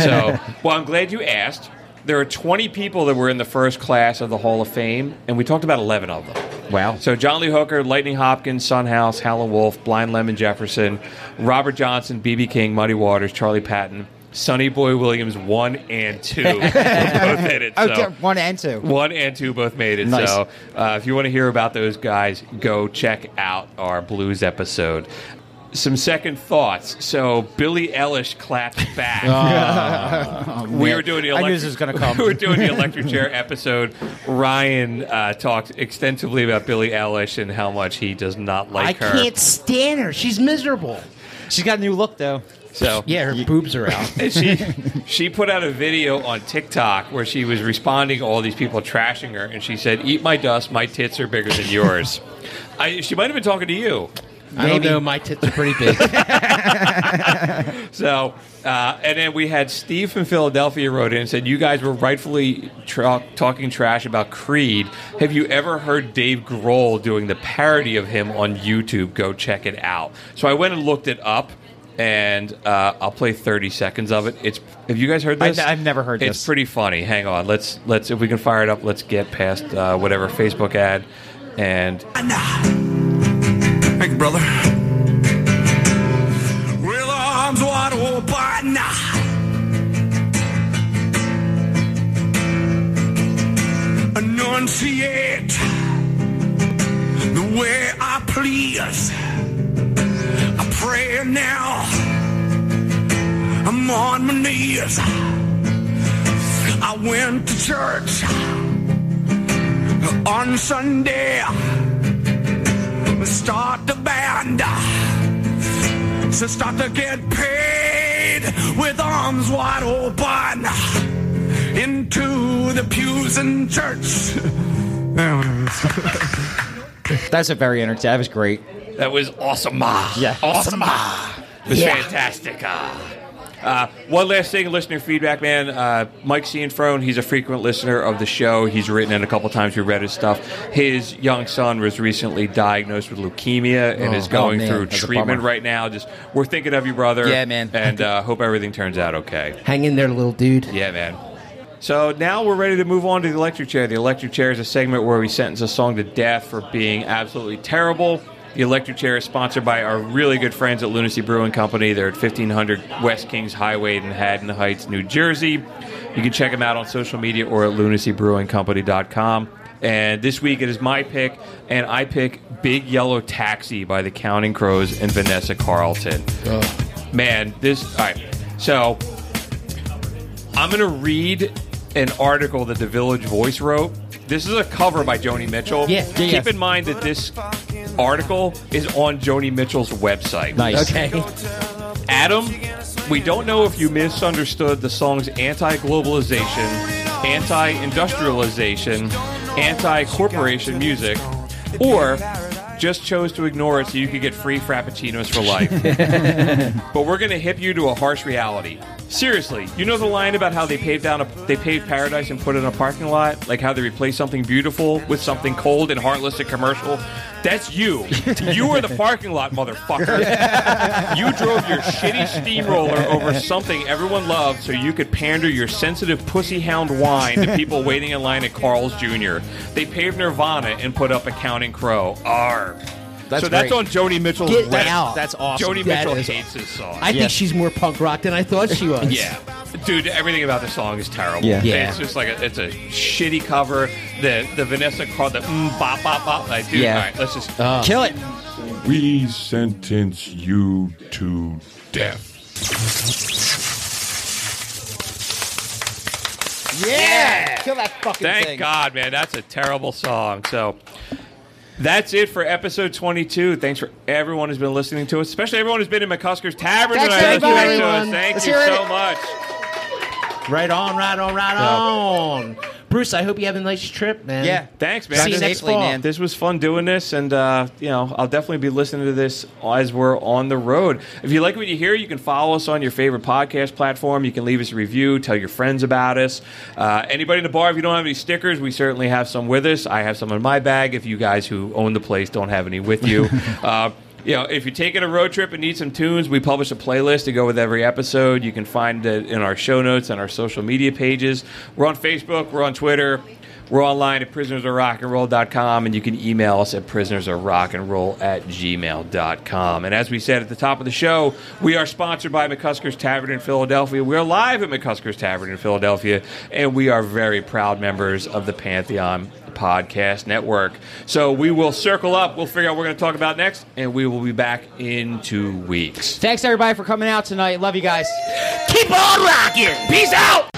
so, well, I'm glad you asked. There are 20 people that were in the first class of the Hall of Fame, and we talked about 11 of them. Wow. So, John Lee Hooker, Lightning Hopkins, Son House, Howlin' Wolf, Blind Lemon Jefferson, Robert Johnson, B.B. King, Muddy Waters, Charlie Patton, Sonny Boy Williams, one and two. both in
Oh,
it.
Okay,
so-
one and two.
one and two both made it.
Nice.
So uh, if you want to hear about those guys, go check out our blues episode. Some second thoughts. So Billy Ellish clapped
*laughs*
back.
Ah.
we were doing the
I
electric,
knew this was gonna come.
*laughs* we were doing the electric chair episode. Ryan uh, talked extensively about Billy Ellish and how much he does not
I
like her.
can't stand her. She's miserable.
She's got a new look though.
So
yeah, her boobs are
*laughs*
out.
And she she put out a video on TikTok where she was responding to all these people trashing her, and she said, "Eat my dust. My tits are bigger than yours." I, she might have been talking to you.
I don't know. My tits are pretty big.
*laughs* So, uh, and then we had Steve from Philadelphia wrote in and said, "You guys were rightfully tra- talking trash about Creed. Have you ever heard Dave Grohl doing the parody of him on YouTube? Go check it out." So I went and looked it up. And uh, I'll play 30 seconds of it. It's have you guys heard
I've
this?
n- I've never heard
it's
this.
pretty funny. Hang on, let's let's if we can fire it up. Let's get past uh, whatever Facebook ad and
Thank you, brother. With arms wide open. Enunciate the way I please. I pray now. I'm on my knees. I went to church on Sunday start the band. So start to get paid with arms wide open into the pews and church. *laughs*
That's a very entertaining. That was great.
That was awesome. Ah,
Yeah.
Awesome. It was
Yeah.
fantastic. Uh, one last thing, listener feedback, man. Uh, Mike Cianfrone, he's a frequent listener of the show. He's written in a couple times. We read his stuff. His young son was recently diagnosed with leukemia and
Oh.
is going
Oh, man.
through
That's a
treatment
bummer.
right now. Just we're thinking of you, brother.
Yeah, man.
And uh, hope everything turns out okay.
Hang in there, little dude.
Yeah, man. So now we're ready to move on to the electric chair. The electric chair is a segment where we sentence a song to death for being absolutely terrible. The electric chair is sponsored by our really good friends at Lunacy Brewing Company. They're at 1500 West Kings Highway in Haddon Heights, New Jersey. You can check them out on social media or at lunacybrewingcompany.com. And this week it is my pick, and I pick Big Yellow Taxi by the Counting Crows and Vanessa Carlton. Man, this. All right. So I'm going to read an article that the Village Voice wrote. This is a cover by Joni Mitchell.
Yeah, yeah,
Keep
yes.
in mind that this article is on Joni Mitchell's website.
Nice.
Okay.
Adam, we don't know if you misunderstood the song's anti globalization, anti industrialization, anti corporation music, or just chose to ignore it so you could get free Frappuccinos for life. but we're going to hip you to a harsh reality. Seriously, you know the line about how they paved down a, they paved paradise and put it in a parking lot, like how they replaced something beautiful with something cold and heartless and commercial. That's you. You are the parking lot, motherfucker. you drove your shitty steamroller over something everyone loved so you could pander your sensitive pussy hound wine to people waiting in line at Carl's Jr. They paved Nirvana and put up a Counting Crow. R.
That's
so that's
great.
on Joni Mitchell's
Get
web-
out.
That's awesome.
Joni
That
Mitchell
is-
hates this song.
I think she's more punk rock than I thought she was.
Yeah, dude, everything about the song is terrible.
Yeah. Yeah.
it's just like a, it's a shitty cover. The the Vanessa called the mm, bop bop bop. Like, dude,
Yeah.
all right, let's just
Uh. Oh,
Kill it.
We sentence you to death.
Yeah! Kill that fucking
Thank
thing.
God, man, that's a terrible song. So. That's it for episode 22. Thanks for everyone who's been listening to us, especially everyone who's been in McCusker's Tavern
Thanks,
tonight listening
everybody.
to us. Thank
Let's
you
hear it.
so much.
Right on, right on, right
Yeah.
on. Bruce, I hope you have a nice trip, man.
Thanks, man.
See you next fall.
This was fun doing this, and uh, you know, I'll definitely be listening to this as we're on the road. If you like what you hear, you can follow us on your favorite podcast platform. You can leave us a review, tell your friends about us. Uh, anybody in the bar, if you don't have any stickers, we certainly
*laughs*
have some with us. I have some in my bag. If you guys who own the place don't have any with you. uh, You know, if you're taking a road trip and need some tunes, we publish a playlist to go with every episode. You can find it in our show notes and our social media pages. We're on Facebook, we're on Twitter, we're online at prisonersofrockandroll.com, and you can email us at prisonersofrockandroll at gmail.com. And as we said at the top of the show, we are sponsored by McCusker's Tavern in Philadelphia. We're live at McCusker's Tavern in Philadelphia, and we are very proud members of the Pantheon Podcast Network. So we will circle up. We'll figure out what we're going to talk about next, and we will be back in two weeks.
Thanks everybody for coming out tonight. Love you guys.
Keep on rocking. Peace out.